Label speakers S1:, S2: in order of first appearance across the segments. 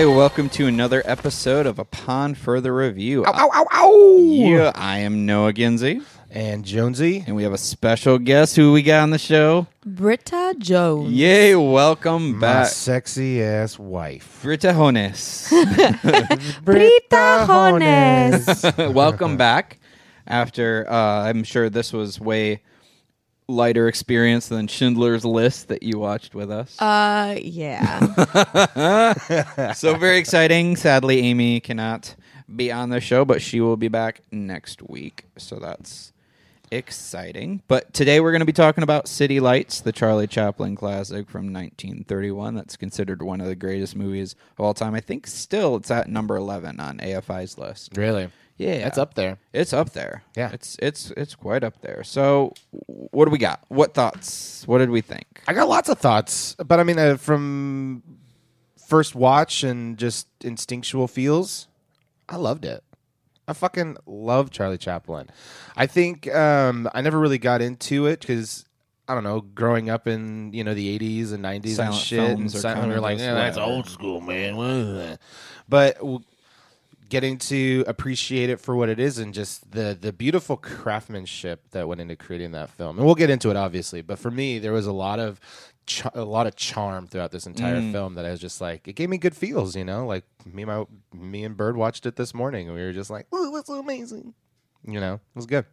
S1: to another episode of Upon Further Review.
S2: Ow, ow, ow!
S1: Yeah, I am Noah Ginzi,
S2: And Jonesy.
S1: and we have a special guest who we got on the show.
S3: Britta Jones.
S1: Yay, welcome
S2: My
S1: back.
S2: sexy ass wife.
S1: Britajones.
S3: Brita Jones.
S1: welcome back after, uh, I'm sure this was way lighter experience than Schindler's List that you watched with us.
S3: uh, yeah.
S1: so very exciting. Sadly, Amy cannot be on the show, but she will be back next week. So that's exciting. But today we're going to be talking about City Lights, the Charlie Chaplin classic from 1931. That's considered one of the greatest movies of all time. I think still it's at number 11 on AFI's list.
S2: Really?
S1: Yeah.
S2: That's up there.
S1: It's up there.
S2: Yeah.
S1: It's it's it's quite up there. So what do we got? What thoughts? What did we think?
S2: I got lots of thoughts, but I mean, uh, from first watch and just instinctual feels, I loved it. I fucking love Charlie Chaplin. I think um, I never really got into it because. I don't know. Growing up in you know the '80s and '90s
S1: Silent
S2: and shit,
S1: films are
S2: and silent,
S1: kind
S2: we were
S1: of
S2: like,
S1: those-
S2: "Yeah, that's
S1: whatever."
S2: old school, man." But w- getting to appreciate it for what it is and just the the beautiful craftsmanship that went into creating that film. And we'll get into it obviously, but for me there was a lot of ch- a lot of charm throughout this entire
S1: Mm.
S2: film that I was just like it gave me good feels, you know? Like me and my me and Bird watched it this morning and we were just like, "Ooh, it's so amazing." You know, it was good.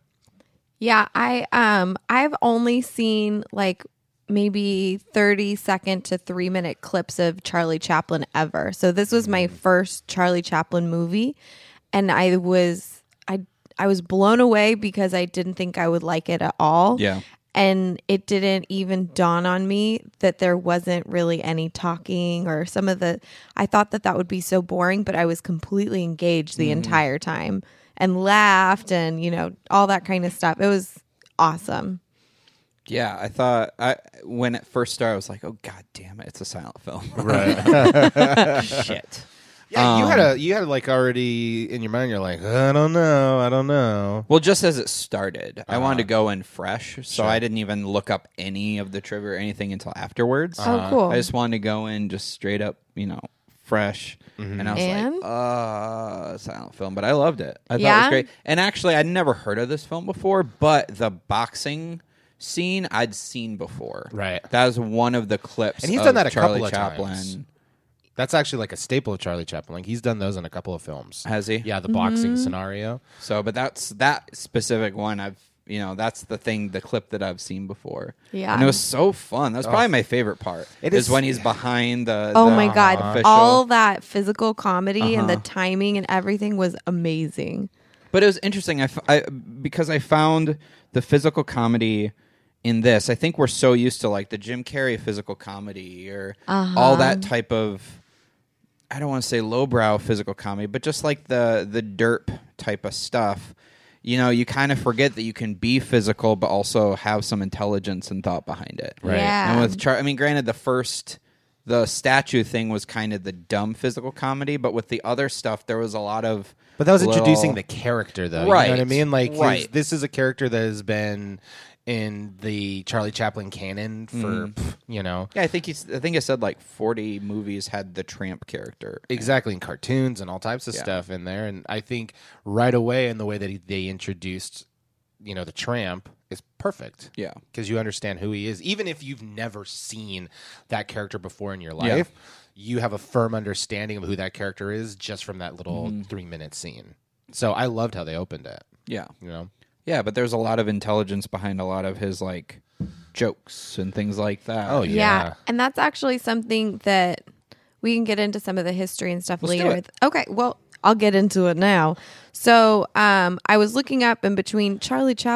S3: yeah, I um I've only seen like maybe 30 second to 3 minute clips of Charlie Chaplin ever. So this was my first Charlie Chaplin movie and I was I I was blown away because I didn't think I would like it at all.
S1: Yeah.
S3: and it didn't even dawn on me that there wasn't really any talking or some of the i thought that that would be so boring but i was completely engaged the
S1: Mm.
S3: entire time and laughed and you know all that kind of stuff it was awesome
S1: Yeah, I thought I when it first started, I was like, "Oh god damn it, it's a silent film."
S2: Right.
S1: Shit.
S2: yeah, you had a
S1: Um,
S2: you had like already in your mind you're like, "I don't know, I don't know."
S1: Well, just as it started, I wanted to
S2: Uh-huh.
S1: go in fresh, so I didn't even look up any of the trivia or anything until afterwards.
S2: Uh-huh.
S3: oh cool
S1: I just wanted to go in just straight up, you know, fresh,
S2: Mm-hmm.
S1: and I was
S3: And?
S1: like, "Uh, silent film," but I loved it. I thought it was
S3: Yeah?
S1: great. And actually, I'd never heard of this film before, but the boxing scene I'd seen before.
S2: Right.
S1: that was one of the clips,
S2: And he's
S1: of
S2: done that a
S1: Charlie
S2: couple of
S1: Chaplin.
S2: times. That's actually like a staple of Charlie Chaplin. Like he's done those in a couple of films.
S1: Has he?
S2: Yeah, the boxing scenario.
S1: So, but that's that specific one. I've you know that's the thing, the clip that I've seen before.
S3: Yeah.
S1: and it was so fun. That's probably my favorite part. It
S2: It
S1: is,
S2: is-
S1: when he's behind the.
S3: oh
S1: the
S3: my god
S1: official. Uh-huh.
S3: all that physical comedy and the timing and everything was amazing
S1: But it was interesting. I, f- I- because I found the physical comedy in this. I think we're so used to like the Jim Carrey physical comedy or all that type of. I don't want to say lowbrow physical comedy, but just like the the derp type of stuff. You know, you kind of forget that you can be physical, but also have some intelligence and thought behind it.
S2: Right.
S3: yeah
S1: And with Char, I mean, granted, the first the statue thing was kind of the dumb physical comedy, but with the other stuff, there was a lot of.
S2: But that was
S1: little-
S2: introducing the character, though. You know what I
S1: Right.
S2: mean? Like, he's-
S1: Right.
S2: this is a character that has been in the Charlie Chaplin canon for,
S1: Mm.
S2: pff, you know,
S1: Yeah, I think he's. I think I said like forty movies had the tramp character.
S2: exactly in cartoons and all types of
S1: Yeah.
S2: stuff in there. And I think right away in the way that he, they introduced, you know, the tramp is perfect.
S1: Yeah,
S2: because you understand who he is. Even if you've never seen that character before in your
S1: Yeah.
S2: life, you have a firm understanding of who that character is just from that little
S1: Mm-hmm.
S2: three minute scene. So I loved how they opened it.
S1: yeah,
S2: You know,
S1: yeah. But there's a lot of intelligence behind a lot of his like jokes and things like that.
S2: Oh, yeah.
S3: Yeah. And that's actually something that we can get into some of the history and stuff
S1: Let's do
S3: later.
S1: it.
S3: Okay, well, I'll get into it now. So um, I was looking up in between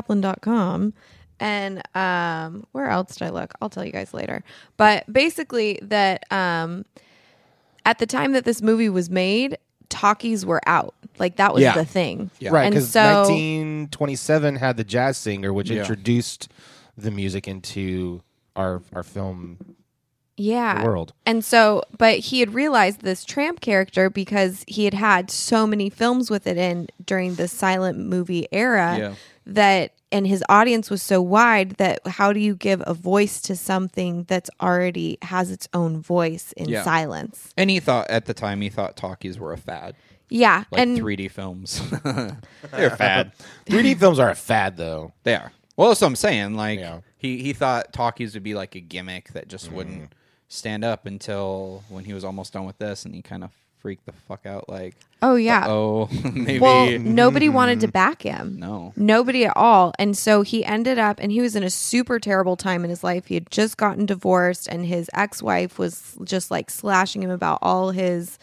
S3: charliechaplin.com and um, where else did I look? I'll tell you guys later. But basically, that um, at the time that this movie was made, talkies were out. Like that was
S1: Yeah.
S3: the thing.
S2: right?
S3: And
S2: Because
S3: so-
S2: 1927 had the jazz singer, which
S1: Yeah.
S2: introduced the music into our our film
S3: Yeah.
S2: world.
S3: And so, but he had realized this tramp character because he had had so many films with it in during the silent movie era
S1: Yeah.
S3: that and his audience was so wide that how do you give a voice to something that's already has its own voice in
S1: Yeah.
S3: silence?
S1: And he thought at the time he thought talkies were a fad,
S3: Yeah,
S1: like
S3: and
S1: 3D films. They're a fad.
S2: 3D films are a fad, though.
S1: They are. Well, that's what I'm saying. Like
S2: Yeah.
S1: he he thought talkies would be like a gimmick that just wouldn't stand up until when he was almost done with this, and he kind of freaked the fuck out. Like,
S3: oh yeah.
S1: oh, maybe
S3: Well, nobody wanted to back him.
S1: no.
S3: Nobody at all. And so he ended up, and he was in a super terrible time in his life. He had just gotten divorced, and his ex wife was just like slashing him about all his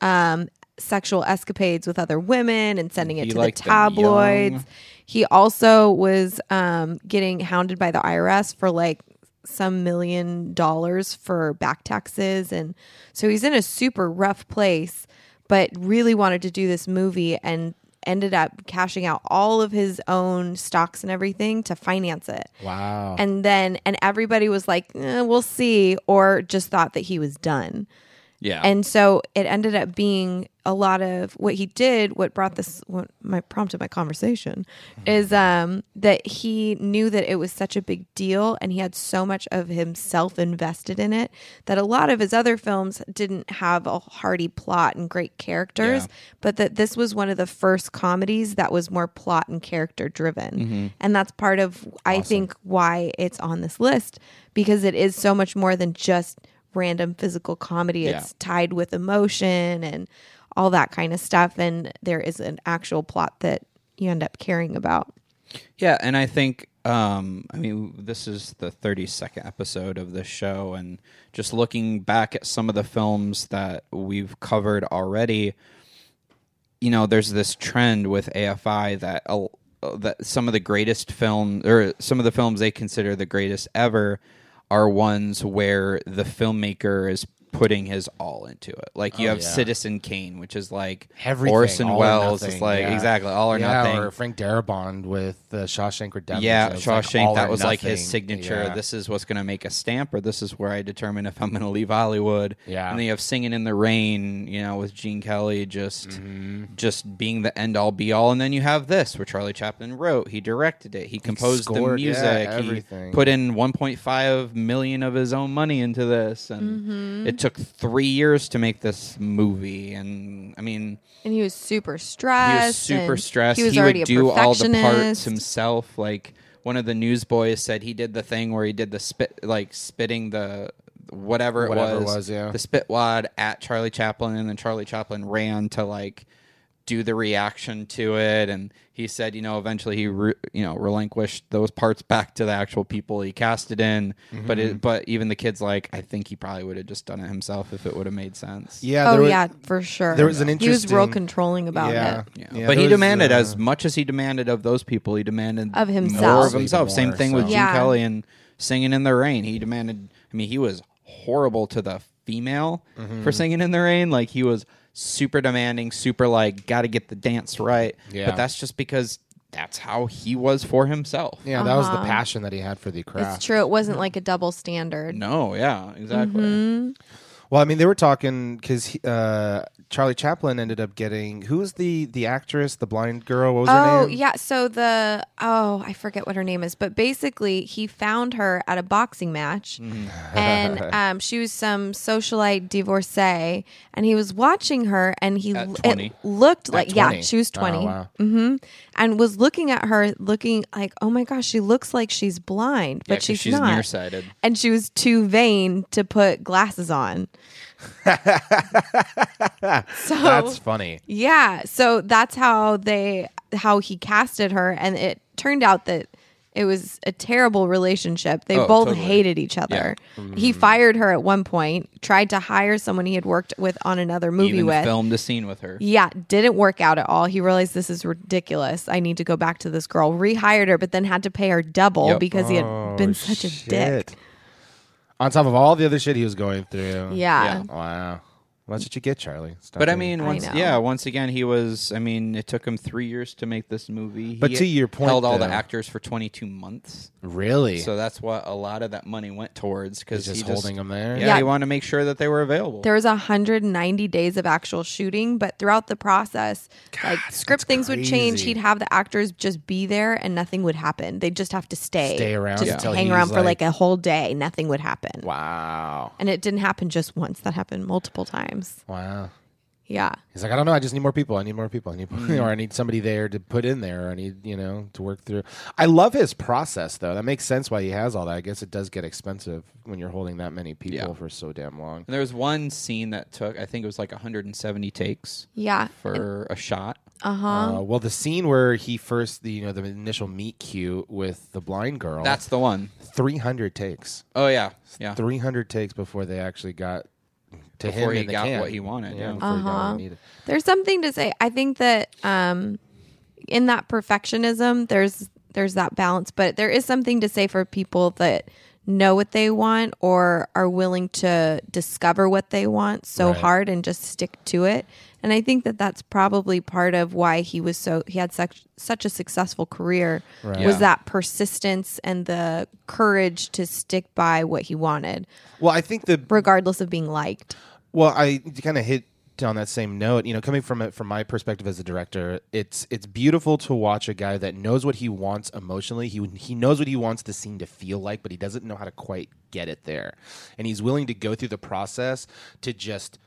S3: um, sexual escapades with other women and sending it
S1: He
S3: to the
S1: liked them
S3: tabloids.
S1: young.
S3: He also was um, getting hounded by the IRS for like some million dollars for back taxes. And so he's in a super rough place, but really wanted to do this movie and ended up cashing out all of his own stocks and everything to finance it.
S2: Wow.
S3: And then, and everybody was like, eh, we'll see, or just thought that he was done.
S1: Yeah.
S3: And so it ended up being a lot of what he did, what brought this, what my prompted my conversation is um, that he knew that it was such a big deal and he had so much of himself invested in it that a lot of his other films didn't have a hearty plot and great characters, but that this was one of the first comedies that was more plot and character driven.
S1: Mm-hmm.
S3: And that's part of, I think, why it's on this list because it is so much more than just random physical comedy. It's tied with emotion and all that kind of stuff. And there is an actual plot that you end up caring about.
S1: Yeah, and I think um, I mean this is the 32nd episode of this show, and just looking back at some of the films that we've covered already, you know, there's this trend with AFI that uh, that some of the greatest film or some of the films they consider the greatest ever are ones where the filmmaker is putting his all into it. Like you have
S2: Oh, yeah.
S1: Citizen Kane, which is like
S2: Everything,
S1: Orson
S2: all or
S1: Welles.
S2: nothing,
S1: It's like
S2: yeah.
S1: exactly all or
S2: yeah,
S1: nothing.
S2: Or Frank Darabont with uh, Shawshank Redemption.
S1: Yeah,
S2: It was like
S1: Shawshank.
S2: all or
S1: that was like his
S2: nothing.
S1: signature.
S2: Yeah.
S1: This is what's going to make a stamp, or this is where I determine if I'm going to leave Hollywood.
S2: Yeah.
S1: And then you have Singing in the Rain, you know, with Gene Kelly just
S2: Mm-hmm.
S1: just being the end all be all. And then you have this, where Charlie Chaplin wrote, he directed it, he composed
S2: scored,
S1: the
S2: yeah,
S1: music,
S2: everything.
S1: he put in 1.5 million of his own money into this, and it took three years to make this movie. And I mean,
S3: And he was super
S1: he
S3: stressed.
S1: was super
S3: and
S1: stressed.
S3: He was already
S1: would
S3: a
S1: do all the parts
S3: perfectionist.
S1: himself. Like one of the newsboys said, he did the thing where he did the spit, like spitting the whatever it
S2: Whatever it
S1: was,
S2: was, yeah.
S1: the spit wad at Charlie Chaplin, and then Charlie Chaplin ran to like do the reaction to it. And he said, you know, eventually he, re- you know, relinquished those parts back to the actual people he cast it in. But
S2: Mm-hmm.
S1: it, but even the kids like, I think he probably would have just done it himself if it would have made sense.
S2: Yeah.
S3: Oh
S2: there was-
S3: yeah, for sure.
S2: there was an
S3: He was real
S2: interesting-
S3: controlling about
S2: Yeah.
S3: it.
S1: Yeah.
S2: Yeah,
S1: but he
S2: there was,
S1: demanded
S2: uh,
S1: as much as he demanded of those people. He demanded
S3: Of
S1: more
S3: himself.
S1: of himself. Same
S2: More,
S1: thing with
S2: so.
S1: Gene
S3: Yeah.
S1: Kelly and singing in the rain. He demanded. I mean, he was horrible to the female
S2: Mm-hmm.
S1: for singing in the rain. Like he was super demanding, super like got to get the dance right.
S2: Yeah.
S1: But that's just because that's how he was for himself.
S2: Yeah, that was the passion that he had for the craft.
S3: Uh-huh. It's true. It wasn't like a double standard.
S1: No. Yeah. Exactly.
S3: Mm-hmm.
S2: Well, I mean, they were talking because uh, Charlie Chaplin ended up getting who was the the actress, the blind girl? What was her
S3: Oh,
S2: name?
S3: yeah. So the, oh, I forget what her name is, but basically he found her at a boxing match
S2: Mm-hmm.
S3: and um, she was some socialite divorcee and he was watching her and he
S1: At
S3: it
S1: 20.
S3: looked like, yeah,
S2: 20.
S3: she was
S2: Oh,
S3: 20
S2: wow.
S3: hmm and was looking at her looking like, oh my gosh, she looks like she's blind, but
S1: 'cause
S3: she's,
S1: she's
S3: not.
S1: nearsighted.
S3: And she was too vain to put glasses on. so
S2: That's funny.
S3: yeah. So that's how they how he casted her and it turned out that it was a terrible relationship. They
S1: Oh,
S3: both
S1: totally. Mm-hmm.
S3: hated each other. He fired her at one point, tried to hire someone he had worked with on another movie
S1: Even
S3: with.
S1: filmed a scene with her.
S3: Yeah, didn't work out at all. He realized this is ridiculous. I need to go back to this girl. Rehired her, but then had to pay her double
S1: Yep.
S3: because he
S2: Oh,
S3: had been such a dick.
S2: On top of all the other shit he was going through.
S3: Yeah.
S2: Wow. Well, that's what you get, Charlie. Stop
S1: But I mean,
S2: being-
S3: I
S1: once
S3: know.
S1: yeah, once again, he was. I mean, it took him three years to make this movie.
S2: But
S1: He
S2: to your point,
S1: held all
S2: though-
S1: the actors for 22 months.
S2: really,
S1: So that's what a lot of that money went towards because
S2: he's
S1: he
S2: just
S1: just
S2: holding him there.
S1: Yeah,
S3: Yeah.
S1: he wanted to make sure that they were available.
S3: There was 190 days of actual shooting, but throughout the process, like script
S2: that's
S3: things would change.
S2: crazy.
S3: He'd have the actors just be there and nothing would happen. They'd just have to stay.
S2: Stay around
S3: Just
S2: until
S3: hang
S2: he's
S3: around for
S2: like-
S3: like a whole day. Nothing would happen.
S2: Wow,
S3: And it didn't happen just once. That happened multiple times.
S2: wow.
S3: Yeah.
S2: He's like, I don't know. I just need more people. I need more people. I need,
S1: Mm.
S2: more, or I need somebody there to put in there. Or I need, you know, to work through. I love his process though. That makes sense why he has all that. I guess it does get expensive when you're holding that many people
S1: Yeah.
S2: for so damn long.
S1: and there was one scene that took, I think it was like 170 takes
S3: Yeah.
S1: for a shot.
S2: Uh, well, the scene where he first, the, you know, the initial meet cute with the blind girl.
S1: That's the one.
S2: 300 takes.
S1: Oh yeah, yeah.
S2: 300 takes before they actually got to him
S1: Before he
S2: in the
S1: got
S2: can.
S1: what he wanted, yeah.
S2: before he got what he needed.
S3: There's something to say. I think that um, in that perfectionism, there's there's that balance, but there is something to say for people that know what they want or are willing to discover what they want so
S2: Right.
S3: hard and just stick to it. And I think that that's probably part of why he was so he had such such a successful career
S2: Right.
S1: Yeah.
S3: was that persistence and the courage to stick by what he wanted,
S2: Well, I think the
S3: regardless of being liked.
S2: Well, I kind of hit on that same note. You know, coming from it from my perspective as a director, it's it's beautiful to watch a guy that knows what he wants emotionally. He he knows what he wants the scene to feel like, but he doesn't know how to quite get it there. And he's willing to go through the process to just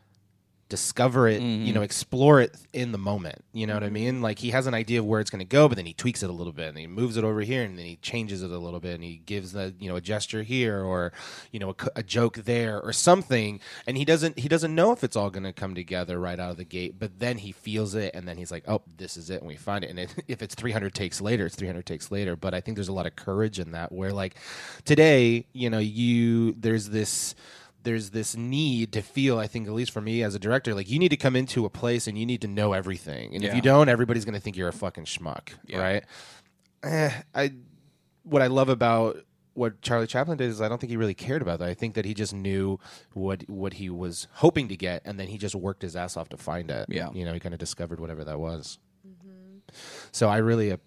S2: discover it, you know, explore it in the moment. You know what I mean? Like he has an idea of where it's going to go, but then he tweaks it a little bit and he moves it over here and then he changes it a little bit and he gives the, you know, a gesture here or, you know, a, c- a joke there or something. And he doesn't, he doesn't know if it's all going to come together right out of the gate, but then he feels it and then he's like, oh, this is it. And we find it. And it, if it's 300 takes later, it's 300 takes later. But I think there's a lot of courage in that where like today, you know, you, there's this, there's this need to feel i think at least for me as a director like you need to come into a place and you need to know everything and if
S1: Yeah.
S2: you don't everybody's going to think you're a fucking schmuck right Eh, i what i love about what charlie chaplin did is i don't think he really cared about that i think that he just knew what what he was hoping to get and then he just worked his ass off to find it
S1: Yeah.
S2: you know he kind of discovered whatever that was so i really uh,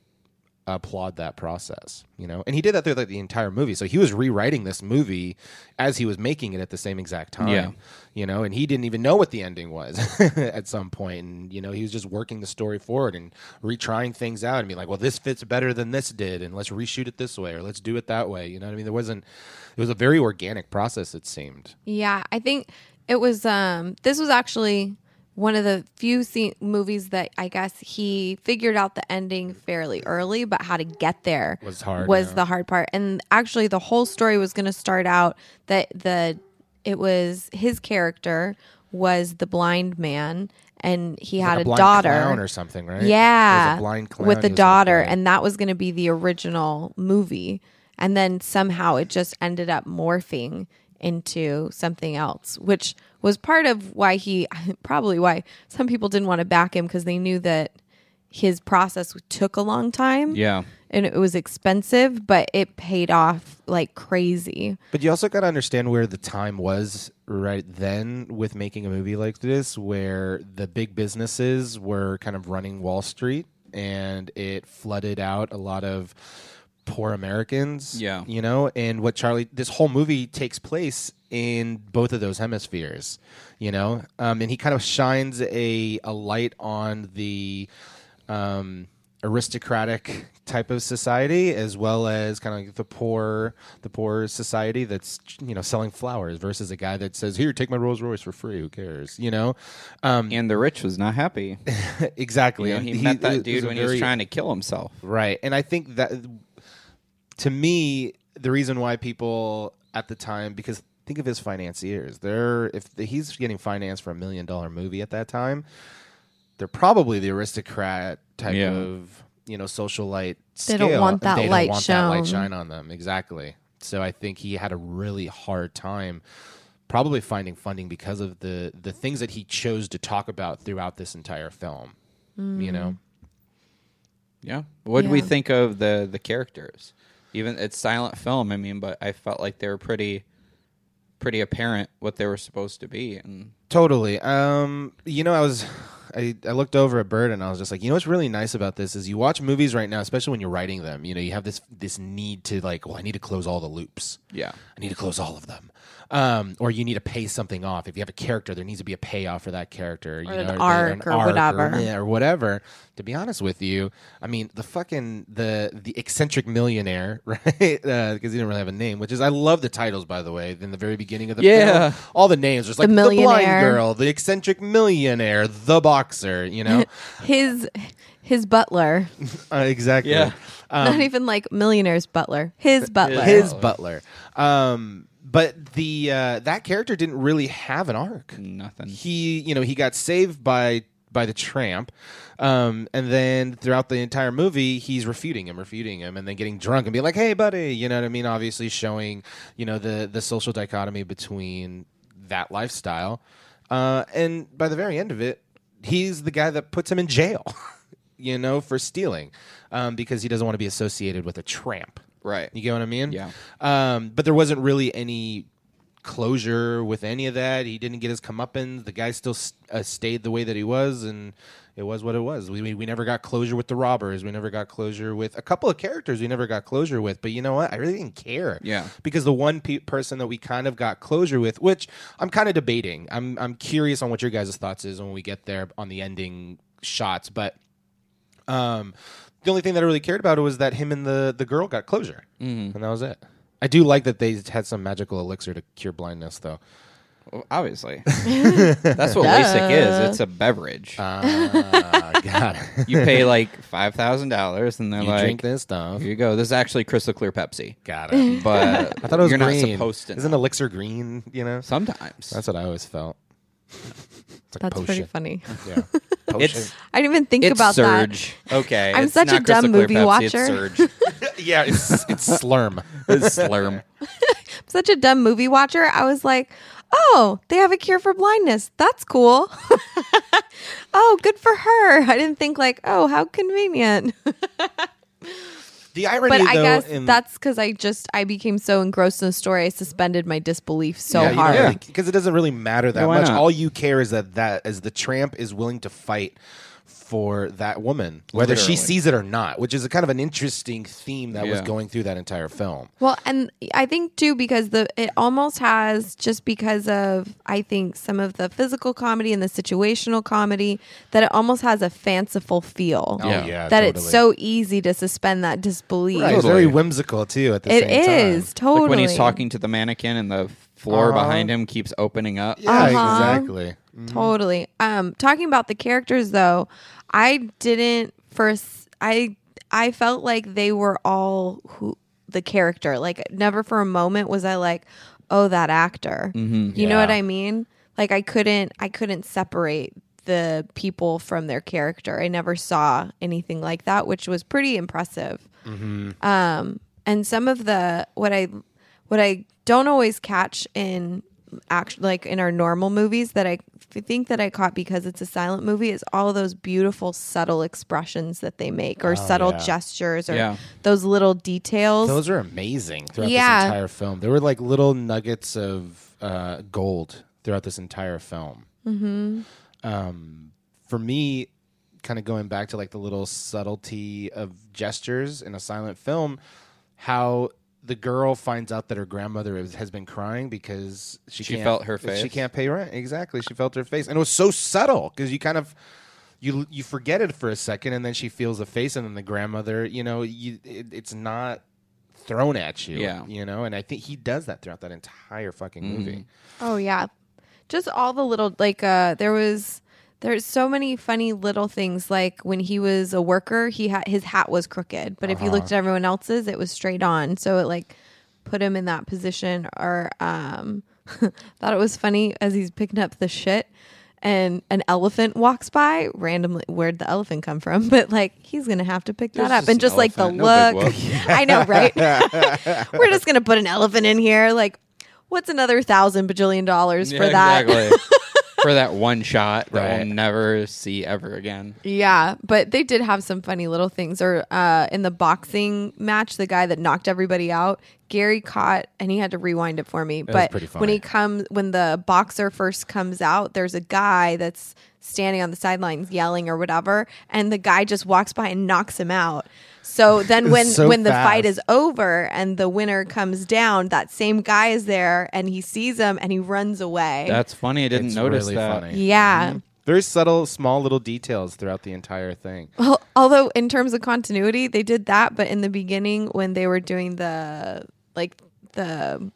S2: applaud that process, you know. And he did that through like the entire movie. So he was rewriting this movie as he was making it at the same exact time,
S1: Yeah.
S2: you know. And he didn't even know what the ending was at some point, and you know he was just working the story forward and retrying things out and being like, well, this fits better than this did, and let's reshoot it this way or let's do it that way. You know what I mean? There wasn't. It was a very organic process. It seemed.
S3: Yeah, I think it was. Um, this was actually one of the few scene- movies that I guess he figured out the ending fairly early, but how to get there
S2: Was hard,
S3: Was
S2: yeah.
S3: the hard part, and actually, the whole story was going to start out that the it was his character was the blind man, and he had
S2: Like
S3: a,
S2: blind clown
S3: daughter
S2: or something, right? There
S3: yeah,
S2: was a blind clown
S3: with the
S2: he was gonna
S3: daughter,
S2: play.
S3: and that was going to be the original movie, and then somehow it just ended up morphing into something else, which was part of why he probably why some people didn't want to back him because they knew that his process took a long time,
S1: Yeah.
S3: and it was expensive, but it paid off like crazy.
S2: But you also got to understand where the time was right then with making a movie like this, where the big businesses were kind of running Wall Street and it flooded out a lot of poor Americans.
S1: Yeah.
S2: You know, and what Charlie, this whole movie takes place in both of those hemispheres, you know, um, and he kind of shines a, a light on the um, aristocratic type of society as well as kind of like the poor the poor society that's you know selling flowers versus a guy that says here take my Rolls Royce for free who cares you know um,
S1: And the rich was not happy.
S2: exactly
S1: You know, he,
S2: And
S1: met
S2: it
S1: that
S2: was
S1: dude
S2: a
S1: when he was
S2: very-
S1: trying to kill himself.
S2: Right. And I think that to me, the reason why people at the time, because think of his financiers, they're if the, he's getting financed for a million dollar movie at that time, they're probably the aristocrat type
S1: Yeah.
S2: of you know socialite.
S3: They don't
S2: scale.
S3: want that
S2: They don't
S3: light
S2: want that light
S3: shown.
S2: shine on them exactly. So I think he had a really hard time. Probably finding funding because of the the things that he chose to talk about throughout this entire film, you
S3: Mm.
S2: know.
S1: Yeah. What did we
S3: Yeah.
S1: think of the the characters? Even it's silent film. I mean, but I felt like they were pretty pretty apparent what they were supposed to be. And
S2: Totally. Um, you know, I was, I, I looked over at Bird and I was just like, you know, what's really nice about this is you watch movies right now, especially when you're writing them. You know, you have this this need to like, well, I need to close all the loops.
S1: Yeah.
S2: I need to close all of them. Um, or you need to pay something off. If you have a character, there needs to be a payoff for that character. you
S3: an
S2: know,
S3: arc or whatever.
S2: yeah, or whatever. To be honest with you, I mean, the fucking the the eccentric millionaire, right? Because he didn't really have a name. Which is, I love the titles by the way. In the very beginning of the
S1: Yeah.
S2: film, all the names just like
S3: The
S2: the, blind
S3: millionaire.
S2: girl, the eccentric millionaire, the boxer. You know,
S3: His his butler,
S2: uh, exactly.
S1: Yeah.
S3: not even like millionaire's butler, his butler.
S2: Um, His butler. Um, but the uh, that character didn't really have an arc.
S1: nothing.
S2: he you know he got saved by by the tramp um, and then throughout the entire movie he's refuting him refuting him and then getting drunk and being like hey buddy you know what i mean obviously showing you know the the social dichotomy between that lifestyle uh, and by the very end of it he's the guy that puts him in jail you know for stealing um, because he doesn't want to be associated with a tramp
S1: Right.
S2: you get what I mean?
S1: Yeah.
S2: Um, but there wasn't really any closure with any of that. He didn't get his comeuppance. The guy still s uh, stayed the way that he was, and it was what it was. We, we we never got closure with the robbers. We never got closure with a couple of characters. We never got closure with. But you know what? I really didn't care.
S1: Yeah.
S2: Because the one pe- person that we kind of got closure with, which I'm kind of debating. I'm I'm curious on what your guys' thoughts is when we get there on the ending shots, but. Um, the only thing that I really cared about was that him and the the girl got closure,
S1: Mm-hmm.
S2: and that was it. I do like that they had some magical elixir to cure blindness, though.
S1: Well, obviously. That's what LASIK is. It's a beverage.
S2: Uh, Ah, got it.
S1: you pay like five thousand dollars, and they're
S2: You
S1: like,
S2: drink this stuff.
S1: "Here you go." This is actually crystal clear Pepsi,
S2: Got it.
S1: but
S2: I thought it was
S1: you're
S2: green.
S1: not supposed to.
S2: Isn't
S1: know.
S2: elixir green? You know,
S1: Sometimes
S2: that's what I always felt. It's like
S3: That's pretty
S2: potion.
S3: funny.
S2: Yeah, potion.
S1: it's
S3: I didn't even think
S1: it's
S3: about
S1: Surge. Okay,
S3: I'm
S1: it's
S3: such a
S1: not Crystal
S3: dumb
S1: Clear
S3: movie
S1: Pepsi,
S3: watcher.
S1: It's Surge.
S2: yeah, it's it's slurm.
S1: It's Slurm.
S3: that. Such a dumb movie watcher. I was like, oh, they have a cure for blindness. That's cool. oh, good for her. I didn't think like, oh, how convenient.
S2: The irony,
S3: but I
S2: though,
S3: guess
S2: in-
S3: that's because I just I became so engrossed in the story, I suspended my disbelief so
S2: yeah,
S3: hard.
S2: because it doesn't really matter that
S1: Yeah, why
S2: much.
S1: not?
S2: All you care is that that as the tramp is willing to fight for that woman, whether
S1: Literally.
S2: she sees it or not, which is a kind of an interesting theme that was
S1: Yeah.
S2: going through that entire film.
S3: Well, and I think too because the it almost has just because of I think some of the physical comedy and the situational comedy that it almost has a fanciful feel.
S2: Oh,
S1: Yeah.
S3: that it's so easy to suspend that disbelief.
S2: Right, it's
S1: Totally.
S2: very whimsical too. At the
S3: It
S2: same time,
S3: is totally
S1: Like when he's talking to the mannequin, and the floor
S2: Uh-huh.
S1: behind him keeps opening up.
S2: Yeah,
S3: Uh-huh.
S2: exactly.
S3: Totally. Um, talking about the characters though, I didn't first. I I felt like they were all who the character. Like never for a moment was I like, oh that actor. You know
S2: Yeah.
S3: what I mean? Like I couldn't I couldn't separate the people from their character. I never saw anything like that, which was pretty impressive. Um, and some of the what I what I don't always catch in act like in our normal movies that I f- think that I caught because it's a silent movie is all those beautiful subtle expressions that they make or subtle
S2: Oh, yeah.
S3: gestures or
S1: Yeah.
S3: those little details.
S2: Those are amazing throughout
S3: Yeah.
S2: this entire film. There were like little nuggets of uh, gold throughout this entire film. Mm-hmm. Um, for me, kind of going back to like the little subtlety of gestures in a silent film, how the girl finds out that her grandmother is, has been crying because she,
S1: She
S2: can't-
S1: felt her face.
S2: She can't pay rent. Exactly, she felt her face, and it was so subtle because you kind of you you forget it for a second, and then she feels the face, and then the grandmother. You know, you it, it's not thrown at you.
S1: Yeah. Mm-hmm.
S2: you know, and I think he does that throughout that entire fucking movie.
S3: Oh yeah. Just all the little like uh there was there's so many funny little things like when he was a worker, he had his hat was crooked, but if you
S1: Uh-huh.
S3: looked at everyone else's, it was straight on. So it like put him in that position or um thought it was funny as he's picking up the shit and an elephant walks by randomly where'd the elephant come from but like he's gonna have to pick that
S1: There's
S3: up and
S1: just
S3: just
S1: an
S3: like the
S1: elephant. No big
S3: look i know right we're just gonna put an elephant in here like what's another thousand bajillion dollars for that
S1: exactly. for that one shot that
S2: Right.
S1: we'll never see ever again.
S3: Yeah, but they did have some funny little things. Or uh, in the boxing match, the guy that knocked everybody out, Gary caught, and he had to rewind it for me. but
S2: pretty
S3: when
S2: funny.
S3: he comes, when the boxer first comes out, there's a guy that's standing on the sidelines yelling or whatever, and the guy just walks by and knocks him out. So then, when
S2: So
S3: when the fight
S2: fast.
S3: is over and the winner comes down, that same guy is there and he sees him and he runs away.
S1: That's funny. I didn't
S2: It's
S1: notice
S2: really
S1: that.
S2: funny. Mm-hmm.
S3: yeah.
S2: Very subtle, small little details throughout the entire thing.
S3: Well, although in terms of continuity, they did that, but in the beginning when they were doing the like the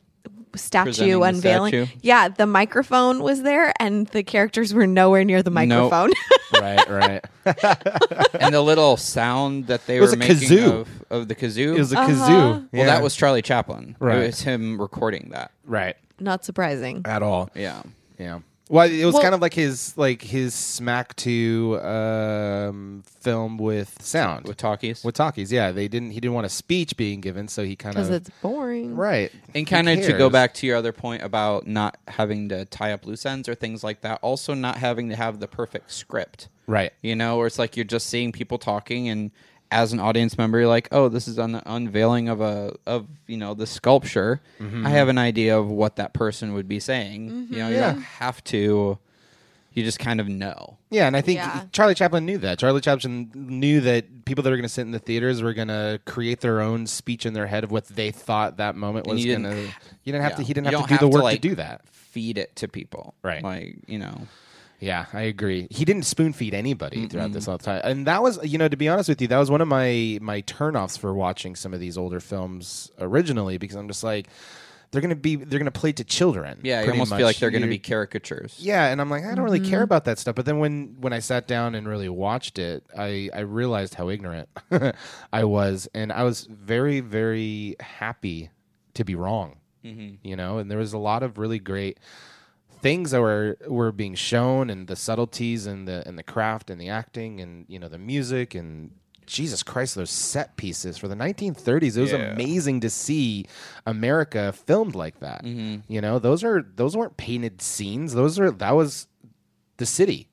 S1: Presenting
S3: statue
S1: the
S3: unveiling,
S1: statue.
S3: yeah, the microphone was there, and the characters were nowhere near the microphone.
S2: right, right.
S1: And the little sound that they
S2: was
S1: were
S2: a
S1: making
S2: kazoo.
S1: Of, of the kazoo.
S2: It was a
S3: Uh-huh.
S2: kazoo.
S1: well,
S2: Yeah.
S1: that was Charlie Chaplin.
S2: Right.
S1: It was him recording that.
S2: right
S3: Not surprising.
S2: at all.
S1: Yeah.
S2: Yeah. Well, it was
S3: Well-
S2: kind of like his like his smack to um, film with sound
S1: With talkies.
S2: with talkies. Yeah, they didn't. He didn't want a speech being given, so he kind
S3: Because
S2: of
S3: it's boring.
S2: right.
S1: And
S2: Who
S1: kind of to go
S2: cares?
S1: back to your other point about not having to tie up loose ends or things like that, also not having to have the perfect script,
S2: right?
S1: you know, where it's like you're just seeing people talking and as an audience member you're like, "Oh, this is an unveiling of a of, you know, the sculpture.
S2: Mm-hmm.
S1: I have an idea of what that person would be saying." You know, you
S2: Yeah.
S1: don't have to you just kind of know.
S2: Yeah, and I think
S3: Yeah.
S2: Charlie Chaplin knew that. Charlie Chaplin knew that people that are going to sit in the theaters were going to create their own speech in their head of what they thought that moment
S1: And
S2: was
S1: you
S2: going
S1: didn't-
S2: to. You didn't have to.
S1: Yeah.
S2: He didn't
S1: You
S2: have to
S1: don't
S2: do the work
S1: like,
S2: to do that.
S1: Feed it to people.
S2: Right.
S1: Like, you know.
S2: Yeah, I agree. He didn't spoon feed anybody throughout this all the time, and that was, you know, to be honest with you, that was one of my my turnoffs for watching some of these older films originally because I'm just like, they're gonna be they're gonna play to children.
S1: Yeah, you
S2: pretty
S1: almost
S2: much.
S1: feel like they're going to
S2: You're-
S1: be caricatures.
S2: Yeah, and I'm like, I don't really care about that stuff. But then when when I sat down and really watched it, I I realized how ignorant I was, and I was very very happy to be wrong. You know, and there was a lot of really great things that were were being shown, and the subtleties, and the and the craft, and the acting, and you know the music, and Jesus Christ, those set pieces for the 1930s. It was
S1: Yeah.
S2: amazing to see America filmed like that.
S1: Mm-hmm.
S2: You know, those are those weren't painted scenes. Those are that was the city.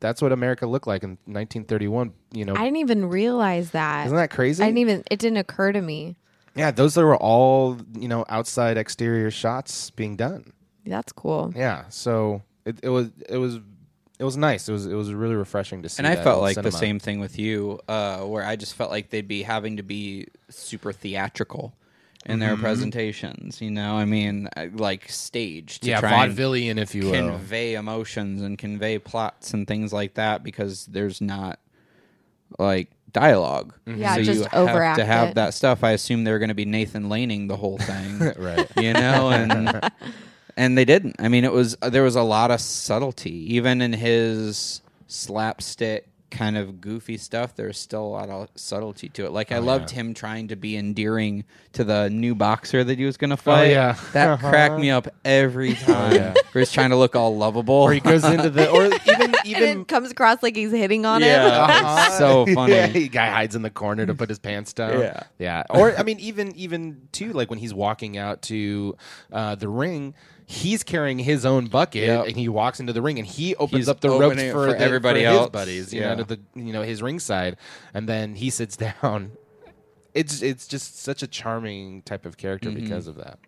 S2: That's what America looked like in 1931. You know,
S3: I didn't even realize that.
S2: isn't that crazy?
S3: I didn't even. It didn't occur to me.
S2: yeah, those were all you know outside exterior shots being done.
S3: That's cool.
S2: Yeah, so it, it was it was it was nice. It was it was really refreshing to see.
S1: and I
S2: that
S1: felt
S2: in
S1: like the
S2: cinema.
S1: same thing with you, uh, where I just felt like they'd be having to be super theatrical in their
S2: Mm-hmm.
S1: presentations. You know, I mean, uh, like staged. To
S2: Yeah,
S1: try and
S2: vaudevillian, if you uh, will.
S1: Convey emotions and convey plots and things like that because there's not like dialogue.
S3: Mm-hmm. Yeah,
S1: so
S3: just
S1: you have
S3: overact
S1: to have
S3: it.
S1: that stuff. I assume they were going to be Nathan Laning the whole thing.
S2: right.
S1: you know and and they didn't i mean it was uh, there was a lot of subtlety even in his slapstick kind of goofy stuff there's still a lot of subtlety to it
S2: Oh,
S1: like i loved him trying to be endearing to the new boxer that he was going to fight
S2: Oh, yeah. Oh,
S1: that cracked me up every time
S2: yeah.
S1: where he's trying to look all lovable
S2: Or he goes into the or even
S3: And
S2: even
S3: it comes across like he's hitting on him.
S1: yeah it's so funny
S2: Uh-huh. Yeah, the guy hides in the corner to put his pants down.
S1: Yeah.
S2: yeah. Or I mean, even even too, like when he's walking out to uh, the ring, he's carrying his own bucket,
S1: Yep.
S2: and he walks into the ring, and he opens
S1: He's
S2: up the ropes
S1: opening it
S2: for,
S1: for
S2: the-
S1: everybody
S2: for
S1: else.
S2: his buddies, you
S1: Yeah.
S2: know, to the you know his ringside, and then he sits down. It's it's just such a charming type of character
S1: Mm-hmm.
S2: because of that.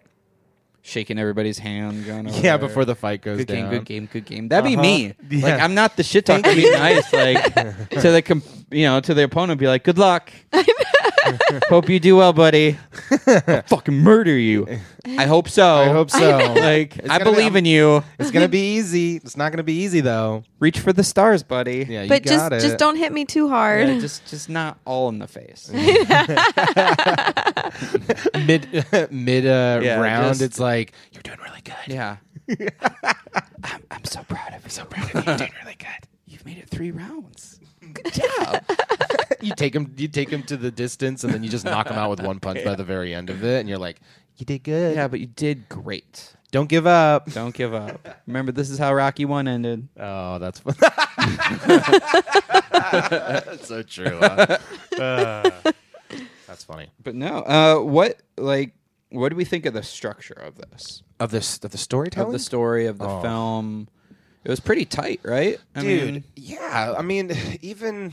S1: shaking everybody's hand going over
S2: Yeah,
S1: there.
S2: before the fight goes
S1: good game,
S2: down.
S1: good game, good game. That'd be me.
S2: Yeah.
S1: Like I'm not the shit talker. It'd Be nice, like to the com- you know to the opponent. Be like, good luck. hope you do well, buddy. I'll fucking murder you. I hope so.
S2: I hope so.
S1: Like I
S2: gonna be-
S1: believe in you.
S2: It's gonna be easy. It's not gonna be easy though.
S1: Reach for the stars, buddy.
S2: Yeah, you
S3: But just
S2: got it.
S3: just don't hit me too hard.
S1: Yeah, just just not all in the face.
S2: mid mid uh,
S1: Yeah,
S2: round.
S1: just-
S2: it's like you're doing really good.
S1: yeah. I'm, I'm so proud of you. So proud
S2: You're doing really good.
S1: You've made it three rounds. Good job.
S2: You take him. You take him to the distance, and then you just knock him out with one punch by the very end of it, and you're like, you did good.
S1: yeah, but you did great.
S2: Don't give up.
S1: Don't give up. Remember, this is how Rocky One ended.
S2: Oh, that's fun. that's so true. huh? Uh, that's funny.
S1: But no, uh, what like what do we think of the structure of this,
S2: Of this, of the
S1: of
S2: storytelling.
S1: the story, of the
S2: Oh.
S1: film? It was pretty tight, right? I
S2: dude
S1: mean,
S2: yeah i mean even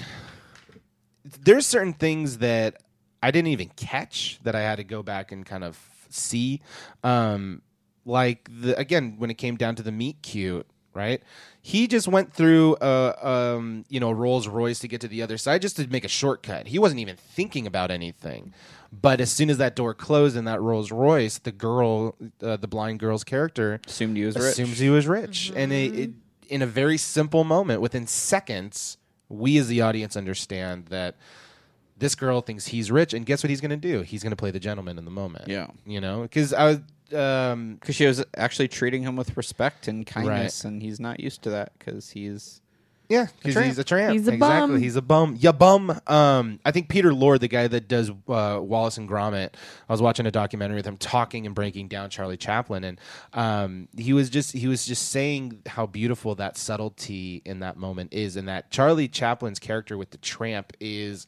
S2: there's certain things that i didn't even catch that i had to go back and kind of see um like the, again when it came down to the meat cute right he just went through uh um you know rolls royce to get to the other side just to make a shortcut he wasn't even thinking about anything but as soon as that door closed in that rolls royce the girl uh, the blind girl's character
S1: assumed he was rich.
S2: assumes he was rich, and it, it in a very simple moment, within seconds, we as the audience understand that this girl thinks he's rich, and guess what he's going to do? He's going to play the gentleman in the moment.
S1: Yeah.
S2: you know, because I was. Um,
S1: because she was actually treating him with respect and kindness, and he's not used to that because he's
S2: yeah, because
S1: tramp.
S2: he's a tramp.
S3: He's a
S2: exactly.
S3: bum.
S2: He's a bum. Yeah, bum. Um, I think Peter Lord, the guy that does uh, Wallace and Gromit, I was watching a documentary with him talking and breaking down Charlie Chaplin, and um, he was just he was just saying how beautiful that subtlety in that moment is, and that Charlie Chaplin's character with the tramp is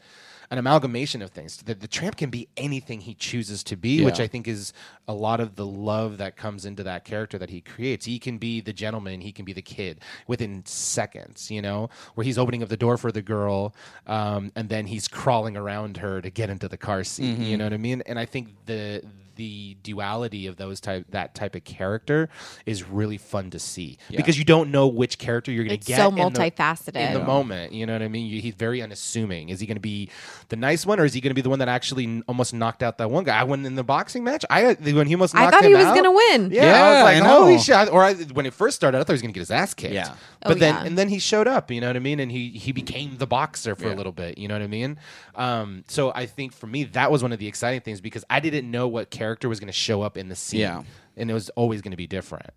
S2: an amalgamation of things. The, the tramp can be anything he chooses to be, which
S1: Yeah.
S2: I think is a lot of the love that comes into that character that he creates. He can be the gentleman, he can be the kid within seconds, you know, where he's opening up the door for the girl um, and then he's crawling around her to get into the car seat. You know what I mean? And I think the the duality of those type that type of character is really fun to see because you don't know which character you're going to
S3: It's
S2: get
S3: so
S2: in the-
S3: multifaceted.
S2: in the moment. You know what I mean? You, he's very unassuming. Is he going to be the nice one, or is he going to be the one that actually n- almost knocked out that one guy? I went in the boxing match. I when he almost
S3: I
S2: knocked
S3: thought
S2: him
S3: he was
S2: out-
S3: going to win.
S2: Yeah, I was
S1: Yeah,
S2: like,
S1: I know.
S2: holy shit! Or I, when it first started, I thought he was going to get his ass kicked.
S1: Yeah. Mm-hmm.
S2: but
S3: Oh,
S2: then
S3: yeah.
S2: and then he showed up. You know what I mean? And he he became the boxer for a little bit. You know what I mean? Um, so I think for me that was one of the exciting things because I didn't know what character was going to show up in the scene.
S1: Yeah.
S2: and it was always going to be different.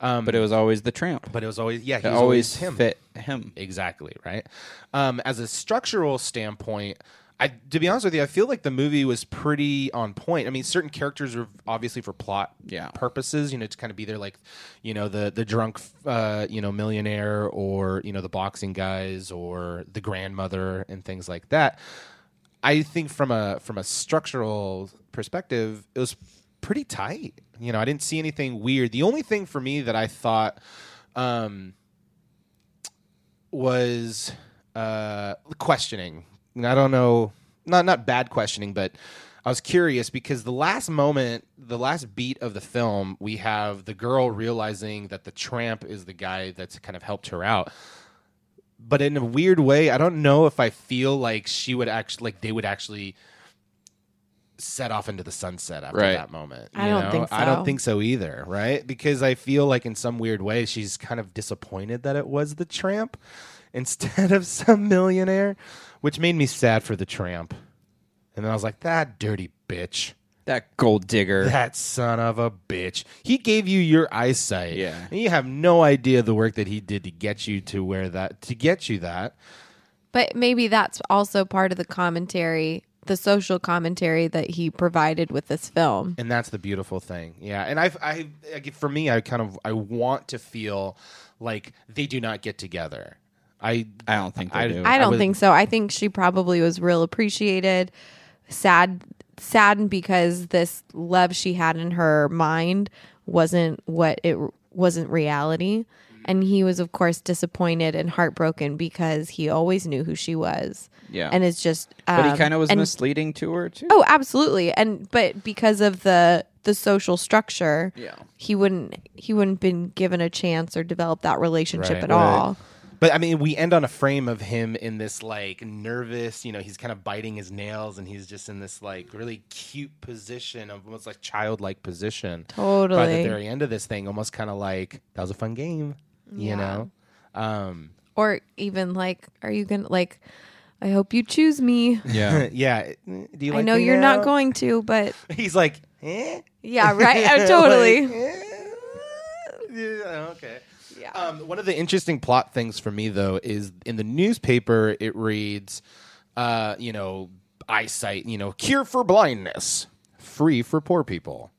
S2: Um,
S1: but it was always the tramp.
S2: but it was always yeah, he
S1: it
S2: was
S1: always
S2: him.
S1: fit him.
S2: Exactly, right? Um, as a structural standpoint, I, to be honest with you, I feel like the movie was pretty on point. I mean, certain characters were obviously for plot
S1: Yeah.
S2: purposes, you know, to kind of be there, like, you know, the the drunk, uh, you know, millionaire, or you know, the boxing guys, or the grandmother, and things like that. I think from a from a structural perspective, it was pretty tight. You know, I didn't see anything weird. The only thing for me that I thought um, was uh, questioning. And I don't know, not not bad questioning, but I was curious because the last moment, the last beat of the film, we have the girl realizing that the tramp is the guy that's kind of helped her out but in a weird way, I don't know if I feel like she would actually like they would actually set off into the sunset after
S1: Right.
S2: that moment.
S3: I
S2: you
S3: don't
S2: know?
S3: think
S2: I don't
S3: so.
S2: think so either, right? Because I feel like in some weird way she's kind of disappointed that it was the tramp instead of some millionaire, which made me sad for the tramp. And then I was like, that dirty bitch.
S1: That gold digger.
S2: That son of a bitch. He gave you your eyesight.
S1: Yeah.
S2: And you have no idea the work that he did to get you to where that to get you that.
S3: But maybe that's also part of the commentary, the social commentary that he provided with this film.
S2: and that's the beautiful thing yeah and i've i like, for me i kind of i want to feel like they do not get together i
S1: I don't think they
S2: I-
S1: do.
S2: I
S3: I don't
S2: was-
S3: think so. I think she probably was real appreciated, sad, saddened because this love she had in her mind wasn't what it wasn't reality. And he was, of course, disappointed and heartbroken because he always knew who she was.
S1: Yeah.
S3: And it's just. Um,
S1: but he kind of was
S3: and-
S1: misleading to her too.
S3: Oh, absolutely. And but because of the the social structure,
S1: Yeah.
S3: he wouldn't he wouldn't been given a chance or develop that relationship
S2: Right.
S3: at
S2: Right.
S3: all.
S2: but i mean we end on a frame of him in this like nervous you know he's kind of biting his nails and he's just in this like really cute position of almost like childlike position by the
S3: Totally.
S2: very end of this thing almost kind of like that was a fun game you know um
S3: Or even like, are you gonna like? I hope you choose me.
S1: Yeah.
S2: yeah do you like
S3: I know
S2: me
S3: you're
S2: now?
S3: not going to, but
S2: he's like eh?
S3: yeah, right. Oh, totally.
S2: yeah, okay.
S3: Yeah.
S2: Um, one of the interesting plot things for me though is in the newspaper it reads, uh, you know, eyesight, you know, cure for blindness, free for poor people,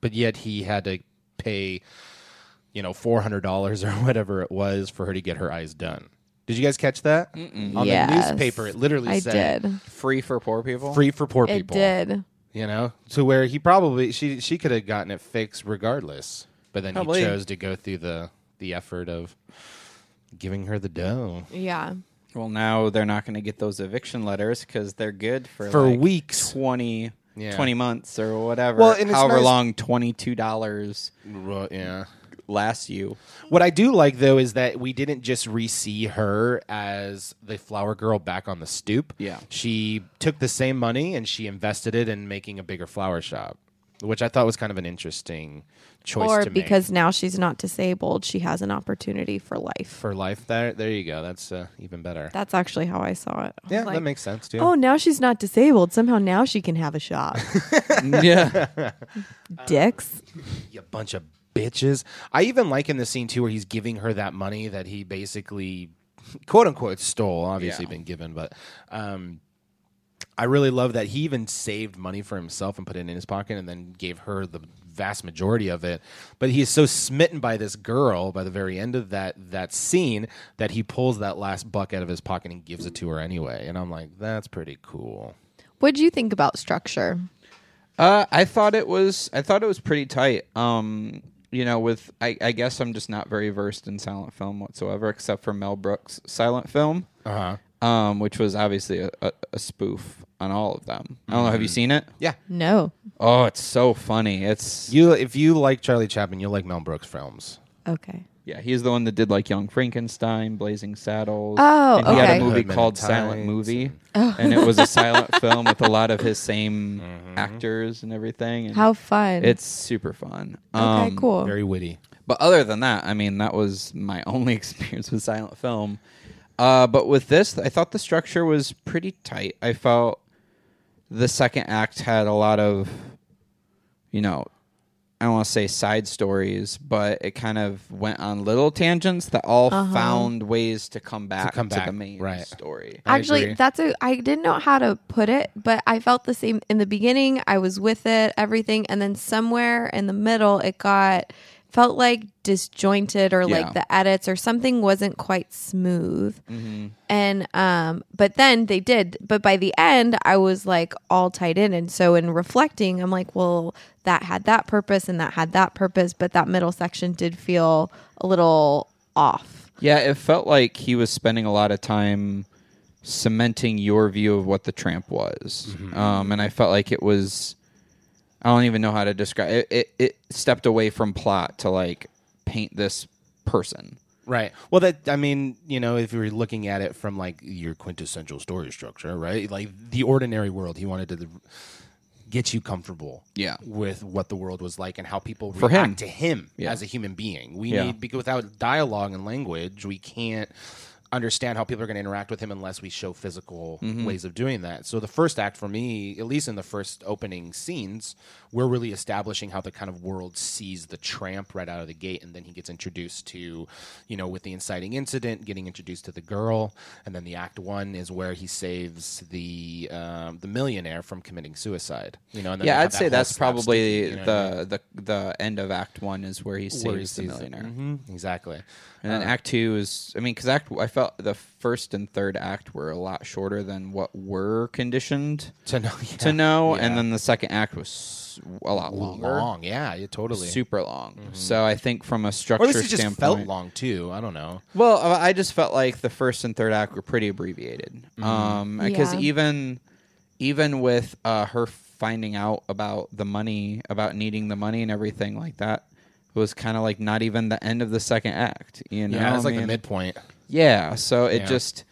S2: but yet he had to pay, you know, four hundred dollars or whatever it was for her to get her eyes done. Did you guys catch that on
S3: Yes.
S2: the newspaper? It literally
S3: I
S2: said
S3: did.
S1: Free for poor people.
S2: free for poor
S3: It
S2: people
S3: did.
S2: you know to where he probably she she could have gotten it fixed regardless but then
S1: Probably.
S2: he chose to go through the the effort of giving her the dough
S3: Yeah.
S1: Well, now they're not going to get those eviction letters because they're good for
S2: for
S1: like
S2: weeks.
S1: 20,
S2: Yeah.
S1: 20 months or whatever.
S2: Well, and it's
S1: however
S2: nice-
S1: long twenty two dollars
S2: Well, yeah.
S1: lasts you.
S2: What I do like though is that we didn't just re-see her as the flower girl back on the stoop.
S1: Yeah.
S2: She took the same money and she invested it in making a bigger flower shop, which I thought was kind of an interesting choice
S3: Or
S2: to make.
S3: because now she's not disabled, she has an opportunity for life.
S2: for life there there you go. That's uh, even better.
S3: That's actually how I saw it. I was
S2: yeah,
S3: like,
S2: that makes sense too.
S3: Oh, now she's not disabled. Somehow now she can have a shop.
S1: yeah.
S3: Dicks.
S2: you bunch of bitches. I even like in the scene too where he's giving her that money that he basically quote unquote stole, obviously
S1: Yeah.
S2: been given, but um I really love that he even saved money for himself and put it in his pocket and then gave her the vast majority of it. But he is so smitten by this girl by the very end of that that scene that he pulls that last buck out of his pocket and gives it to her anyway. And I'm like, that's pretty cool.
S3: What do you think about structure?
S1: Uh, I thought it was. I thought it was pretty tight. Um, you know, with I, I guess I'm just not very versed in silent film whatsoever, except for Mel Brooks' silent film,
S2: Uh-huh.
S1: um, which was obviously a, a, a spoof on all of them. I don't know. Have you seen it?
S2: Yeah.
S3: No.
S1: Oh, it's so funny. It's
S2: You if you like Charlie Chaplin, you'll like Mel Brooks films.
S3: Okay.
S1: yeah. He's the one that did like Young Frankenstein, Blazing Saddles.
S3: Oh,
S1: and he had
S3: okay. Oh.
S1: a movie
S2: Hoodman
S1: called
S2: Tides
S1: Silent Movie,
S2: and-
S1: and it was a silent film with a lot of his same actors and everything. And
S3: How fun.
S1: It's super fun.
S3: okay,
S1: Um,
S3: cool.
S2: Very witty.
S1: But other than that, I mean, that was my only experience with silent film. Uh, but with this, I thought the structure was pretty tight. I felt the second act had a lot of, you know, I don't want to say side stories, but it kind of went on little tangents that all found ways to come back to,
S2: Uh-huh. come back,
S1: the main
S2: right.
S1: story.
S2: I
S3: Actually,
S2: agree.
S3: that's a. I didn't know how to put it, but I felt the same in the beginning. I was with it, everything, and then somewhere in the middle, it got felt like disjointed or
S1: Yeah.
S3: like the edits or something wasn't quite smooth.
S2: Mm-hmm.
S3: And um, but then they did. But by the end, I was like all tied in, and so in reflecting, I'm like, well, that had that purpose and that had that purpose, but that middle section did feel a little off.
S1: Yeah, it felt like he was spending a lot of time cementing your view of what the tramp was, um, and I felt like it was. I don't even know how to describe it, it. It stepped away from plot to like paint this person.
S2: Right. Well, that I mean, you know, if you're looking at it from like your quintessential story structure, right? Like the ordinary world, he wanted to get you comfortable,
S1: Yeah.
S2: with what the world was like and how people
S1: For
S2: react
S1: him.
S2: to him
S1: Yeah.
S2: as a human being. We
S1: Yeah.
S2: need because without dialogue and language, we can't understand how people are going to interact with him unless we show physical
S1: Mm-hmm.
S2: ways of doing that. So the first act for me, at least in the first opening scenes, we're really establishing how the kind of world sees the tramp right out of the gate and then he gets introduced to, you know, with the inciting incident, getting introduced to the girl, and then the act 1 is where he saves the um, the millionaire from committing suicide. You know, and then
S1: Yeah,
S2: they
S1: I'd
S2: have that
S1: say
S2: whole
S1: that's
S2: slapstick,
S1: probably
S2: you know what I mean?
S1: the, the the end of Act One is where he saves
S2: Where he
S1: the
S2: sees it. Uh-huh.
S1: millionaire,
S2: Mhm, exactly.
S1: and then Act Two is. I mean, because Act I felt the first and third act were a lot shorter than what we're conditioned
S2: To know,
S1: to know, and
S2: Yeah.
S1: then the second act was a lot longer.
S2: long, yeah, yeah, totally.
S1: super long. So I think from a structure
S2: or at least it just
S1: standpoint,
S2: felt long too. I don't know.
S1: well, uh, I just felt like the first and third act were pretty abbreviated.
S2: Mm-hmm.
S1: Um, because
S3: Yeah.
S1: even even with uh, her finding out about the money, about needing the money and everything like that, was kind of like not even the end of the second act. You know,
S2: Yeah, it's
S1: I
S2: like the
S1: mean-
S2: midpoint.
S1: yeah, so it
S2: Yeah.
S1: just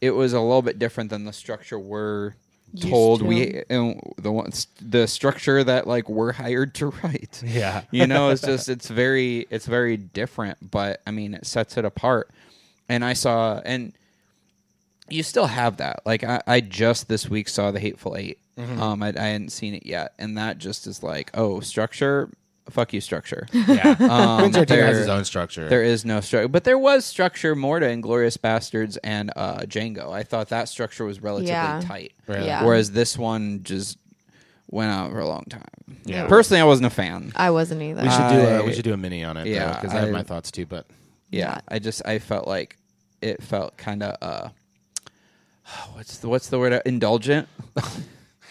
S1: it was a little bit different than the structure we're
S3: Used
S1: told
S3: to.
S1: we and the ones the structure that like we're hired to write.
S2: Yeah.
S1: you know, it's just it's very it's very different, but I mean it sets it apart. And I saw and you still have that. Like I, I just this week saw the Hateful 8
S2: Mm-hmm.
S1: Um, I, I hadn't seen it yet, and that just is like, oh, structure, fuck you, structure.
S2: Yeah,
S1: Um,
S2: Quentin has
S1: there-
S2: his own structure.
S1: there is no structure, but there was structure more to Inglorious Bastards and uh, Django. I thought that structure was relatively
S3: Yeah.
S1: tight,
S2: Really?
S3: Yeah.
S1: whereas this one just went on for a long time.
S2: Yeah.
S1: Personally, I wasn't a fan.
S3: I wasn't either. Uh,
S2: we should do a
S1: I-
S2: we should do a mini on it.
S1: Yeah,
S2: because I, have
S1: I-
S2: my thoughts too. But
S1: Yeah,
S3: Yeah.
S1: I just I felt like it felt kind of uh, what's the, what's the word indulgent. uh,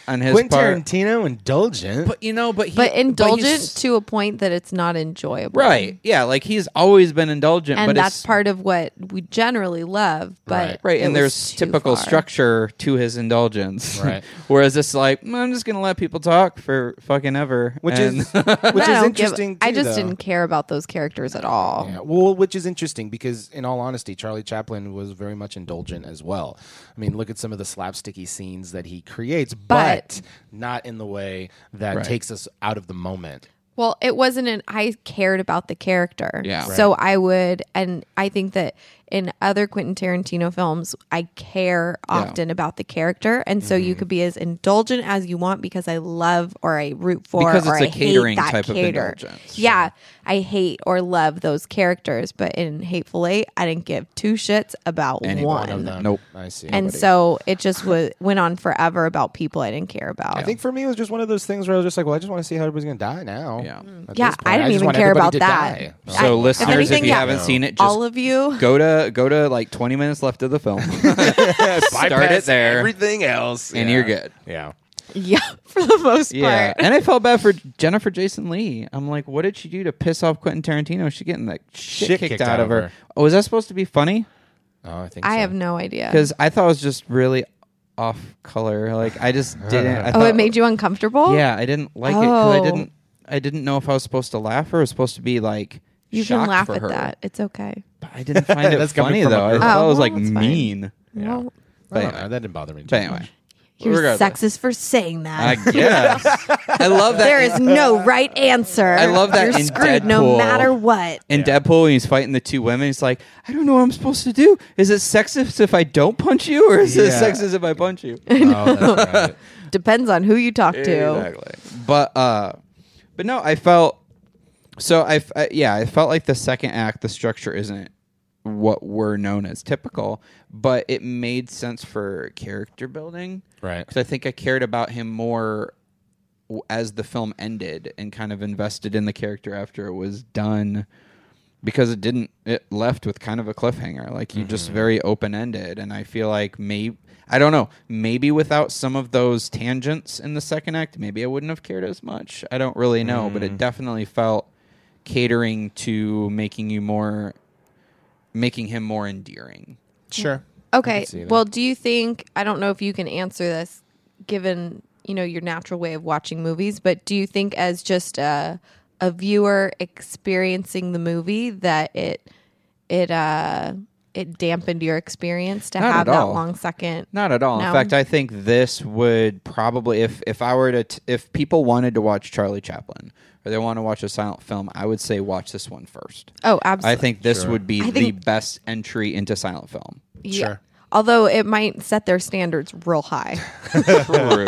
S1: on his
S2: Quentin
S1: part.
S2: Tarantino indulgent.
S1: But you know, but he,
S3: but indulgent
S1: he's-
S3: to a point that it's not enjoyable.
S1: right? Yeah, like he's always been indulgent,
S3: And
S1: but
S3: that's
S1: it's,
S3: part of what we generally love. But
S2: Right.
S1: right.
S3: it
S1: And
S3: was
S1: there's
S3: too
S1: typical
S3: far.
S1: structure to his indulgence,
S2: Right.
S1: Whereas it's like "Mm, I'm just gonna let people talk for fucking ever,
S2: which
S1: And-
S2: is which
S3: I
S2: is
S3: don't give-
S2: interesting.
S3: I
S2: too,
S3: just
S2: though.
S3: didn't care about those characters at all.
S2: Yeah, well, which is interesting because, in all honesty, Charlie Chaplin was very much indulgent as well. I mean, look at some of the slapsticky scenes that he creates, but,
S3: But-
S2: not in the way that
S1: Right.
S2: takes us out of the moment.
S3: Well, it wasn't an I cared about the character.
S1: Yeah. Right.
S3: So I would and I think that in other Quentin Tarantino films, I care often about the character. And so
S2: Mm-hmm.
S3: you could be as indulgent as you want because I love or I root for
S1: Because
S3: or
S1: it's a
S3: I
S1: catering
S3: hate that
S1: type of
S3: cater.
S1: indulgence.
S3: Yeah. I hate or love those characters, but in Hateful Eight, I didn't give two shits about
S1: Any
S3: one.
S2: One of them.
S1: Nope.
S2: I see.
S3: And so it just wa went on forever about people I didn't care about.
S2: I think for me, it was just one of those things where I was just like, well, I just want to see how everybody's going to die now.
S1: Yeah.
S2: At
S3: Yeah,
S2: this point,
S3: I didn't
S2: just
S3: even
S2: want
S3: care about
S2: everybody
S3: that.
S2: to die.
S1: So,
S3: I-
S1: listeners, if
S3: anything,
S1: you
S3: yeah,
S1: haven't seen it, just
S3: all of you.
S1: go to go to like 20 minutes left of the film. Start it
S2: Bypass
S1: there,
S2: Everything else.
S1: and
S2: Yeah.
S1: you're good.
S2: Yeah.
S3: Yeah, for the most
S1: Yeah,
S3: part.
S1: and I felt bad for Jennifer Jason Lee. I'm like, what did she do to piss off Quentin Tarantino? She getting that shit, kicked, out, of her. Oh, was that supposed to be funny?
S2: Oh, I think
S3: I
S2: so.
S3: have no idea.
S1: Because I thought it was just really off color. Like I just didn't. I
S2: Oh,
S3: Oh,
S1: thought-
S3: it made you uncomfortable.
S1: Yeah, I didn't like it because I
S3: Oh.
S1: didn't. I didn't know if I was supposed to laugh or was supposed to be like.
S3: you can
S1: shocked
S3: laugh
S1: for
S3: at
S1: her.
S3: that. It's okay.
S1: But I didn't find it
S2: That's coming
S1: funny
S2: from a
S1: though. I
S2: girl.
S1: thought
S3: Oh,
S1: it was
S3: well,
S1: like
S3: that's fine.
S1: mean.
S2: Yeah. I
S3: Well,
S2: don't
S1: But-
S2: know, that didn't bother me. Too
S1: But
S2: much.
S1: anyway,
S3: you're
S1: Regardless.
S3: sexist for saying that.
S1: I guess I love that.
S3: there is no right answer.
S1: I love that
S3: You're
S1: in
S3: screwed no
S1: Deadpool.
S3: matter what.
S1: In
S2: Yeah.
S1: Deadpool, when he's fighting the two women, he's like, I don't know what I'm supposed to do. Is it sexist if I don't punch you, or is it
S2: Yeah.
S1: sexist if I punch you?
S2: Oh, that's right.
S3: Depends on who you talk to.
S1: But uh, but no, I felt so. I, f- I- yeah, I felt like the second act, the structure isn't what we're known as typical, but it made sense for character building.
S2: Right.
S1: because I think I cared about him more w- as the film ended and kind of invested in the character after it was done because it didn't it left with kind of a cliffhanger like you just very open ended and I feel like maybe I don't know maybe without some of those tangents in the second act maybe I wouldn't have cared as much I don't really know but it definitely felt catering to making you more making him more endearing
S2: Sure.
S3: Okay.
S2: see that.
S3: Well, do you think I don't know if you can answer this given, you know, your natural way of watching movies, but do you think as just a a viewer experiencing the movie that it it uh it dampened your experience to
S1: Not at
S3: have that
S1: all.
S3: long second?
S1: Not at all. In
S3: No?
S1: fact, I think this would probably if if I were to t- if people wanted to watch Charlie Chaplin or they want to watch a silent film, I would say watch this one first.
S3: Oh, absolutely.
S1: I think this
S2: Sure.
S1: would be
S3: I
S1: the
S3: think-
S1: best entry into silent film.
S3: Yeah.
S2: Sure.
S3: Although it might set their standards real high.
S1: True.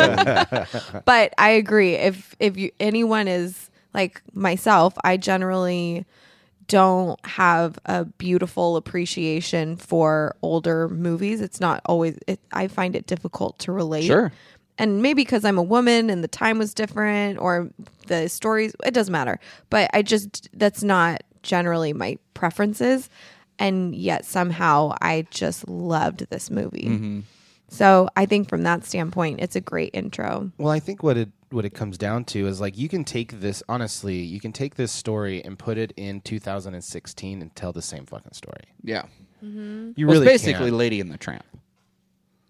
S3: but I agree. If if you anyone is like myself, I generally don't have a beautiful appreciation for older movies. It's not always. It, I find it difficult to relate.
S1: Sure.
S3: And maybe because I'm a woman and the time was different, or the stories, it doesn't matter. But I just that's not generally my preferences. And yet somehow I just loved this movie. So I think from that standpoint, it's a great intro.
S2: Well, I think what it what it comes down to is like you can take this honestly, you can take this story and put it in 2016 and tell the same fucking story.
S1: yeah.
S2: You
S1: Well,
S2: really
S1: it's basically
S2: can.
S1: Lady and the Tramp.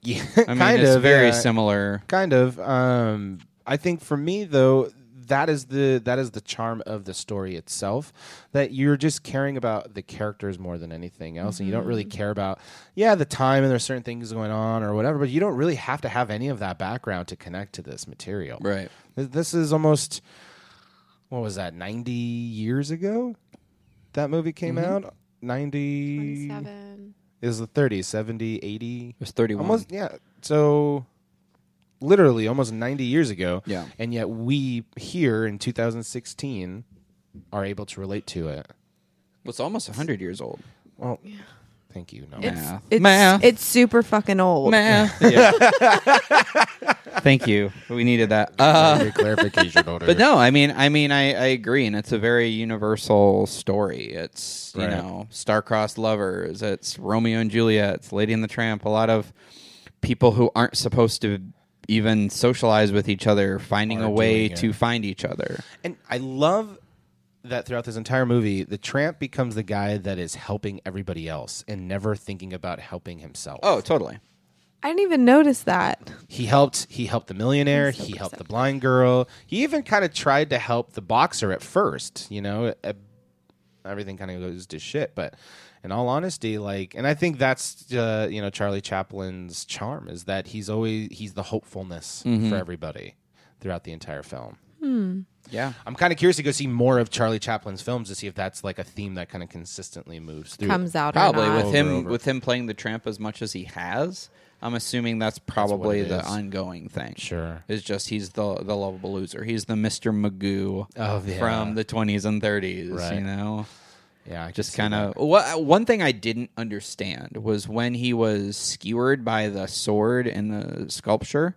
S2: yeah,
S1: I mean,
S2: kind
S1: it's
S2: of
S1: very
S2: yeah.
S1: similar.
S2: Kind of. Um, I think for me though, that is the that is the charm of the story itself. That you're just caring about the characters more than anything else, and you don't really care about yeah the time and there's certain things going on or whatever. But you don't really have to have any of that background to connect to this material.
S1: Right.
S2: Th- This is almost what was that? Ninety years ago, that movie came
S1: Mm-hmm.
S2: out. Ninety is the 30s, 70, 80.
S1: It was 31.
S2: Almost yeah. So literally almost 90 years ago.
S1: Yeah.
S2: And yet we here in 2016 are able to relate to it.
S1: Well, it's almost 100 years old.
S2: Well, thank you. No.
S3: It's,
S1: Math.
S3: it's,
S1: Math.
S3: it's super fucking old.
S1: Thank you. We needed that. Uh,
S2: Very clarification order.
S1: But no, I mean, I mean, I, I agree, and it's a very universal story. It's you
S2: Right.
S1: know, star-crossed lovers. It's Romeo and Juliet. It's Lady and the Tramp. A lot of people who aren't supposed to even socialize with each other, finding
S2: Are
S1: a way
S2: doing it.
S1: to find each other.
S2: And I love that throughout this entire movie, the tramp becomes the guy that is helping everybody else and never thinking about helping himself.
S1: Oh, totally.
S3: I didn't even notice that.
S2: He helped he helped the millionaire,
S3: so
S2: he helped
S3: upset.
S2: the blind girl. He even kind of tried to help the boxer at first, you know, Uh, everything kind of goes to shit, but in all honesty, like and I think that's uh, you know Charlie Chaplin's charm is that he's always he's the hopefulness
S1: Mm-hmm.
S2: for everybody throughout the entire film.
S1: Yeah.
S2: I'm kind of curious to go see more of Charlie Chaplin's films to see if that's like a theme that kind of consistently moves through.
S3: Comes out
S1: Probably
S3: or not.
S1: with him
S2: over.
S1: with him playing the tramp as much as he has. I'm assuming that's probably
S2: it
S1: the
S2: is.
S1: ongoing thing.
S2: Sure.
S1: It's just he's the the lovable loser. He's the Mr. Magoo
S2: Oh, yeah.
S1: from the 20s and 30s, you
S2: Right.
S1: know.
S2: Yeah, I can
S1: Just
S2: see
S1: kind of
S2: that.
S1: what one thing I didn't understand was when he was skewered by the sword in the sculpture.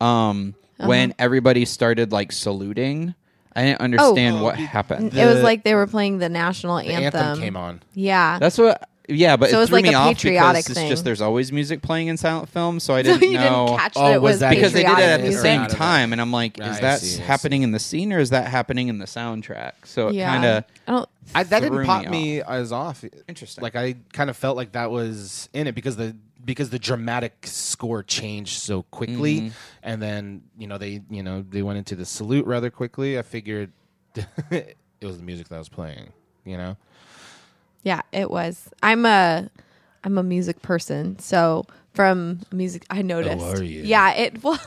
S1: Um,
S3: Uh-huh.
S1: when everybody started like saluting, I didn't
S3: Oh.
S1: understand what happened.
S3: it was
S2: The-
S3: like they were playing the national
S2: The
S3: anthem.
S2: came on.
S3: Yeah.
S1: That's what. Yeah, but
S3: So
S1: it,
S3: it was
S1: threw
S3: like
S1: me
S3: a
S1: off
S3: patriotic
S1: because
S3: thing.
S1: it's just there's always music playing in silent films, so I
S3: so
S1: didn't
S3: you
S1: know
S3: didn't catch
S2: Oh,
S3: that it
S2: was
S3: was
S2: that-
S1: because they did it at the
S3: patriotic
S1: same
S3: music.
S2: Right.
S1: time, and I'm like,
S2: Right,
S1: is
S2: I
S1: that
S2: see, I
S1: happening in the scene or is that happening in the soundtrack? So it
S3: Yeah.
S1: kind of
S3: I don't.
S2: I, that
S1: threw
S2: didn't
S1: me
S2: pop
S1: off.
S2: me as off.
S1: Interesting.
S2: Like I kind of felt like that was in it because the because the dramatic score changed so quickly,
S1: Mm-hmm.
S2: and then you know they you know they went into the salute rather quickly. I figured it was the music that was playing. You know,
S3: Yeah, it was. I'm a I'm a music person, so from music
S1: Oh,
S3: I noticed.
S2: are you?
S3: Yeah, it well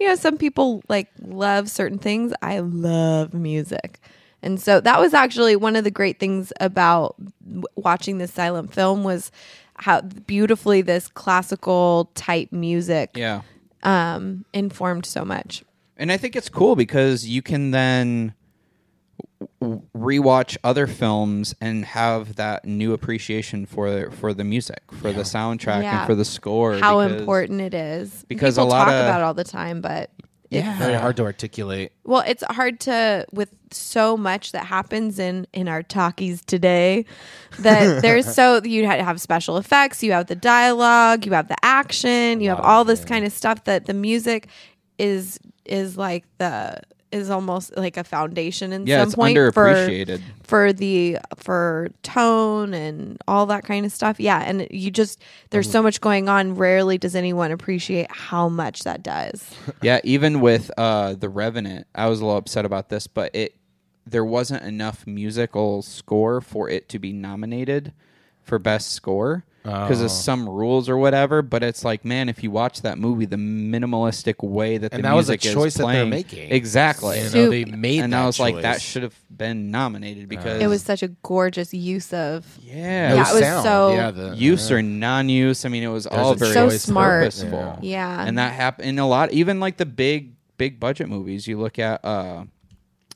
S3: you know, some people like love certain things. I love music. And so that was actually one of the great things about w- watching this silent film was how beautifully this classical type music
S1: yeah.
S3: um, informed so much.
S1: And I think it's cool because you can then w- w- rewatch other films and have that new appreciation for for the music, for the soundtrack,
S3: Yeah.
S1: and for the score.
S3: How
S1: because-
S3: important it is.
S1: because a
S3: people
S1: lot
S3: talk
S1: of-
S3: about it all the time, but it's
S2: very hard to articulate.
S3: Well, it's hard to with so much that happens in in our talkies today that there's so you had to have special effects, you have the dialogue, you have the action, you have all this kind of stuff that the music is is like the is almost like a foundation in
S1: Yeah,
S3: some
S1: it's
S3: point for
S1: underappreciated.
S3: for the for tone and all that kind of stuff. Yeah, and you just
S1: Mm-hmm.
S3: there's so much going on. Rarely does anyone appreciate how much that does.
S1: yeah, even with uh, the Revenant, I was a little upset about this, but it there wasn't enough musical score for it to be nominated for best score because
S2: Oh.
S1: of some rules or whatever. But it's like, man, if you watch that movie, the minimalistic way that
S2: And
S1: the
S2: that was a
S1: music is
S2: choice that they're
S1: playing-
S2: making.
S1: exactly.
S2: You know,
S3: Soup.
S2: they made
S1: and
S2: that
S1: I was like, that
S2: choice.
S1: should have been nominated because
S3: It was such a gorgeous use of
S1: yeah,
S3: Yeah,
S1: it was
S3: it was so-
S2: the-
S1: use or non-use. I mean, it was all
S2: a
S1: very
S3: So smart.
S1: purposeful.
S3: Yeah.
S1: and that happened in a lot. Even like the big, big budget movies. You look at, uh,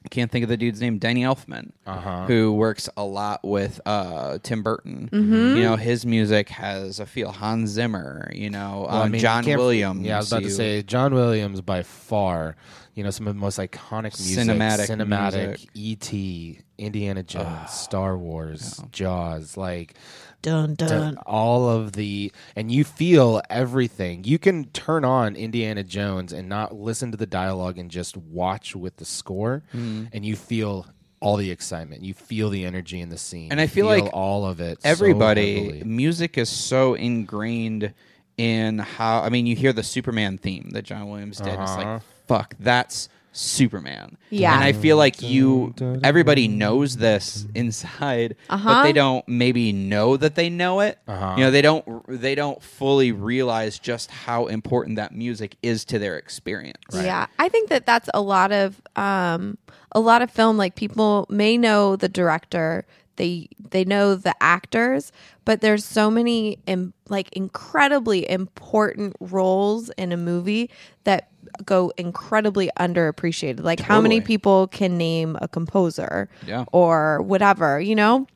S1: I can't think of the dude's name, Danny Elfman,
S2: Uh-huh.
S1: who works a lot with uh, Tim Burton. You know, his music has a feel. Hans Zimmer. You know, um,
S2: Well, I mean,
S1: John
S2: you can't-
S1: Williams.
S2: Yeah, I was about
S1: you-
S2: to say John Williams by far. You know, some of the most iconic music,
S1: Cinematic
S2: cinematic,
S1: music.
S2: E.T., Indiana Jones, Star Wars, Jaws, like
S3: dun
S2: to all of the, and you feel everything. You can turn on Indiana Jones and not listen to the dialogue and just watch with the score,
S1: Mm-hmm.
S2: and you feel all the excitement. You feel the energy in the scene,
S1: And
S2: You
S1: I feel like
S2: all of it. so
S1: everybody
S2: heavily.
S1: music is so ingrained in how i mean you hear the superman theme that john williams did and it's
S2: Uh-huh.
S1: like fuck that's superman
S3: Yeah.
S1: and i feel like you everybody knows this inside but
S3: Uh-huh.
S1: they don't maybe know that they know it
S2: Uh-huh.
S1: you know they don't they don't fully realize just how important that music is to their experience
S3: Yeah, I think that that's a lot of um, a lot of film. Like people may know the director, they they know the actors, but there's so many Im- like incredibly important roles in a movie that go incredibly underappreciated. Like how many
S1: Totally.
S3: people can name a composer
S1: Yeah.
S3: or whatever, you know?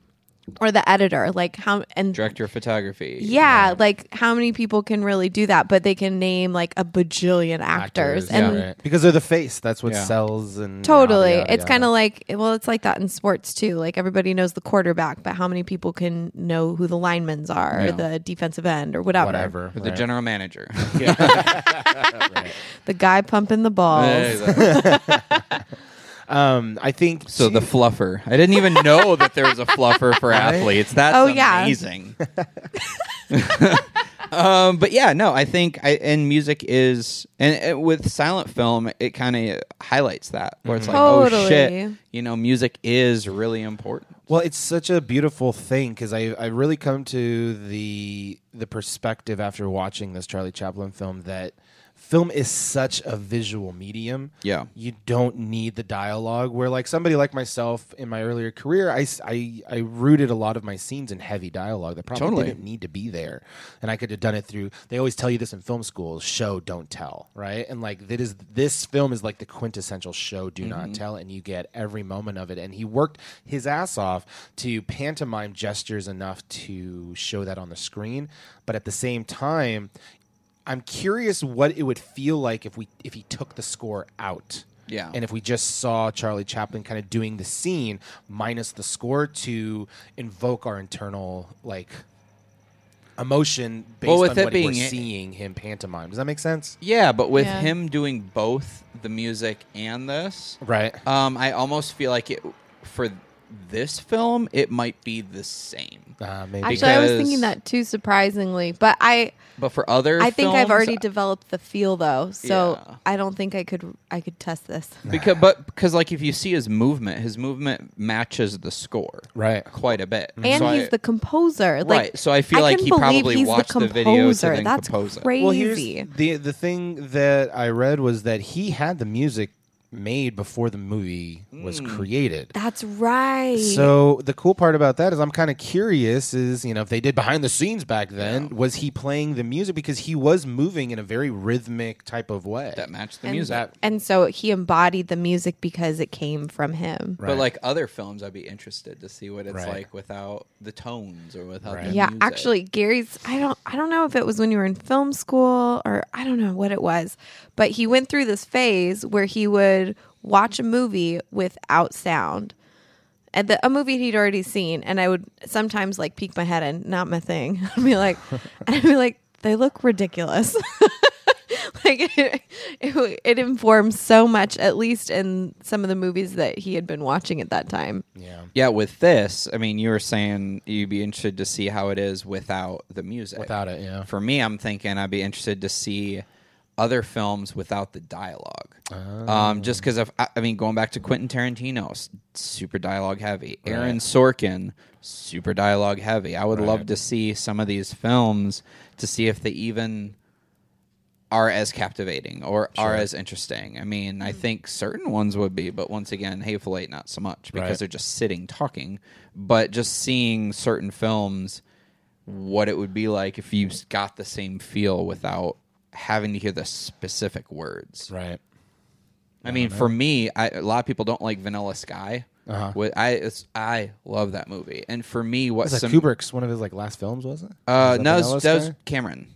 S3: or the editor like how and
S1: Director of photography.
S3: yeah, like how many people can really do that but they can name like a bajillion actors, and
S2: yeah. because they're the face. That's what
S1: Yeah.
S2: sells and
S3: Totally. it's kind of like, well, it's like that in sports too. Like everybody knows the quarterback, but how many people can know who the linemen's are or
S1: Yeah.
S3: the defensive end or whatever?
S2: whatever.
S1: Or the
S2: right.
S1: general manager.
S3: The guy pumping the balls.
S2: um, I think
S1: so the
S2: too-
S1: fluffer. I didn't even know that there was a fluffer for athletes. That's
S3: Oh, yeah.
S1: amazing. um, but yeah, no, I think I, and music is and, and with silent film, it kind of highlights that where it's like, oh shit,
S3: Totally.
S1: you know, music is really important.
S2: Well, it's such a beautiful thing because I I really come to the the perspective after watching this Charlie Chaplin film that film is such a visual medium.
S1: Yeah.
S2: you don't need the dialogue. Where like somebody like myself in my earlier career, I s- I- I rooted a lot of my scenes in heavy dialogue that probably
S1: Totally.
S2: didn't need to be there, and I could have done it through. They always tell you this in film school: show, don't tell, right? And like that is this film is like the quintessential show, do not tell, and you get every moment of it. And he worked his ass off to pantomime gestures enough to show that on the screen, but at the same time. I'm curious what it would feel like if we if he took the score out.
S1: Yeah.
S2: And if we just saw Charlie Chaplin kind of doing the scene minus the score to invoke our internal like emotion based
S1: Well, with
S2: on
S1: it
S2: what
S1: being-
S2: we're seeing him pantomime. Does that make sense?
S1: Yeah, but with
S3: Yeah.
S1: him doing both the music and this,
S2: Right.
S1: um, I almost feel like it for this film it might be the same.
S2: Uh, maybe.
S3: Actually, I was
S1: Because-
S3: thinking that too, surprisingly. But I,
S1: But for other,
S3: I think I've
S1: films,
S3: already developed the feel though, so
S1: Yeah.
S3: I don't think I could, I could test this.
S1: because but because like if you see his movement, his movement matches the score
S2: right.
S1: quite a bit,
S3: And
S1: So
S3: he's
S1: I-
S3: the composer, like,
S1: right. So I feel like
S3: can
S1: he
S3: believe
S1: probably
S3: he's
S1: watched
S3: the
S1: the
S3: composer.
S1: video to then
S3: That's
S1: compose it.
S3: crazy.
S2: the the thing that I read was that he had the music made before the movie was created.
S3: That's right.
S2: So the cool part about that is I'm kind of curious is, you know, if they did behind the scenes back then, was he playing the music because he was moving in a very rhythmic type of way.
S1: that matched the
S3: And-
S1: music.
S2: That-
S3: and so he embodied the music because it came from him.
S1: But like other films, I'd be interested to see what it's
S2: Right.
S1: like without the tones or without
S2: Right.
S1: the
S3: Yeah,
S1: music.
S3: actually, Gary's. I don't. I don't know if it was when you were in film school or I don't know what it was, but he went through this phase where he would watch a movie without sound, and the, a movie he'd already seen. And I would sometimes like peek my head in, not my thing. I'd be like, and I'd be like, they look ridiculous. like it, it, it informs so much, at least in some of the movies that he had been watching at that time.
S2: yeah.
S1: Yeah, with this, I mean, you were saying you'd be interested to see how it is without the music.
S2: Without it, yeah.
S1: For me, I'm thinking I'd be interested to see other films without the dialogue.
S2: Ah.
S1: Um, just because of, I I mean, going back to Quentin Tarantino, s- super dialogue heavy. Aaron Sorkin, super dialogue heavy. I would love to see some of these films to see if they even are as captivating or are as interesting. I mean, I think certain ones would be, but once again, Hateful Eight not so much because
S2: Right.
S1: they're just sitting talking. But just seeing certain films, what it would be like if you s- got the same feel without having to hear the specific words.
S2: Right.
S1: I mean, for me, I, a lot of people don't like Vanilla Sky.
S2: Uh-huh.
S1: Wh- I it's, I love that movie, and for me, what
S2: Was that
S1: some
S2: Kubrick's one of his like last films, wasn't it?
S1: uh,
S2: Was that
S1: no, that
S2: Vanilla
S1: was, that was
S2: Sky?
S1: Cameron.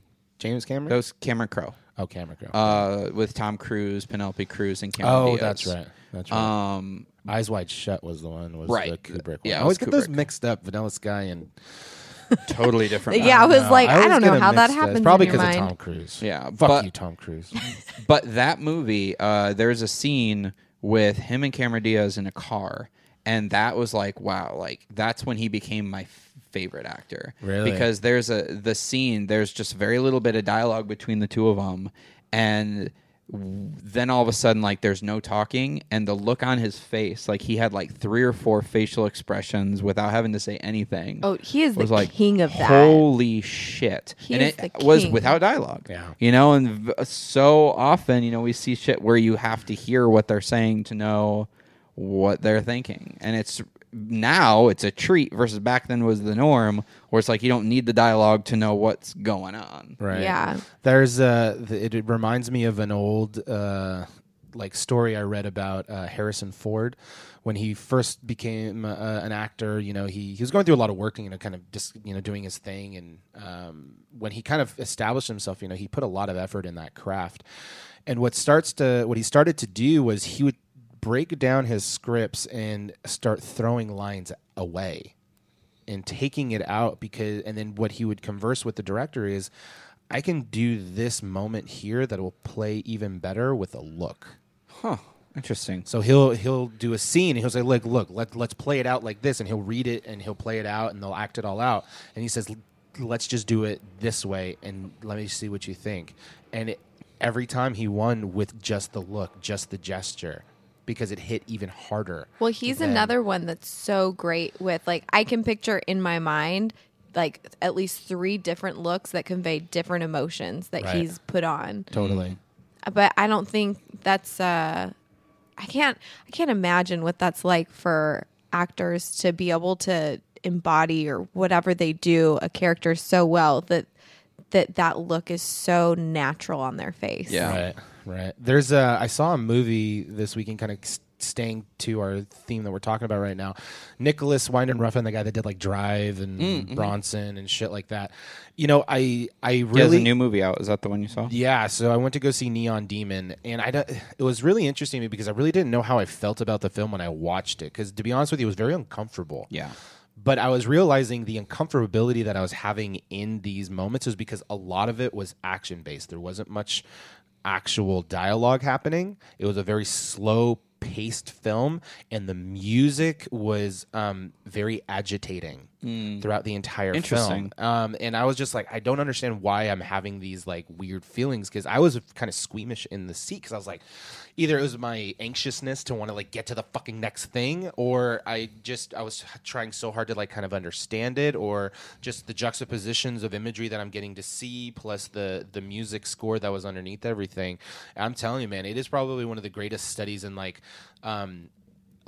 S2: James Cameron?
S1: That was Cameron Crowe
S2: oh, Cameron. Crowe.
S1: uh, with Tom Cruise, Penelope Cruz, and Cameron.
S2: oh,
S1: Diaz.
S2: that's right. That's right.
S1: Um,
S2: Eyes Wide Shut was the one was
S1: Right.
S2: the Kubrick one.
S1: Yeah, it
S2: I always
S1: was
S2: get those
S1: Kubrick.
S2: mixed up, Vanilla Sky and
S1: totally different.
S3: Yeah, I was
S2: No,
S3: like, I,
S2: always
S3: don't
S2: get
S3: know
S2: them
S3: how that
S2: mixed up. It's
S3: happens.
S2: Probably
S3: in your
S2: of
S3: mind.
S2: Tom Cruise.
S1: Yeah,
S2: Fuck
S1: but-
S2: you, Tom Cruise.
S1: But that movie, uh, there's a scene with him and Cameron Diaz in a car, and that was like, wow, like that's when he became my f- favorite actor.
S2: Really?
S1: Because there's a the scene. There's just very little bit of dialogue between the two of them, and w- then all of a sudden like there's no talking and the look on his face like he had like three or four facial expressions without having to say anything
S3: Oh, he is the
S1: was like
S3: king of that.
S1: Holy shit!
S3: He
S1: and
S3: is
S1: it
S3: the
S1: was
S3: king.
S1: without dialogue.
S2: Yeah.
S1: you know, and v- so often, you know, we see shit where you have to hear what they're saying to know what they're thinking, and it's now it's a treat versus back then was the norm, where it's like you don't need the dialogue to know what's going on.
S2: Right.
S3: Yeah.
S2: There's uh th- it, it reminds me of an old uh like story I read about uh, Harrison Ford when he first became uh, an actor. You know, he he was going through a lot of work, you know, kind of just you know doing his thing, and um, when he kind of established himself, you know, he put a lot of effort in that craft. And what starts to what he started to do was he would break down his scripts and start throwing lines away and taking it out because and then what he would converse with the director is I can do this moment here that will play even better with a look.
S1: Huh. Interesting.
S2: So he'll he'll do a scene and he'll say, "Look, look, let let's play it out like this," and he'll read it and he'll play it out and they'll act it all out. And he says, "Let's just do it this way and let me see what you think." And it, every time he won with just the look, just the gesture, because it hit even harder.
S3: Well, he's
S2: than-
S3: another one that's so great with like I can picture in my mind like at least three different looks that convey different emotions that
S2: Right.
S3: he's put on.
S1: Mm.
S2: Totally.
S3: But I don't think that's uh I can't I can't imagine what that's like for actors to be able to embody or whatever they do a character so well that that that look is so natural on their face.
S1: Yeah.
S2: Right, right. There's a. I saw a movie this weekend, kind of staying to our theme that we're talking about right now. Nicholas Winding Refn, the guy that did like Drive and Bronson and shit like that. You know, I
S1: Mm, mm-hmm.
S2: I
S1: He has
S2: really
S1: a new movie out. Is that the one you saw?
S2: yeah, so I went to go see Neon Demon, and I don't- it was really interesting to me because I really didn't know how I felt about the film when I watched it. Because to be honest with you, it was very uncomfortable.
S1: Yeah.
S2: But I was realizing the uncomfortability that I was having in these moments was because a lot of it was action based. There wasn't much actual dialogue happening. It was a very slow paced film, and the music was um, very agitating throughout the entire
S1: Interesting.
S2: film. Um, and I was just like, I don't understand why I'm having these like weird feelings because I was kind of squeamish in the seat because I was like, either it was my anxiousness to want to like get to the fucking next thing, or I just I was trying so hard to like kind of understand it, or just the juxtapositions of imagery that I'm getting to see, plus the the music score that was underneath everything. I'm telling you, man, it is probably one of the greatest studies in like. Um,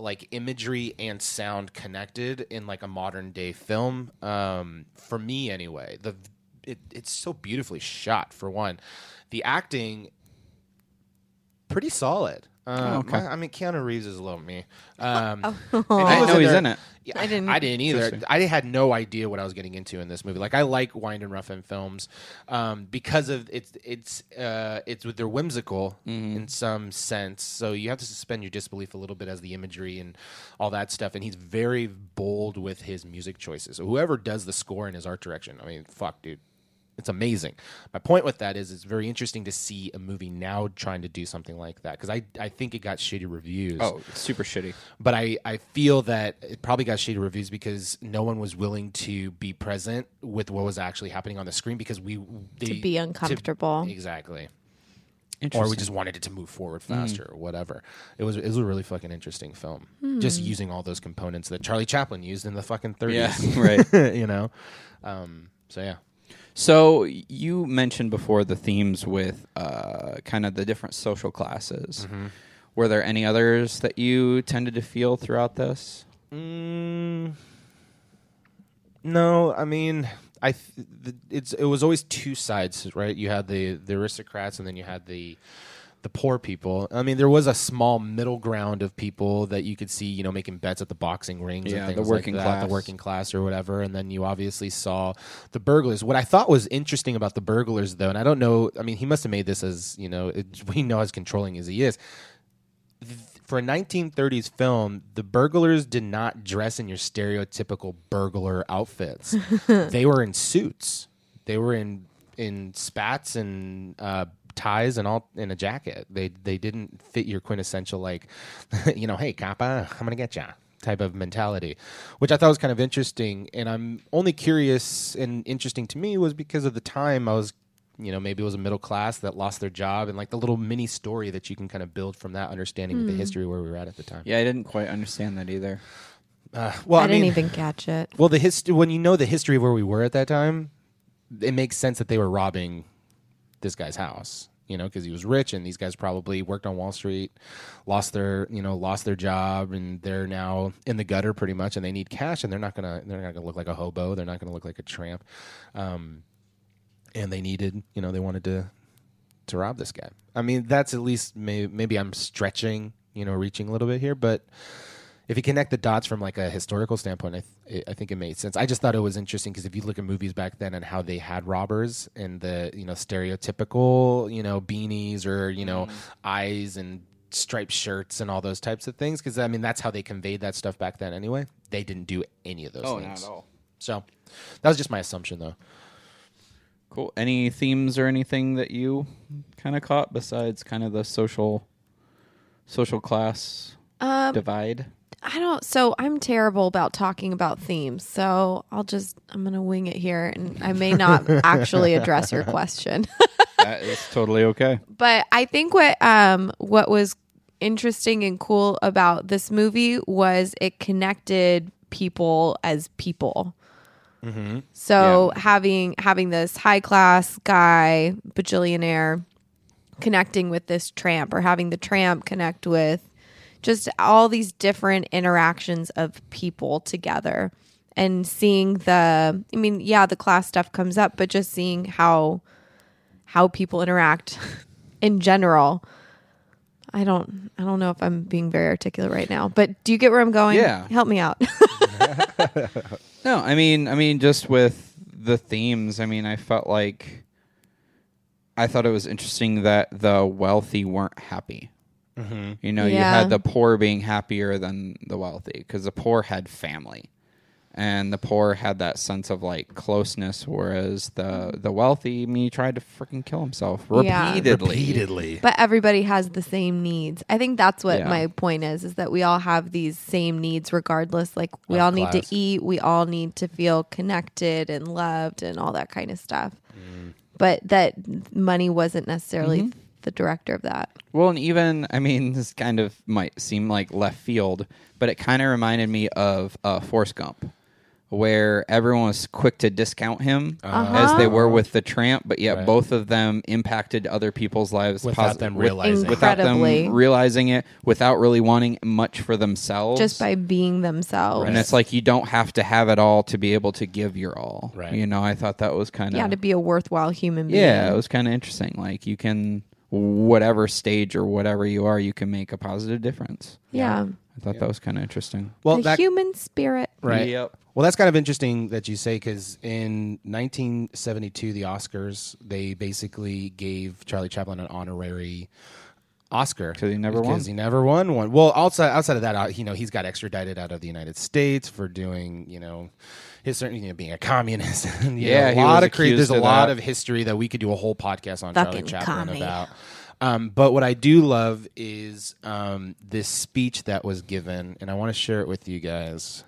S2: like imagery and sound connected in like a modern day film um for me anyway the it, it's so beautifully shot for one the acting pretty solid um,
S1: okay.
S2: I, I mean keanu reeves is a little me um and he
S1: Oh, I
S2: was
S1: know he's
S2: there-
S1: in it.
S2: yeah,
S3: I didn't-
S2: I didn't either.
S1: Interesting.
S2: I had no idea what I was getting into in this movie. Like I like Wind and Ruffin films um, because of it's it's uh, it's they're whimsical
S1: Mm-hmm.
S2: in some sense. So you have to suspend your disbelief a little bit as the imagery and all that stuff. And he's very bold with his music choices. So whoever does the score and his art direction, I mean, fuck, dude. It's amazing. My point with that is, it's very interesting to see a movie now trying to do something like that because I, I think it got shitty reviews
S1: Oh, it's super shitty.
S2: but I, I feel that it probably got shady reviews because no one was willing to be present with what was actually happening on the screen because we they,
S3: To be uncomfortable.
S2: exactly
S1: Interesting. Mm.
S2: or we just wanted it to move forward faster or whatever it was it was a really fucking interesting film
S3: Hmm.
S2: just using all those components that Charlie Chaplin used in the fucking 30s
S1: yeah, right.
S2: you know um, so yeah
S1: So you mentioned before the themes with uh, kind of the different social classes. Were there any others that you tended to feel throughout this?
S2: Mm, no, I mean, I th- the, it's it was always two sides, right? You had the the aristocrats, and then you had the the poor people. I mean, there was a small middle ground of people that you could see, you know, making bets at the boxing rings
S1: Yeah,
S2: and
S1: the
S2: things
S1: working
S2: like that,
S1: class.
S2: the working class or whatever. And then you obviously saw the burglars. What I thought was interesting about the burglars, though, and I don't know, I mean, he must have made this as you know, it, we know as controlling as he is for a 1930s film, the burglars did not dress in your stereotypical burglar outfits. they were in suits. They were in in spats and uh, ties and all in a jacket. They they didn't fit your quintessential like, you know, hey kappa, I'm gonna get ya type of mentality, which I thought was kind of interesting. And I'm only curious and interesting to me was because of the time I was you know maybe it was a middle class that lost their job and like the little mini story that you can kind of build from that understanding of the history where we were at at the time
S1: Yeah, I didn't quite understand that either.
S2: uh, well
S3: I,
S2: i,
S3: didn't
S2: mean
S3: even catch it.
S2: well the history when you know the history of where we were at that time it makes sense that they were robbing this guy's house you know because he was rich and these guys probably worked on wall street lost their you know lost their job and they're now in the gutter pretty much and they need cash and they're not gonna they're not gonna look like a hobo they're not gonna look like a tramp um, and they needed you know they wanted to to rob this guy. I mean, that's at least may- maybe I'm stretching, you know, reaching a little bit here, but if you connect the dots from like a historical standpoint, I, th- I think it made sense. I just thought it was interesting because if you look at movies back then and how they had robbers and the you know stereotypical you know beanies or you
S1: Mm.
S2: know eyes and striped shirts and all those types of things, because I mean that's how they conveyed that stuff back then anyway. They didn't do any of those
S1: Oh,
S2: things.
S1: not at all.
S2: So that was just my assumption though.
S1: Cool. Any themes or anything that you kind of caught besides kind of the social social class
S3: Um,
S1: divide?
S3: I don't. So I'm terrible about talking about themes. So I'll just I'm gonna wing it here, and I may not actually address your question.
S1: that is totally okay.
S3: but I think what um what was interesting and cool about this movie was it connected people as people. So having having this high class guy bajillionaire connecting with this tramp, or having the tramp connect with just all these different interactions of people together, and seeing the I mean, yeah, the class stuff comes up, but just seeing how how people interact in general. I don't I don't know if I'm being very articulate right now, but do you get where I'm going?
S1: Yeah.
S3: Help me out.
S1: No, I mean, I mean, just with the themes, I mean, I felt like I thought it was interesting that the wealthy weren't happy. You know, you
S3: Yeah.
S1: had the poor being happier than the wealthy because the poor had family, and the poor had that sense of like closeness, whereas the the wealthy, I mean, he tried to freaking kill himself
S3: Yeah.
S1: repeatedly.
S3: but everybody has the same needs. I think that's what
S1: Yeah.
S3: my point is is that we all have these same needs regardless. Like we all need
S2: class.
S3: to eat, we all need to feel connected and loved and all that kind of stuff.
S2: Mm.
S3: But that money wasn't necessarily
S2: Mm-hmm.
S3: the director of that.
S1: Well, and even I mean, this kind of might seem like left field, but it kind of reminded me of uh, Forrest Gump, where everyone was quick to discount him as they were with the Tramp, but yet
S2: Uh-huh. Right.
S1: both of them impacted other people's lives
S2: Without
S1: posi-
S2: them
S1: with-
S2: realizing. it.
S1: without
S3: Incredibly.
S1: them realizing it, without really wanting much for themselves,
S3: Just by being themselves.
S1: And it's like you don't have to have it all to be able to give your all.
S2: Right.
S1: You know, I thought that was kind of
S3: yeah, to be a worthwhile human being.
S1: yeah, it was kind of interesting. Like you can, whatever stage or whatever you are, you can make a positive difference.
S3: Yeah.
S1: I thought that was kind of interesting.
S2: Well,
S3: the
S2: that,
S3: human spirit.
S2: Right.
S1: Yep.
S2: Well, that's kind of interesting that you say because in 1972, the Oscars they basically gave Charlie Chaplin an honorary Oscar
S1: 'Cause he never won.
S2: Because he never won one. Well, outside outside of that, uh, you know, he's got extradited out of the United States for doing, you know, his certain you know, being a communist. and, you
S1: Yeah,
S2: know, a
S1: he
S2: lot
S1: was
S2: of cre- there's
S1: accused
S2: a
S1: of
S2: lot
S1: that.
S2: of history that we could do a whole podcast on
S3: Fucking
S2: Charlie Chaplin
S3: commie.
S2: about. Um, but what I do love is um, this speech that was given, and I want to share it with you guys.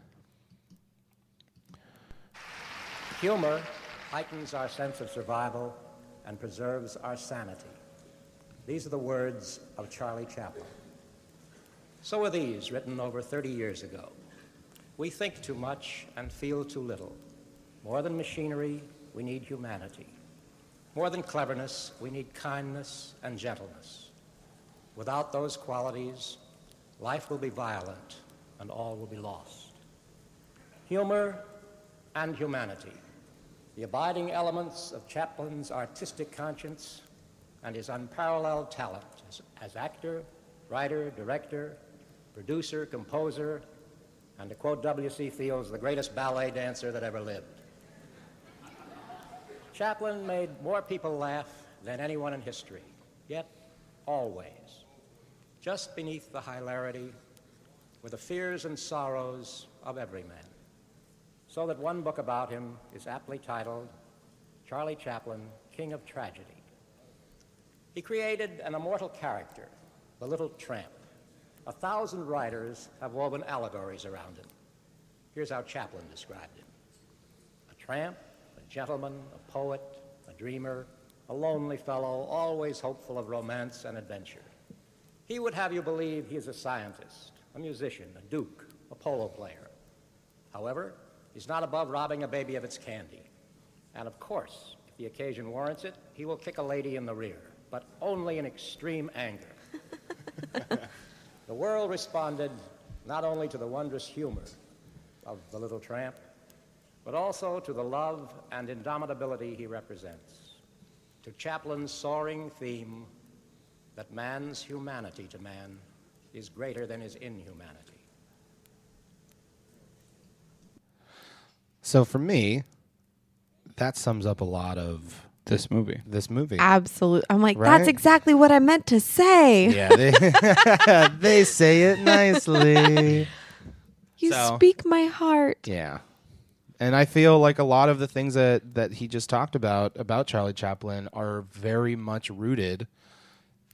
S4: Humor heightens our sense of survival and preserves our sanity. These are the words of Charlie Chaplin. So are these, written over 30 years ago. We think too much and feel too little. More than machinery, we need humanity. More than cleverness, we need kindness and gentleness. Without those qualities, life will be violent and all will be lost humor, and humanity, the abiding elements of Chaplin's artistic conscience and his unparalleled talent as, as actor, writer, director, producer, composer, and to quote W.C. Fields, the greatest ballet dancer that ever lived. Chaplin made more people laugh than anyone in history, yet always, just beneath the hilarity, were the fears and sorrows of every man so that one book about him is aptly titled Charlie Chaplin, King of Tragedy. He created an immortal character, the little tramp. A thousand writers have woven allegories around him. Here's how Chaplin described him a tramp, a gentleman, a poet, a dreamer, a lonely fellow, always hopeful of romance and adventure. He would have you believe he is a scientist, a musician, a duke, a polo player. However, he's not above robbing a baby of its candy. And of course, if the occasion warrants it, he will kick a lady in the rear, but only in extreme anger. the world responded not only to the wondrous humor of the little tramp, but also to the love and indomitability he represents. to Chaplin's soaring theme that man's humanity to man is greater than his inhumanity.
S2: So for me, that sums up a lot of
S1: This movie.
S2: this movie.
S3: Absolutely. I'm like,
S2: Right?
S3: that's exactly what I meant to say.
S2: yeah, they, they say it nicely.
S3: You
S2: So-
S3: speak my heart.
S2: Yeah. And I feel like a lot of the things that, that he just talked about about Charlie Chaplin are very much rooted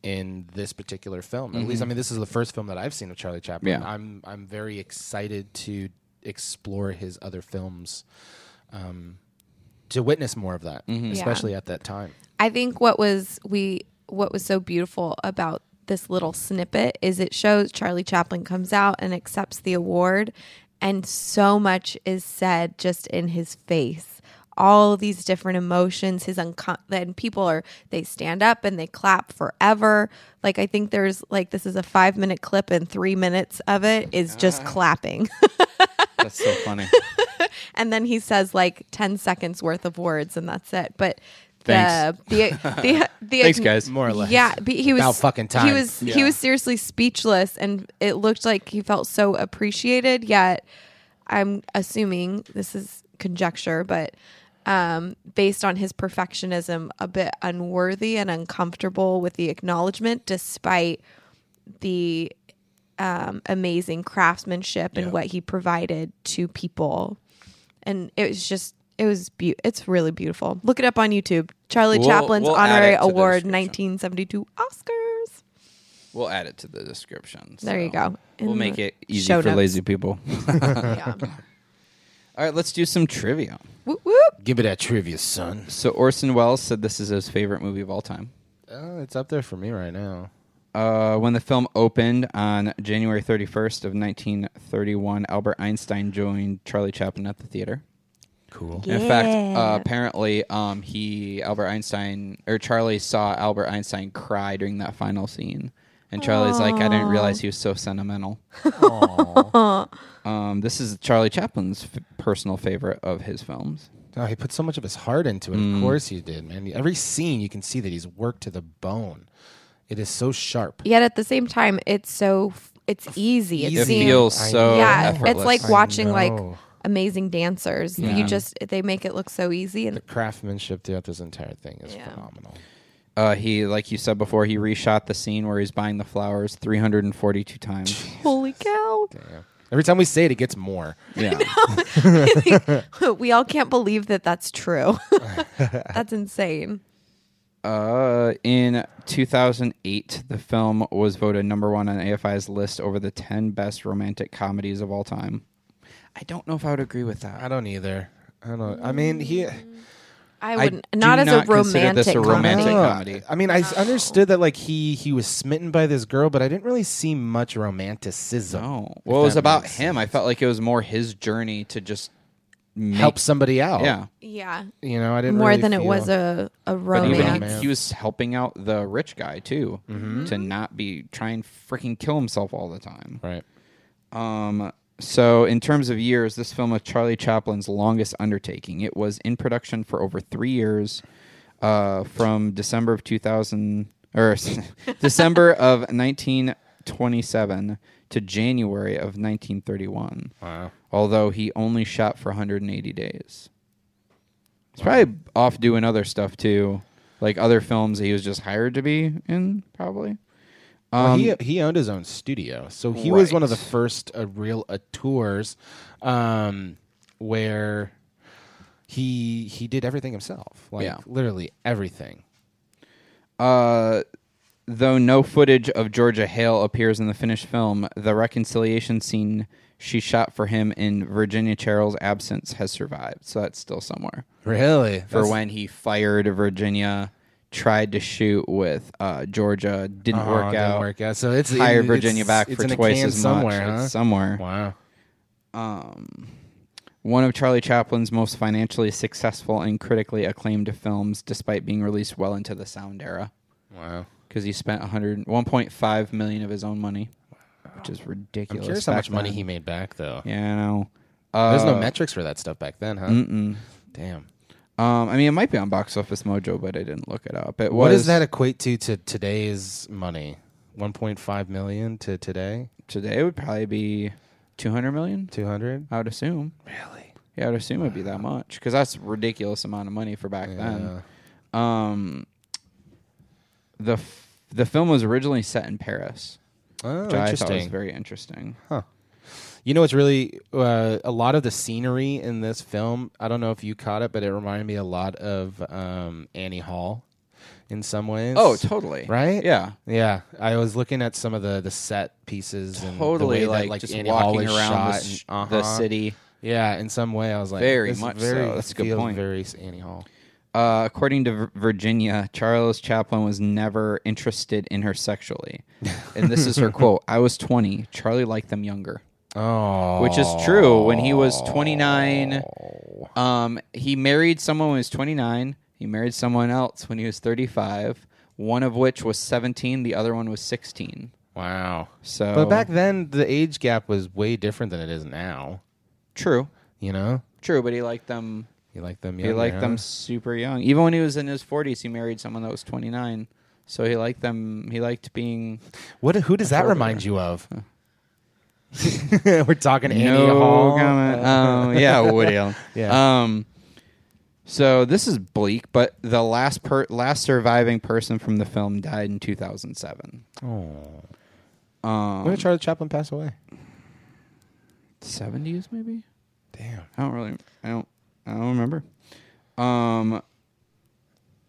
S2: in this particular film. At least I mean this is the first film that I've seen of Charlie Chaplin.
S1: Yeah.
S2: I'm I'm very excited to explore his other films um, to witness more of that, especially at that time.
S3: I think what was we what was so beautiful about this little snippet is it shows Charlie Chaplin comes out and accepts the award and so much is said just in his face. All these different emotions, his uncon then people are they stand up and they clap forever. Like I think there's like this is a five minute clip and three minutes of it is just clapping.
S1: That's so funny.
S3: and then he says like 10 seconds worth of words and that's it but
S1: Thanks.
S3: the the the, the
S1: Thanks, guys.
S2: More or less.
S3: yeah but he was
S2: About fucking time.
S3: he was he was seriously speechless and it looked like he felt so appreciated yet i'm assuming this is conjecture but um, based on his perfectionism a bit unworthy and uncomfortable with the acknowledgement despite the um, amazing craftsmanship and what he provided to people. And it was just, it was beau It's really beautiful. Look it up on YouTube. Charlie
S1: We'll-
S3: Chaplin's
S1: we'll add
S3: honorary
S1: it to the
S3: award,
S1: description.
S3: 1972 Oscars.
S1: We'll add it to the description.
S3: There you
S1: so
S3: go.
S1: We'll
S3: In
S1: make
S3: the
S1: it easy
S3: show
S1: for
S3: notes.
S1: lazy people.
S3: Yeah.
S1: All right, let's do some trivia.
S3: whoop, whoop.
S2: Give it that trivia, son.
S1: So Orson Welles said this is his favorite movie of all time.
S2: Oh, it's up there for me right now.
S1: Uh, when the film opened on January 31st of 1931, Albert Einstein joined Charlie Chaplin at the theater.
S2: Cool.
S1: In fact,
S3: Yeah.
S1: uh, apparently, um, he Albert Einstein or Charlie saw Albert Einstein cry during that final scene, and Charlie's like, "I didn't realize he was so sentimental." um, this is Charlie Chaplin's f- personal favorite of his films.
S2: Oh, he put so much of his heart into it.
S1: Mm.
S2: Of course he did, man. Every scene you can see that he's worked to the bone. It is so sharp.
S3: Yet at the same time, it's so, f- it's easy. It,
S2: It
S1: It
S3: seems-
S1: feels
S2: I
S1: so
S3: yeah.
S1: effortless.
S3: It's like
S2: I
S3: watching like
S2: know.
S3: amazing dancers. You just, they make it look so easy. And
S2: The craftsmanship throughout this entire thing is
S3: Yeah.
S2: phenomenal.
S1: uh, he, like you said before, he reshot the scene where he's buying the flowers 342 times.
S3: holy cow.
S2: Yeah. Every time we say it, it gets more.
S1: Yeah.
S3: we all can't believe that that's true. that's insane.
S1: Uh, in 2008, the film was voted number one on AFI's list over the 10 best romantic comedies of all time. I don't know if I would agree with that.
S2: I don't either. I don't. I mean,
S3: Mm.
S2: he.
S3: I
S1: I
S3: wouldn't.
S1: do
S3: not as
S1: not
S3: a
S1: consider
S3: romantic.
S1: this a romantic
S3: comedy.
S2: Uh,
S1: comedy.
S2: I mean, I s- understood that like he he was smitten by this girl, but I didn't really see much romanticism.
S1: Oh,
S2: if
S1: well, it was
S2: that
S1: about
S2: makes
S1: him. I felt like it was more his journey to just
S2: sense. help somebody out.
S1: yeah.
S3: Yeah,
S2: you know, I didn't
S3: more
S2: really
S3: than it
S2: feel-
S3: was a a
S1: But
S3: romance.
S1: even
S2: Romance.
S1: he, he was helping out the rich guy too, to not be try and freaking kill himself all the time.
S2: right.
S1: Um, so, in terms of years, this film was Charlie Chaplin's longest undertaking. It was in production for over three years, uh, from December of 2000 or December of 1927 to January of 1931.
S2: Wow.
S1: Although he only shot for 180 days, he's probably off doing other stuff too, like other films he was just hired to be in, probably.
S2: Well, he he owned his own studio, so he was one of the
S1: Um, Right.
S2: first uh, real auteurs, um, where he he did everything himself, like
S1: Yeah.
S2: literally everything.
S1: Uh, though no footage of Georgia Hale appears in the finished film, the reconciliation scene she shot for him in Virginia Cheryl's absence has survived. So that's still somewhere.
S2: Really,
S1: For when he fired Virginia, tried to shoot with uh, Georgia, didn't work out.
S2: uh-huh, didn't work out. So it's
S1: Hired
S2: it-
S1: Virginia
S2: it's-
S1: back
S2: it's
S1: for
S2: in a
S1: twice
S2: can
S1: as
S2: somewhere,
S1: much. It's
S2: huh?
S1: somewhere.
S2: Wow.
S1: One of Charlie Chaplin's most financially successful and critically acclaimed films, despite being released well into the sound era.
S2: Wow.
S1: because he spent 100 1.5 million of his own money, which is ridiculous.
S2: Curious how
S1: back
S2: much money
S1: then.
S2: he made back though.
S1: Yeah, I know.
S2: There's no
S1: Uh,
S2: metrics for that stuff back then, huh? Damn.
S1: Um, I mean, it might be on Box Office Mojo, but I didn't look it up. It was
S2: What does that equate to to today's money? 1.5 million to today?
S1: today? It would probably be two hundred million.
S2: 200?
S1: I would assume.
S2: Really?
S1: Yeah, I would assume it'd be that much because that's a ridiculous amount of money for back
S2: Yeah.
S1: then. Um, the f- the film was originally set in Paris,
S2: Oh,
S1: which I thought was
S2: interesting.
S1: very interesting.
S2: You know, it's really uh, a lot of the scenery in this film. I don't know if you caught it, but it reminded me a lot of um, Annie Hall in some ways.
S1: Oh, totally.
S2: Right?
S1: Yeah.
S2: Yeah, I was looking at some of the, the set pieces and Mm, the
S1: Totally.
S2: way that,
S1: like, just
S2: Annie Hall
S1: walking
S2: was
S1: around the,
S2: shot
S1: sh-
S2: and-
S1: the
S2: uh-huh.
S1: city.
S2: Yeah, in some way, I was like,
S1: Very
S2: this
S1: much
S2: very
S1: so. That's a good
S2: feels
S1: point.
S2: Very Annie Hall.
S1: Uh, according to Vir- Virginia, Charles Chaplin was never interested in her sexually. And this is her quote I was 20. Charlie liked them younger.
S2: Oh,
S1: Which is true. When he was 29, um, he married someone when he was 29. He married someone else when he was 35, one of which was 17, the other one was 16.
S2: Wow.
S1: So,
S2: But back then, the age gap was way different than it is now.
S1: true,
S2: You know,
S1: true, but he liked them.
S2: you like them.
S1: He
S2: younger,
S1: liked
S2: huh?
S1: them super young. Even when he was in his 40s, he married someone that was 29. So he liked them. He liked being
S2: What? Who does that
S1: Over
S2: remind you of? We're talking Annie Hall.
S1: comment. Um, yeah, Woody Allen.
S2: Yeah.
S1: Um, so this is bleak, but the last per- last surviving person from the film died in 2007.
S2: When did Charlie Chaplin pass away?
S1: 70s maybe.
S2: Damn.
S1: I don't really. I don't. I don't remember. Um.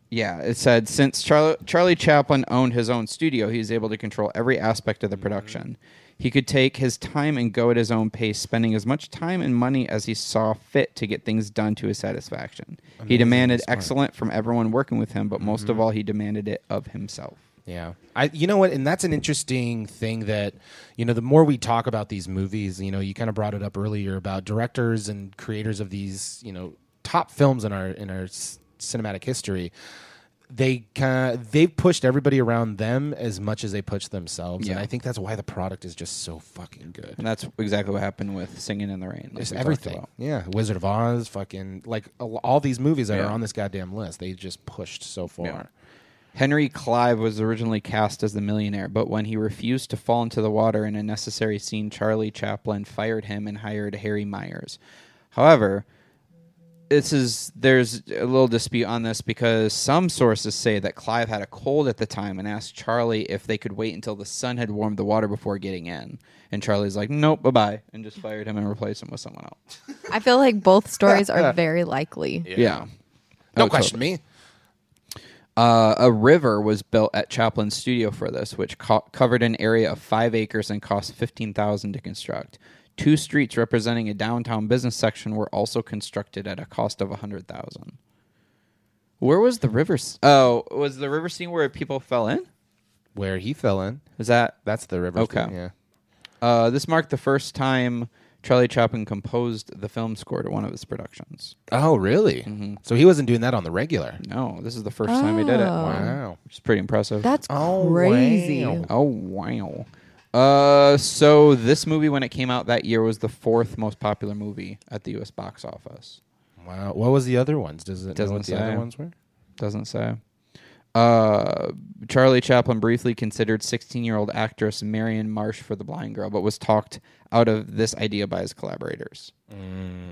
S1: Yeah, it said since Charlie, Charlie Chaplin owned his own studio, he was able to control every aspect of the production. He could take his time and go at his own pace, spending as much time and money as he saw fit to get things done to his satisfaction. he demanded excellent from everyone working with him, but most of all, he demanded it of himself.
S2: Yeah. I you know what and that's an interesting thing that you know the more we talk about these movies, you know, you kind of brought it up earlier about directors and creators of these, you know, top films in our in our s- cinematic history. They kind of they've pushed everybody around them as much as they push themselves, and
S1: Yeah.
S2: I think that's why the product is just so fucking good.
S1: And that's exactly what happened with Singing in the Rain. like
S2: It's
S1: we talked
S2: everything.
S1: about.
S2: Yeah, Wizard of Oz, fucking like all all these movies that
S1: Yeah.
S2: are on this goddamn list, they just pushed so far.
S1: Yeah. Henry Clive was originally cast as the millionaire, but when he refused to fall into the water in a necessary scene, Charlie Chaplin fired him and hired Harry Myers. However, this is there's a little dispute on this because some sources say that Clive had a cold at the time and asked Charlie if they could wait until the sun had warmed the water before getting in. And Charlie's like, "Nope, bye bye," and just fired him and replaced him with someone else.
S3: I feel like both stories are very likely.
S1: Yeah.
S2: No
S1: Oh,
S2: question me.
S1: Uh, a river was built at Chaplin's studio for this, which co- covered an area of five acres and cost fifteen thousand to construct. Two streets representing a downtown business section were also constructed at a cost of a hundred thousand. Where was the river? s- Oh, was the river scene where people fell in?
S2: Where he fell in.
S1: Is that
S2: That's the river.
S1: Okay.
S2: thing, yeah.
S1: uh, this marked the first time Charlie Chaplin composed the film score to one of his productions?
S2: Oh, really?
S3: Mm-hmm.
S2: So he wasn't doing that on the regular.
S1: No, this is the first time he did it.
S3: Oh.
S2: Wow.
S1: which is pretty impressive.
S3: That's
S2: Oh,
S3: crazy.
S2: wow.
S1: Oh wow. Uh, so this movie when it came out that year was the fourth most popular movie at the U.S. box office.
S2: Wow. What was the other ones? Does it know
S1: Doesn't
S2: what the other
S1: say.
S2: ones were?
S1: Doesn't say. Uh, Charlie Chaplin briefly considered 16-year-old actress Marion Marsh for The Blind Girl, but was talked out of this idea by his collaborators.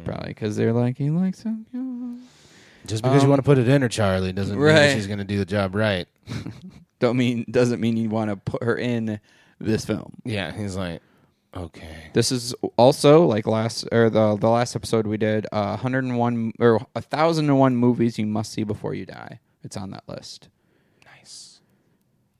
S1: Probably because they're like, he likes him. yeah."
S2: Just because you want to put it in her, Charlie, doesn't mean that
S1: Um, Right.
S2: she's going to do the job right.
S1: Don't mean doesn't mean you want to put her in this film.
S2: Yeah. He's like, okay.
S1: This is also like last or the the last episode we did uh, 101 or 1001 movies you must see before you die. It's on that list.
S2: Nice.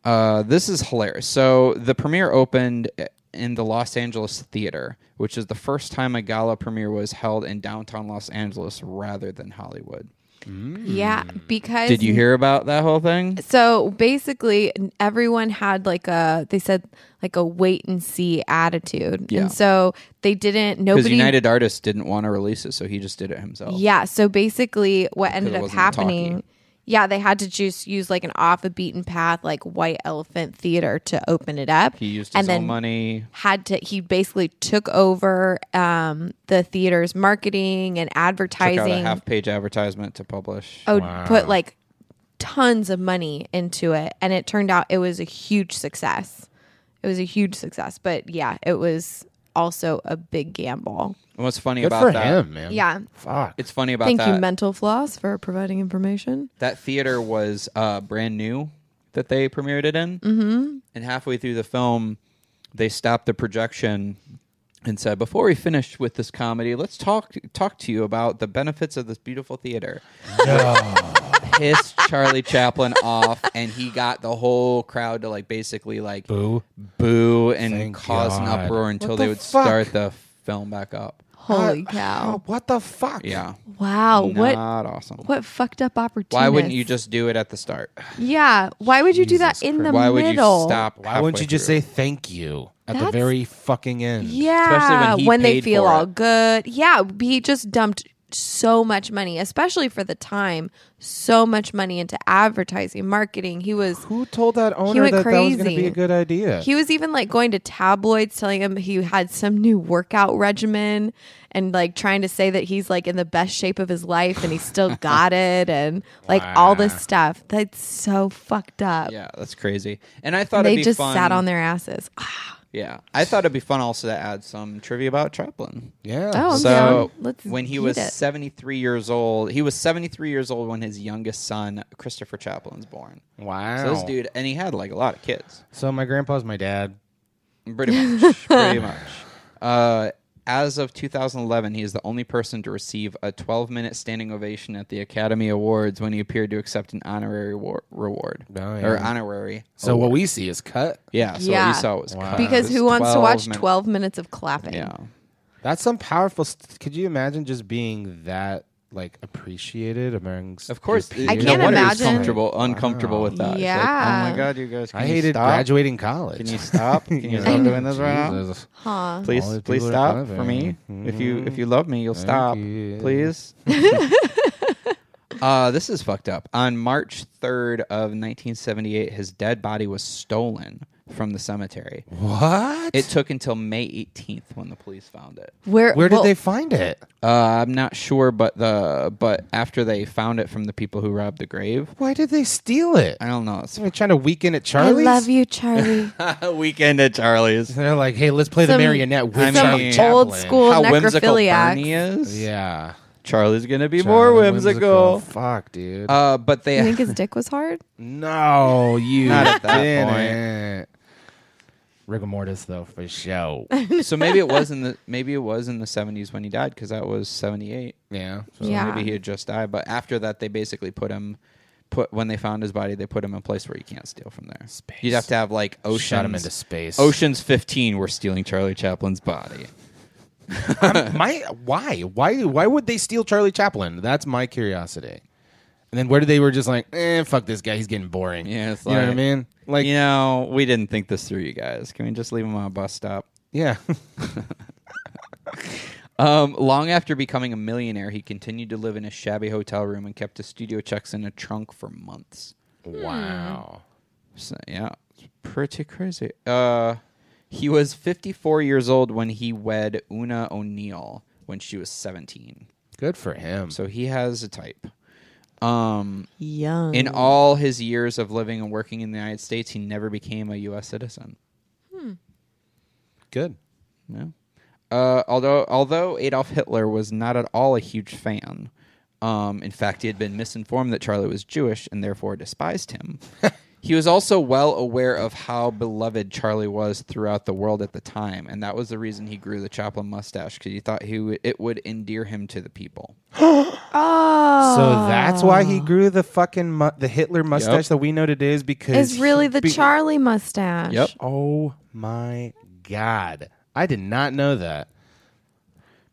S1: Uh, this is hilarious. So the premiere opened in the Los Angeles Theater, which is the first time a gala premiere was held in downtown Los Angeles rather than Hollywood.
S3: Yeah, because
S1: Hmm. Did you hear about that whole thing?
S3: So basically, everyone had like a they said like a wait and see attitude,
S1: Yeah.
S3: and so they didn't.
S1: Because
S3: Nobody.
S1: United Artists didn't want to release it, so he just did it himself.
S3: yeah. So basically, what ended
S1: Oh.
S3: up
S1: wasn't a talkie.
S3: happening? yeah, they had to just use like an off a beaten path, like White Elephant Theater to open it up.
S1: He used his
S3: and
S1: own
S3: then
S1: money.
S3: Had to he basically took over um, the theater's marketing and
S1: Took
S3: advertising.
S1: out a half-page advertisement to publish.
S3: I would put like tons of money into it and it turned out it was a huge success it was a huge success but yeah it was also a big gamble
S1: And What's funny
S2: Good
S1: about
S2: for
S1: that?
S2: him, man.
S3: yeah
S2: Fuck.
S1: It's funny about
S3: thank
S1: that.
S3: you mental floss for providing information
S1: that theater was uh, brand new that they premiered it in. Mm-hmm. And halfway through the film, they stopped the projection and said, "Before we finish with this comedy, let's talk talk to you about the benefits of this beautiful theater." Pissed Charlie Chaplin off, and he got the whole crowd to like basically like
S2: Boo.
S1: boo and
S2: Thank
S1: cause an
S2: God.
S1: uproar until
S2: What
S1: they
S2: the
S1: would
S2: fuck?
S1: start the film back up.
S3: holy
S2: Uh,
S3: cow
S2: What the fuck?
S1: Yeah,
S3: wow what
S1: not awesome.
S3: what fucked up opportunity
S1: Why wouldn't you just do it at the start?
S3: yeah why would you do that in the
S1: Why would you
S3: middle
S1: stop?
S2: Why wouldn't
S1: halfway
S2: you just
S1: through?
S2: say thank you at the
S3: That's-
S2: very fucking end?
S1: Especially
S3: Yeah,
S1: when
S3: when,
S1: he
S3: they
S1: paid
S3: feel
S1: for
S3: all
S1: it.
S3: good. Yeah, he just dumped so much money, especially for the time, so much money into advertising, marketing. He was
S2: Who told that owner
S3: went
S2: that that was going to
S3: crazy.
S2: be a good idea?
S3: he was even like going to tabloids telling him he had some new workout regimen and like trying to say that he's like in the best shape of his life and he still got it and like all this stuff. That's so fucked up.
S1: Yeah, that's crazy. And I thought
S3: They
S1: it'd be
S3: just
S1: fun. Uh,
S3: sat on their asses.
S1: Yeah, I thought it'd be fun also to add some trivia about Chaplin.
S2: yeah.
S3: Oh, I'm
S1: So
S3: down. Let's
S1: when he
S3: heat
S1: was
S3: it.
S1: 73 years old, he was 73 years old when his youngest son Christopher Chaplin's born.
S2: wow.
S1: So this dude, and he had like a lot of kids,
S2: So my grandpa's my dad.
S1: pretty much, pretty much. Uh, as of 2011, he is the only person to receive a 12-minute standing ovation at the Academy Awards when he appeared to accept an honorary war- reward
S2: Oh,
S1: or
S2: yeah.
S1: honorary.
S2: So what we see is cut.
S1: yeah, so
S3: Yeah.
S1: what you saw was
S2: Wow.
S1: cut.
S3: because
S1: It
S3: who
S1: was
S3: wants to watch
S1: 12 minutes.
S3: 12 minutes of clapping?
S1: Yeah.
S2: That's some powerful. St- could you imagine just being that like appreciated amongst?
S1: Of course,
S2: your
S1: I
S2: peers?
S3: can't
S1: no wonder
S3: imagine.
S1: He's comfortable, uncomfortable with that. It's like,
S3: Yeah.
S1: oh my god, you guys! Can
S2: I
S1: you
S2: hated
S1: stop?
S2: graduating college.
S1: Can you stop? Can you
S2: know?
S1: stop doing this right now?
S2: Jesus.
S3: Huh.
S2: All
S1: Please,
S2: the
S1: please
S2: people that
S1: stop
S2: love
S1: for
S2: him.
S1: me. If you if you love me, you'll
S2: mm-hmm. Thank
S1: stop.
S2: you.
S1: Please. uh, this is fucked up. On March third of nineteen seventy eight, his dead body was stolen from the cemetery.
S2: What?
S1: It took until May eighteenth when the police found it.
S3: Where
S2: Where did
S3: well,
S2: they find it?
S1: Uh, I'm not sure, but the but after they found it from the people who robbed the grave,
S2: Why did they steal it?
S1: I don't know. It's
S2: Somebody trying to weaken at
S3: I
S2: Charlie's.
S3: love you, Charlie.
S1: weekend at Charlie's.
S2: They're like, hey, let's play
S3: Some-
S2: the marionette with
S1: I
S2: Charlie
S1: mean-
S2: Chaplin.
S3: Old school
S1: how whimsical Bernie
S3: necrophiliac.
S1: is.
S2: Yeah.
S1: Charlie's gonna be more
S2: Charlie
S1: whimsical.
S2: Fuck, dude.
S1: Uh, but they
S3: You think his dick was hard?
S2: no, you
S1: Not at that
S2: didn't. Rigor mortis, though, for sure.
S1: so maybe it was in the maybe it was in the seventies when he died because that was seventy eight.
S2: yeah.
S1: So
S3: Yeah.
S1: maybe he had just died. But after that, they basically put him put when they found his body, they put him in a place where you can't steal from there.
S2: Space.
S1: You'd have to have like oceans.
S2: Shot him into space.
S1: Oceans fifteen were stealing Charlie Chaplin's body.
S2: my why why why would they steal Charlie Chaplin? That's my curiosity. And then where did they were just like, eh, fuck this guy, he's getting boring.
S1: Yeah, it's
S2: you know what I
S1: like-
S2: mean. Like,
S1: you know, we didn't think this through, you guys. Can we just leave him on a bus stop?
S2: yeah,
S1: Um, long after becoming a millionaire, he continued to live in a shabby hotel room and kept his studio checks in a trunk for months.
S2: wow.
S1: So, yeah, it's pretty crazy. Uh, he was 54 years old when he wed Una O'Neill when she was 17.
S2: Good for him.
S1: So he has a type. Um,
S3: Young.
S1: in all his years of living and working in the United States, he never became a U.S. citizen.
S2: Good.
S1: No. Uh, although although Adolf Hitler was not at all a huge fan, um, in fact he had been misinformed that Charlie was Jewish and therefore despised him. he was also well aware of how beloved Charlie was throughout the world at the time, and that was the reason he grew the Chaplin mustache because he thought he w- it would endear him to the people.
S3: oh,
S2: So that's why he grew the fucking mu- the Hitler mustache that we know today is because
S3: is really
S2: he
S3: the
S2: be-
S3: Charlie mustache.
S1: Yep.
S2: Oh my god, I did not know that.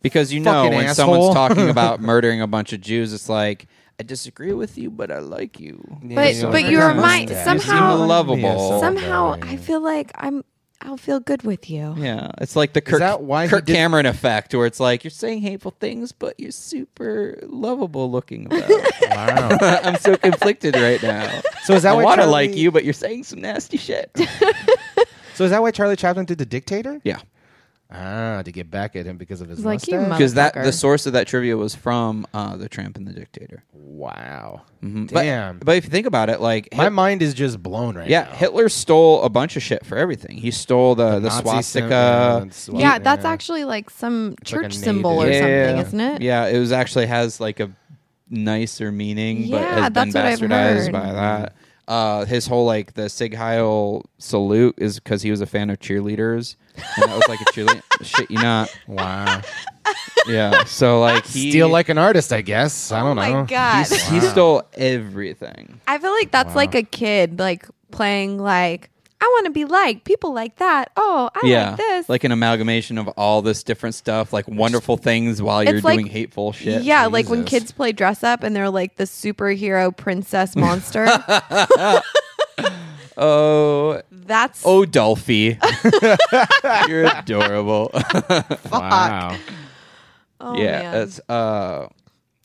S1: Because you know
S2: Fucking
S1: when
S2: asshole.
S1: someone's talking about murdering a bunch of Jews, it's like I disagree with you, but I like you.
S3: But
S2: Yeah.
S3: but
S2: Yeah.
S3: you
S2: Yeah.
S3: remind
S2: Yeah.
S1: You seem
S3: somehow
S1: lovable.
S2: Yeah,
S3: somehow I feel like I'm I'll feel good with you.
S1: Yeah, it's like the Kirk,
S2: that why he
S1: Kirk
S2: did-
S1: Cameron effect, where it's like you're saying hateful things, but you're super lovable looking. About it.
S2: Wow.
S1: I'm so conflicted right now.
S2: So is that
S1: I
S2: why
S1: want to
S2: Charlie-
S1: like you, but you're saying some nasty shit.
S2: so is that why Charlie Chaplin did The Dictator?
S1: yeah,
S2: Ah, to get back at him because of his
S3: He's like,
S2: mustache.
S3: "You
S1: because that
S3: Motherfucker.
S1: the source of that trivia was from uh, the Tramp and the Dictator.
S2: wow.
S1: Mm-hmm. But-
S2: Damn.
S1: But, if you think about it, like
S2: My
S1: Hit-
S2: mind is just blown right
S1: yeah,
S2: now.
S1: Hitler stole a bunch of shit for everything. He stole the the,
S2: Nazi
S1: swastika.
S2: symbols,
S3: yeah, that's
S2: yeah.
S3: actually like some
S2: like a
S3: church
S2: native.
S3: symbol or
S2: Yeah.
S3: something, isn't it?
S1: Yeah, it was actually has like a nicer meaning, but
S3: Yeah,
S1: has been
S3: that's what I've
S1: bastardized
S3: heard.
S1: by that. Uh, his whole like the Sig Heil salute is because he was a fan of cheerleaders, and that was like a cheerleader. Shit, you not?
S2: Wow.
S1: Yeah. So like he
S2: Steal like an artist, I guess. I
S3: Oh
S2: don't
S3: my
S2: know.
S3: god.
S1: he, he stole everything.
S3: I feel like that's like a kid like playing like I want to be like people like that. Oh, I
S1: yeah,
S3: like this.
S1: like an amalgamation of all this different stuff, like wonderful things while you're
S3: It's like-
S1: doing hateful shit.
S3: yeah, like when
S2: Jesus.
S3: kids play dress up and they're like the superhero princess monster.
S1: Oh,
S3: that's
S1: oh, Dolphy, you're adorable.
S2: Wow.
S3: oh,
S1: yeah,
S3: man.
S1: that's uh.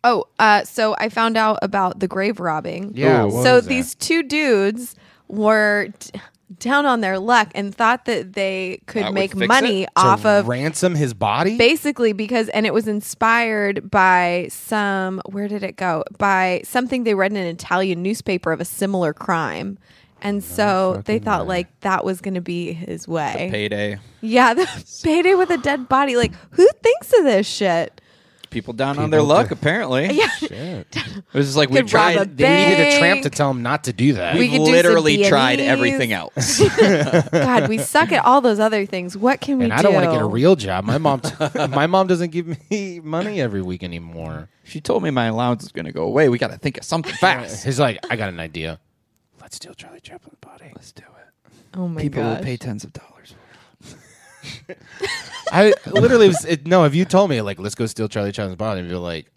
S3: oh, uh, so I found out about the grave robbing.
S2: Yeah.
S1: Ooh.
S2: what
S3: so
S2: was that?
S3: these two dudes were d- down on their luck and thought that they could
S1: That would
S3: make
S1: fix it?
S3: money
S1: To
S3: off
S2: to
S3: of
S2: ransom his body.
S3: basically because and it was inspired by some where did it go by something they read in an italian newspaper of a similar crime and so they thought like that was going to be his way
S1: payday.
S3: yeah the payday with a dead body like who thinks of this shit
S1: People down on their
S2: People
S1: luck,
S2: do-
S1: apparently.
S3: yeah
S2: Shit.
S1: It was just like we
S3: Could rob a
S1: tried.
S2: They needed a tramp to
S3: Bank.
S2: tell him not to do that.
S3: We
S1: We
S3: could do some
S1: literally tried
S3: Viennese.
S1: everything else.
S3: god we suck at all those other things what can we
S2: and I don't want to get a real job. My mom, my mom doesn't give me money every week anymore.
S1: she told me my allowance is going to go away. We got to think of something fast.
S2: He's like, I got an idea. Let's steal Charlie Chaplin's body.
S1: Let's do it.
S3: oh my
S1: People
S3: god
S1: will pay tens of dollars.
S2: I literally was it, no. If you told me like, let's go steal Charlie Chaplin's body, and you're like,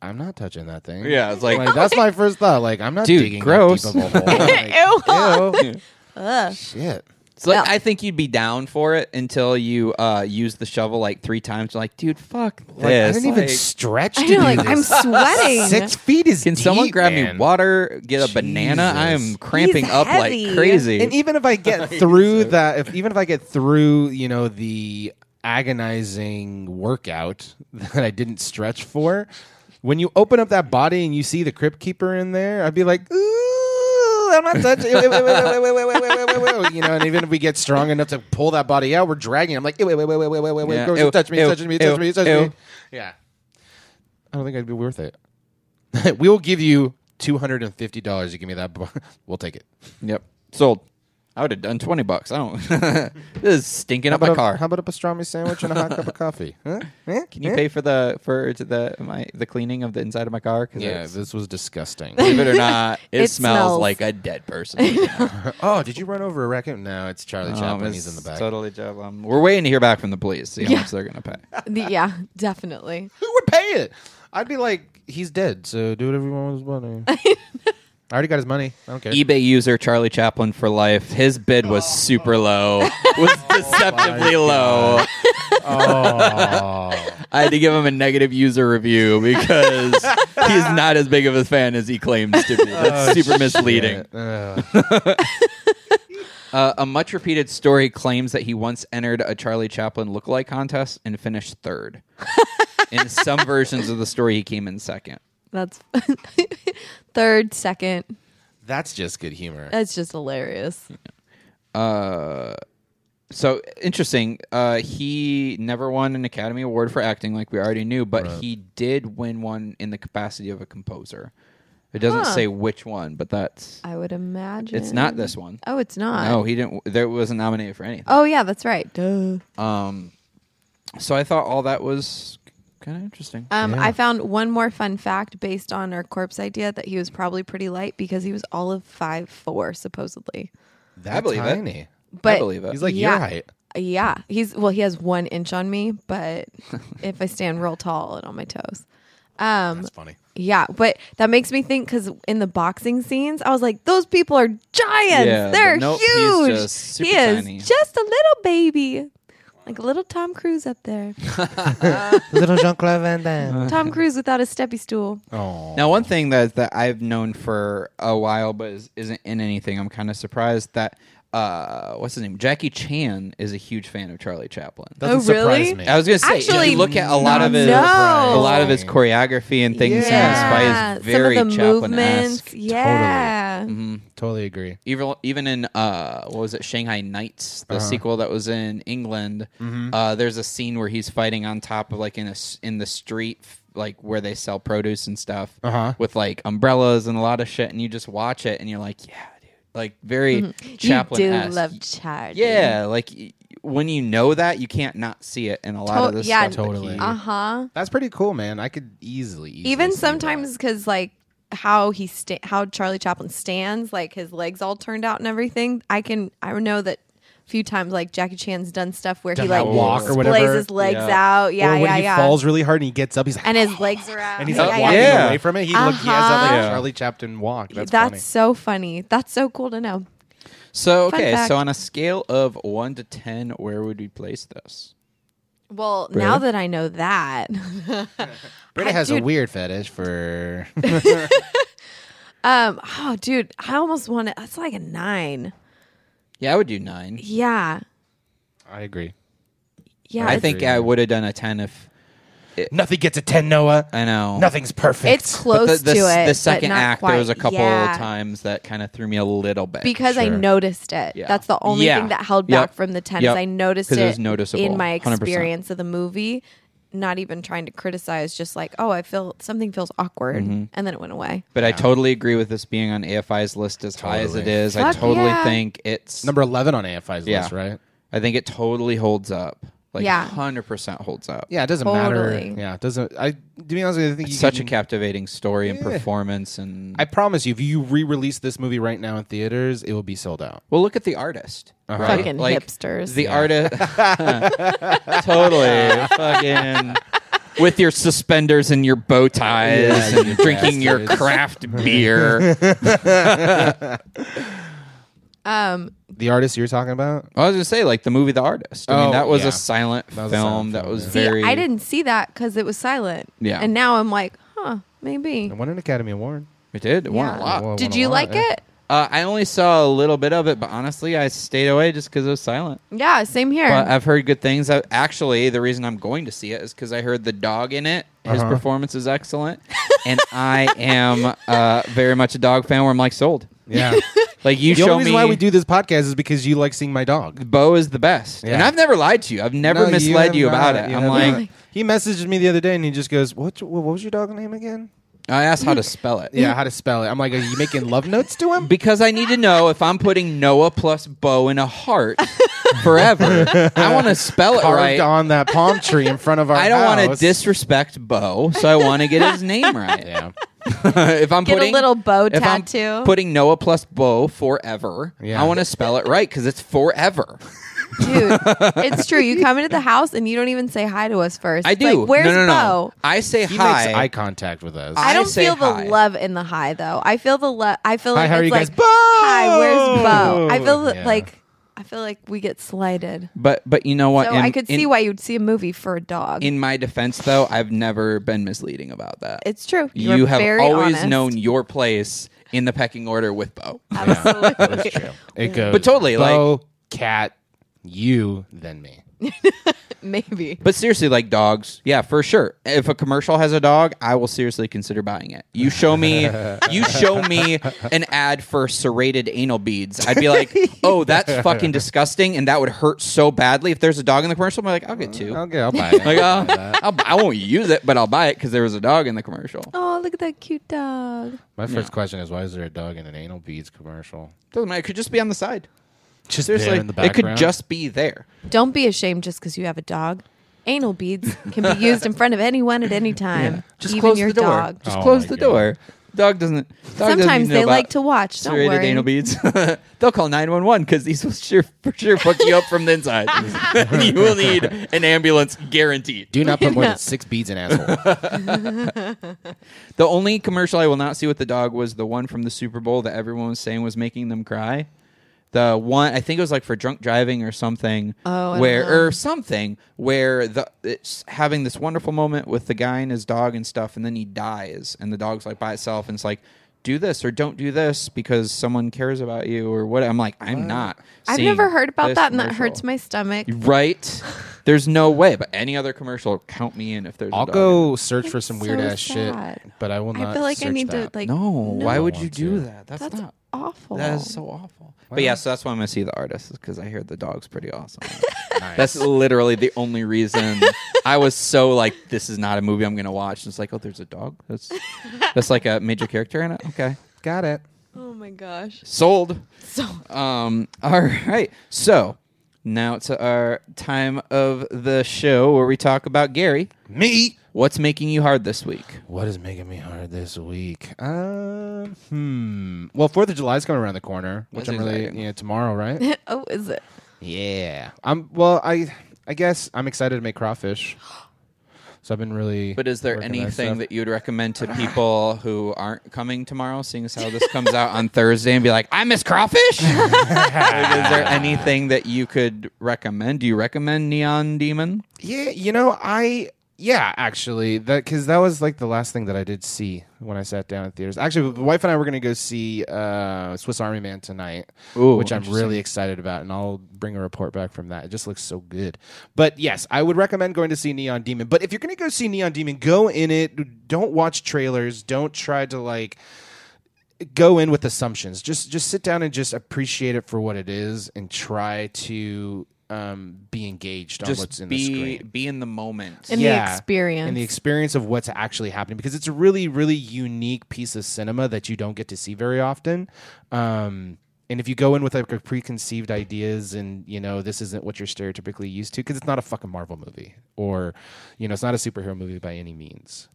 S2: I'm not touching that thing.
S1: Yeah, it's like,
S3: Oh
S2: Like, that's my first thought. Like, I'm not
S1: Dude,
S2: digging
S1: gross.
S2: that deep of a hole. Like, ew. Shit.
S1: it's like
S3: Well-
S1: I think you'd be down for it until you uh, use the shovel like three times. You're like, dude, fuck
S2: Like, I
S1: this.
S2: didn't even
S1: Like,
S2: stretch to
S3: i know
S2: do
S3: like
S2: this.
S3: i'm sweating
S2: Six feet is.
S1: can someone
S2: deep,
S1: grab me
S2: man.
S1: water? Get a banana? I am
S2: Jesus.
S1: cramping
S3: He's
S1: up
S3: heavy.
S1: like crazy.
S2: And even if I get through that, if even if I get through, you know, the agonizing workout that I didn't stretch for, when you open up that body and you see the crypt keeper in there, I'd be like, ooh, I'm not touching. Wait, wait, wait, wait, wait, wait, wait, wait, wait, wait, wait. You know, and even if we get strong enough to pull that body out, we're dragging. it. I'm like, "Ew, wait, wait, wait, wait, wait, wait, wait, wait,
S1: Yeah.
S2: gross,
S1: Ew,
S2: you touch me, you
S1: ew,
S2: touch me, you touch
S1: ew,
S2: me, you touch
S1: ew.
S2: me. Yeah, I don't think I'd be worth it. we will give you. Two hundred and fifty dollars. You give me that. bo- We'll take it.
S1: yep, sold. I would have done twenty bucks. I don't. this is stinking up my
S2: about
S1: car.
S2: A, how about a pastrami sandwich and a hot cup of coffee? Huh? Eh?
S1: Can you pay for the for to the my the cleaning of the inside of my car? 'Cause
S2: Yeah,
S1: it's-
S2: this was disgusting.
S1: believe it or not, it,
S3: It
S1: smells,
S3: smells.
S1: like a dead person.
S2: oh, did you run over a raccoon? No, Oh, it's Charlie Chaplin. He's in the back.
S1: Oh, Totally job. Um, we're waiting to hear back from the police. See how
S3: Yeah.
S1: much they're gonna pay.
S3: The- yeah definitely
S2: Who would pay it? I'd be like, he's dead, so do whatever you want with his money. I already got his money. I don't care.
S1: eBay user Charlie Chaplin for life. His bid was super low. Was deceptively low.
S2: oh,
S1: I had to give him a negative user review because he's not as big of a fan as he claims to be. That's super misleading.
S2: shit. Ugh.
S1: Uh, a much repeated story claims that he once entered a Charlie Chaplin lookalike contest and finished third. in some versions of the story, he came in second.
S3: that's third second
S2: That's just good humor.
S3: that's just hilarious
S1: So interesting. Uh, he never won an Academy Award for acting, like we already knew, but he did win one in the capacity of a composer. It doesn't say which one, but that's
S3: I would imagine
S1: it's not this one.
S3: Oh, it's not.
S1: No, he didn't. There wasn't nominated for anything.
S3: Oh, yeah, that's right. Duh.
S1: So I thought all that was kind of interesting.
S3: Um, I found one more fun fact based on our corpse idea that he was probably pretty light because he was all of five four supposedly.
S2: That
S1: believe it.
S2: tiny.
S3: But
S1: I believe it.
S2: He's like
S3: Yeah.
S2: your height.
S3: yeah, he's well, he has one inch on me, but if I stand real tall and on my toes,
S2: That's funny.
S3: Yeah, but that makes me think because in the boxing scenes, I was like, those people are giants.
S1: Yeah, but
S3: They're
S1: nope, he's
S3: huge.
S1: just super
S3: he is
S1: tiny."
S3: just a little baby, like a little Tom Cruise up there.
S2: Little Jean Claude Van Damme.
S3: Tom Cruise without a steppy stool.
S2: Oh,
S1: Now, one thing that that I've known for a while, but is, isn't in anything, I'm kind of surprised that uh, what's his name, Jackie Chan, is a huge fan of Charlie Chaplin.
S2: doesn't
S3: Oh,
S2: surprise
S3: really?
S2: me.
S1: I was gonna say, if
S3: Actually,
S1: you look at a lot of
S3: no.
S1: his,
S3: No.
S1: a lot of his choreography and things in his fight is very Mm-hmm.
S3: some of the movements.
S1: Chaplin-esque.
S3: Yeah,
S2: totally agree.
S1: Even even in uh, what was it, Shanghai Nights,
S2: Uh-huh.
S1: the sequel that was in England.
S2: Mm-hmm.
S1: Uh, there's a scene where he's fighting on top of like in a s- in the street, f- like where they sell produce and stuff,
S2: Uh-huh.
S1: with like umbrellas and a lot of shit. And you just watch it and you're like, yeah, dude, like very Chaplin.
S3: Mm-hmm. you do love Charlie.
S1: yeah, like. y- When you know that, you can't not see it in a lot
S3: To-
S1: of this
S3: yeah,
S1: stuff. that
S2: Totally.
S1: he-
S3: Uh huh.
S2: That's pretty cool, man. I could easily, easily
S3: Even
S2: see that.
S3: sometimes because like how he sta- how Charlie Chaplin stands, like his legs all turned out and everything. I can I know that a few times like Jackie Chan's done stuff where
S2: Done
S3: he like
S2: that walk or
S3: splays
S2: whatever.
S3: his legs
S1: Yeah.
S3: out. Yeah,
S2: or when
S3: yeah,
S2: he
S3: yeah.
S2: falls really hard and he gets up, he's like,
S3: and his legs are out.
S2: and he's
S3: Uh, yeah,
S2: like
S3: yeah,
S2: walking
S3: yeah.
S1: yeah.
S2: away from it. He look, he has that like
S1: Uh-huh.
S2: Charlie Chaplin walk. That's,
S3: That's so funny. That's so cool to know.
S1: So
S3: Fun
S1: okay,
S3: fact.
S1: so on a scale of one to ten, where would we place this?
S3: Well, now that I know that,
S2: funny. Britta
S3: I-
S2: has
S3: dude.
S2: a weird fetish for.
S3: um, oh, dude, I almost want to. That's like a nine.
S1: Yeah, I would do nine.
S3: Yeah,
S2: I agree.
S3: yeah.
S1: I
S3: it's-
S1: think I would have done a ten if
S2: Nothing gets a ten, Noah.
S1: I know.
S2: Nothing's perfect.
S3: it's close
S1: but the, the,
S3: to it.
S1: The
S3: but
S1: second
S3: not
S1: act,
S3: quite.
S1: there was a couple
S3: Yeah.
S1: times that kind of threw me a little bit
S3: because I
S2: Sure.
S3: noticed it.
S1: Yeah.
S3: That's the only
S1: Yeah.
S3: thing that held
S1: Yep.
S3: back from the ten.
S1: Yep.
S3: Is I noticed
S1: 'Cause
S3: it,
S1: it was noticeable.
S3: in my
S1: 100%.
S3: experience of the movie. Not even trying to criticize, just like, oh, I feel something feels awkward,
S1: Mm-hmm.
S3: and then it went away.
S1: But I totally agree with this being on AFI's list as high as it
S2: Totally.
S1: is. I
S3: Fuck
S1: totally
S3: yeah.
S1: think it's.
S2: number eleven on AFI's
S1: Yeah.
S2: list, right?
S1: I think it totally holds up. Like
S3: Yeah.
S1: hundred percent holds up.
S2: Yeah, it doesn't
S3: Totally.
S2: matter. Yeah, it doesn't. I to be honest, with you, I think you
S1: Such a
S2: can,
S1: captivating story and
S2: Yeah.
S1: performance, and
S2: I promise you, if you re-release this movie right now in theaters, it will be sold out.
S1: well, look at the artist, right?
S3: Fucking hipsters.
S1: The artist, totally fucking with your suspenders and your bow ties
S2: Yeah, you
S1: and drinking your
S2: bastards.
S1: craft beer.
S3: Um,
S2: The artist you're talking about,
S1: I was gonna say, like the movie The Artist. I mean,
S2: Oh,
S1: that was
S2: yeah.
S1: a silent
S2: That was a
S1: film.
S2: silent
S1: that
S2: film,
S1: was
S2: yeah.
S3: see,
S1: very.
S3: I didn't see that because it was silent.
S1: Yeah.
S3: and now I'm like, huh, maybe.
S2: it won an Academy Award.
S1: It did. It won
S3: Yeah.
S1: a lot.
S2: Whoa.
S3: Did
S2: won a
S3: you
S2: lot,
S3: like
S2: eh?
S3: it?
S1: Uh, I only saw a little bit of it, but honestly, I stayed away just because it was silent.
S3: Yeah, same here.
S1: But uh, I've heard good things. I, actually, the reason I'm going to see it is because I heard the dog in it. His
S2: Uh-huh.
S1: performance is excellent, and I am uh, very much a dog fan. Where I'm like sold.
S2: Yeah.
S1: Like you
S2: the
S1: show
S2: only reason
S1: me.
S2: why we do this podcast is because you like seeing my dog.
S1: Bo is the best,
S2: Yeah.
S1: and I've never lied to you. I've never
S2: No, you
S1: misled
S2: have
S1: you, about
S2: not.
S1: it.
S2: You
S1: I'm
S2: have
S1: like,
S2: not. he messaged me the other day and he just goes, "What? What was your dog name again?"
S1: I asked how to spell it.
S2: Yeah, how to spell it? I'm like, "Are you making love notes to him?"
S1: because I need to know if I'm putting Noah plus Bo in a heart forever. I want to spell it
S2: Carved
S1: right.
S2: on that palm tree in front of our.
S1: I don't want to
S2: house.
S1: disrespect Bo, so I want to get his name right.
S2: Yeah,
S1: if I'm
S3: Get a
S1: putting
S3: little bow
S1: if I'm
S3: tattoo.
S1: putting Noah plus Bo forever,
S2: Yeah.
S1: I want to spell it right because it's forever.
S3: Dude, it's true. You come into the house and you don't even say hi to us first.
S1: I
S3: It's
S1: do.
S3: Like, Where's
S1: no, no, no.
S3: Bo?
S1: I say
S2: he
S1: hi.
S2: makes eye contact with us.
S1: I
S3: I don't
S1: say
S3: feel the
S1: hi.
S3: love in the hi though. I feel the love. I feel
S2: Hi,
S3: like
S2: how are
S3: it's
S2: you guys?
S3: like
S2: Bo!
S3: hi. Where's Bo? I feel
S2: Yeah.
S3: like I feel like we get slighted.
S1: but but you know what?
S3: So
S1: in,
S3: I could
S1: in-
S3: see why you'd see a movie for a dog.
S1: In my defense, though, I've never been misleading about that.
S3: it's true.
S1: you,
S3: You're
S1: have
S3: very
S1: always
S3: honest.
S1: known your place in the pecking order with Bo.
S3: Absolutely.
S2: That's true. It goes.
S1: But totally,
S2: Bo, cat, you, then me.
S3: Maybe.
S1: But seriously, like dogs, yeah, for sure. If a commercial has a dog, I will seriously consider buying it. You show me, you show me an ad for serrated anal beads, I'd be like, oh, that's fucking disgusting, and that would hurt so badly. If there's a dog in the commercial, I'm like, I'll get two.
S2: Okay, I'll buy it.
S1: Like, I'll, I'll, I won't use it, but I'll buy it because there was a dog in the commercial.
S3: Oh, look at that cute dog.
S2: My first question is why is there a dog in an anal beads commercial?
S1: Doesn't matter. It could just be on the side.
S2: Just
S1: Seriously,
S2: there in the
S1: it could
S2: background.
S1: just be there.
S3: Don't be ashamed just because you have a dog. Anal beads can be used in front of anyone at any time.
S1: Just
S3: even
S1: close
S3: your
S1: the door.
S3: dog.
S1: Just
S2: Oh
S1: close
S2: my
S1: the
S2: God.
S1: door. Dog doesn't. Dog
S3: Sometimes
S1: doesn't know
S3: they
S1: about
S3: like to watch. Don't
S1: serrated
S3: worry.
S1: anal beads. They'll call nine one one because these will sure for sure fuck you up from the inside. you will need an ambulance guaranteed.
S2: Do not put more than six beads in asshole.
S1: The only commercial I will not see with the dog was the one from the Super Bowl that everyone was saying was making them cry. The one I think it was like for drunk driving or something,
S3: Oh, I
S1: where
S3: don't know.
S1: or something where the it's having this wonderful moment with the guy and his dog and stuff, and then he dies, and the dog's like by itself, and it's like do this or don't do this because someone cares about you or what. I'm like I'm not.
S3: I've
S1: seeing
S3: never heard about
S1: this
S3: that, and that
S1: commercial.
S3: hurts my stomach.
S1: right. There's no way, but any other commercial, count me in if there's.
S2: I'll
S1: a dog in it.
S2: go search for
S3: That's
S2: some
S3: so
S2: weird ass shit,
S3: sad.
S2: but I will not.
S3: I feel like I
S2: search
S3: need
S2: that.
S3: to like.
S1: No, why would
S2: I
S1: you
S2: want
S1: do
S2: to.
S1: that? That's,
S3: That's
S1: not
S3: awful.
S1: That is so awful. But yeah, so that's why I'm gonna see the artist because I hear the dog's pretty awesome.
S2: Nice.
S1: that's literally the only reason I was so like, this is not a movie I'm gonna watch. It's like, oh, there's a dog. That's that's like a major character in it. Okay,
S2: got it.
S3: Oh my gosh.
S1: sold.
S3: So
S1: Um, all right. So now it's our time of the show where we talk about Gary.
S2: Me.
S1: What's making you hard this week?
S2: What is making me hard this week? Um, hmm. Well, Fourth of July is coming around the corner, which
S1: That's
S2: I'm really
S1: exciting.
S2: yeah tomorrow, right?
S3: oh, is it?
S2: yeah. I'm. Well, I I guess I'm excited to make crawfish. So I've been really.
S1: But is there
S2: working that
S1: anything
S2: stuff.
S1: that you'd recommend to people who aren't coming tomorrow, seeing as how this comes out on Thursday, and be like, I miss crawfish? Or is there anything that you could recommend? Do you recommend Neon Demon?
S2: Yeah, you know, I yeah, actually, that because that was like the last thing that I did see when I sat down at theaters. Actually, the wife and I were going to go see uh, Swiss Army Man tonight,
S1: Ooh,
S2: which I'm
S1: interesting.
S2: really excited about, and I'll bring a report back from that. It just looks so good. But yes, I would recommend going to see Neon Demon. But if you're going to go see Neon Demon, go in it. Don't watch trailers. Don't try to like go in with assumptions. Just just sit down and just appreciate it for what it is, and try to. Um, be engaged on what's
S1: Just
S2: in the
S1: be
S2: screen
S1: be in the moment.
S3: In the experience.
S2: and the experience of what's actually happening because it's a really really unique piece of cinema that you don't get to see very often um and if you go in with like preconceived ideas and you know this isn't what you're stereotypically used to because it's not a fucking marvel movie or you know it's not a superhero movie by any means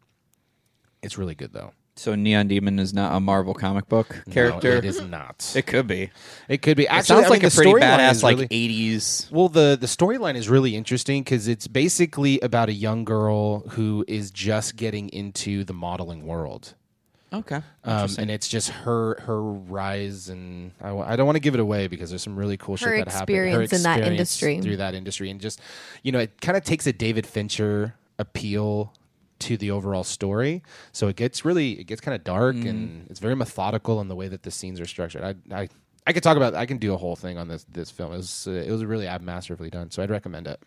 S2: it's really good though
S1: So Neon Demon is not a Marvel comic book character. Mm-hmm.
S2: no, it is not
S1: It could be.
S2: it could be actually
S1: It sounds
S2: I
S1: like
S2: mean,
S1: a
S2: the
S1: pretty
S2: storyline
S1: badass
S2: is
S1: like
S2: really-
S1: 80s.
S2: Well, the the storyline is really interesting because it's basically about a young girl who is just getting into the modeling world,
S1: Okay.
S2: um, and it's just her her rise and I w- I don't want to give it away because there's some really cool
S3: Her
S2: shit that happened.
S3: experience in that industry.
S2: through that industry, and just you know, it kind of takes a David Fincher appeal to the overall story. So it gets really it gets kind of dark and
S3: Mm.
S2: it's very methodical in the way that the scenes are structured. I I, I could talk about I can do a whole thing on this this film. It was uh, it was really masterfully done. So I'd recommend it.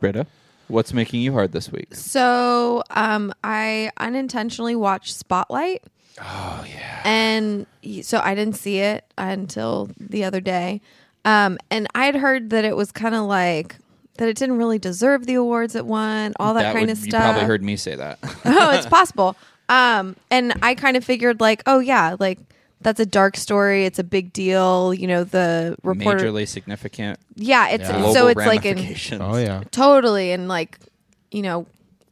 S1: Britta, what's making you hard this week?
S3: So um, I unintentionally watched Spotlight. Oh yeah. And y- so I didn't see it until the other day, um, and I had heard that it was kind of like that it didn't really deserve the awards it won, all that, kind
S1: would-
S3: of stuff.
S1: You probably heard me say that.
S3: oh, it's possible. Um, and I kind of figured like, oh yeah, like that's a dark story. It's a big deal. You know, the reporter.
S1: Majorly significant
S3: yeah, it's
S2: Yeah.
S1: global
S3: so it's like an
S1: ramifications.
S2: Oh yeah.
S3: Totally. And like, you know,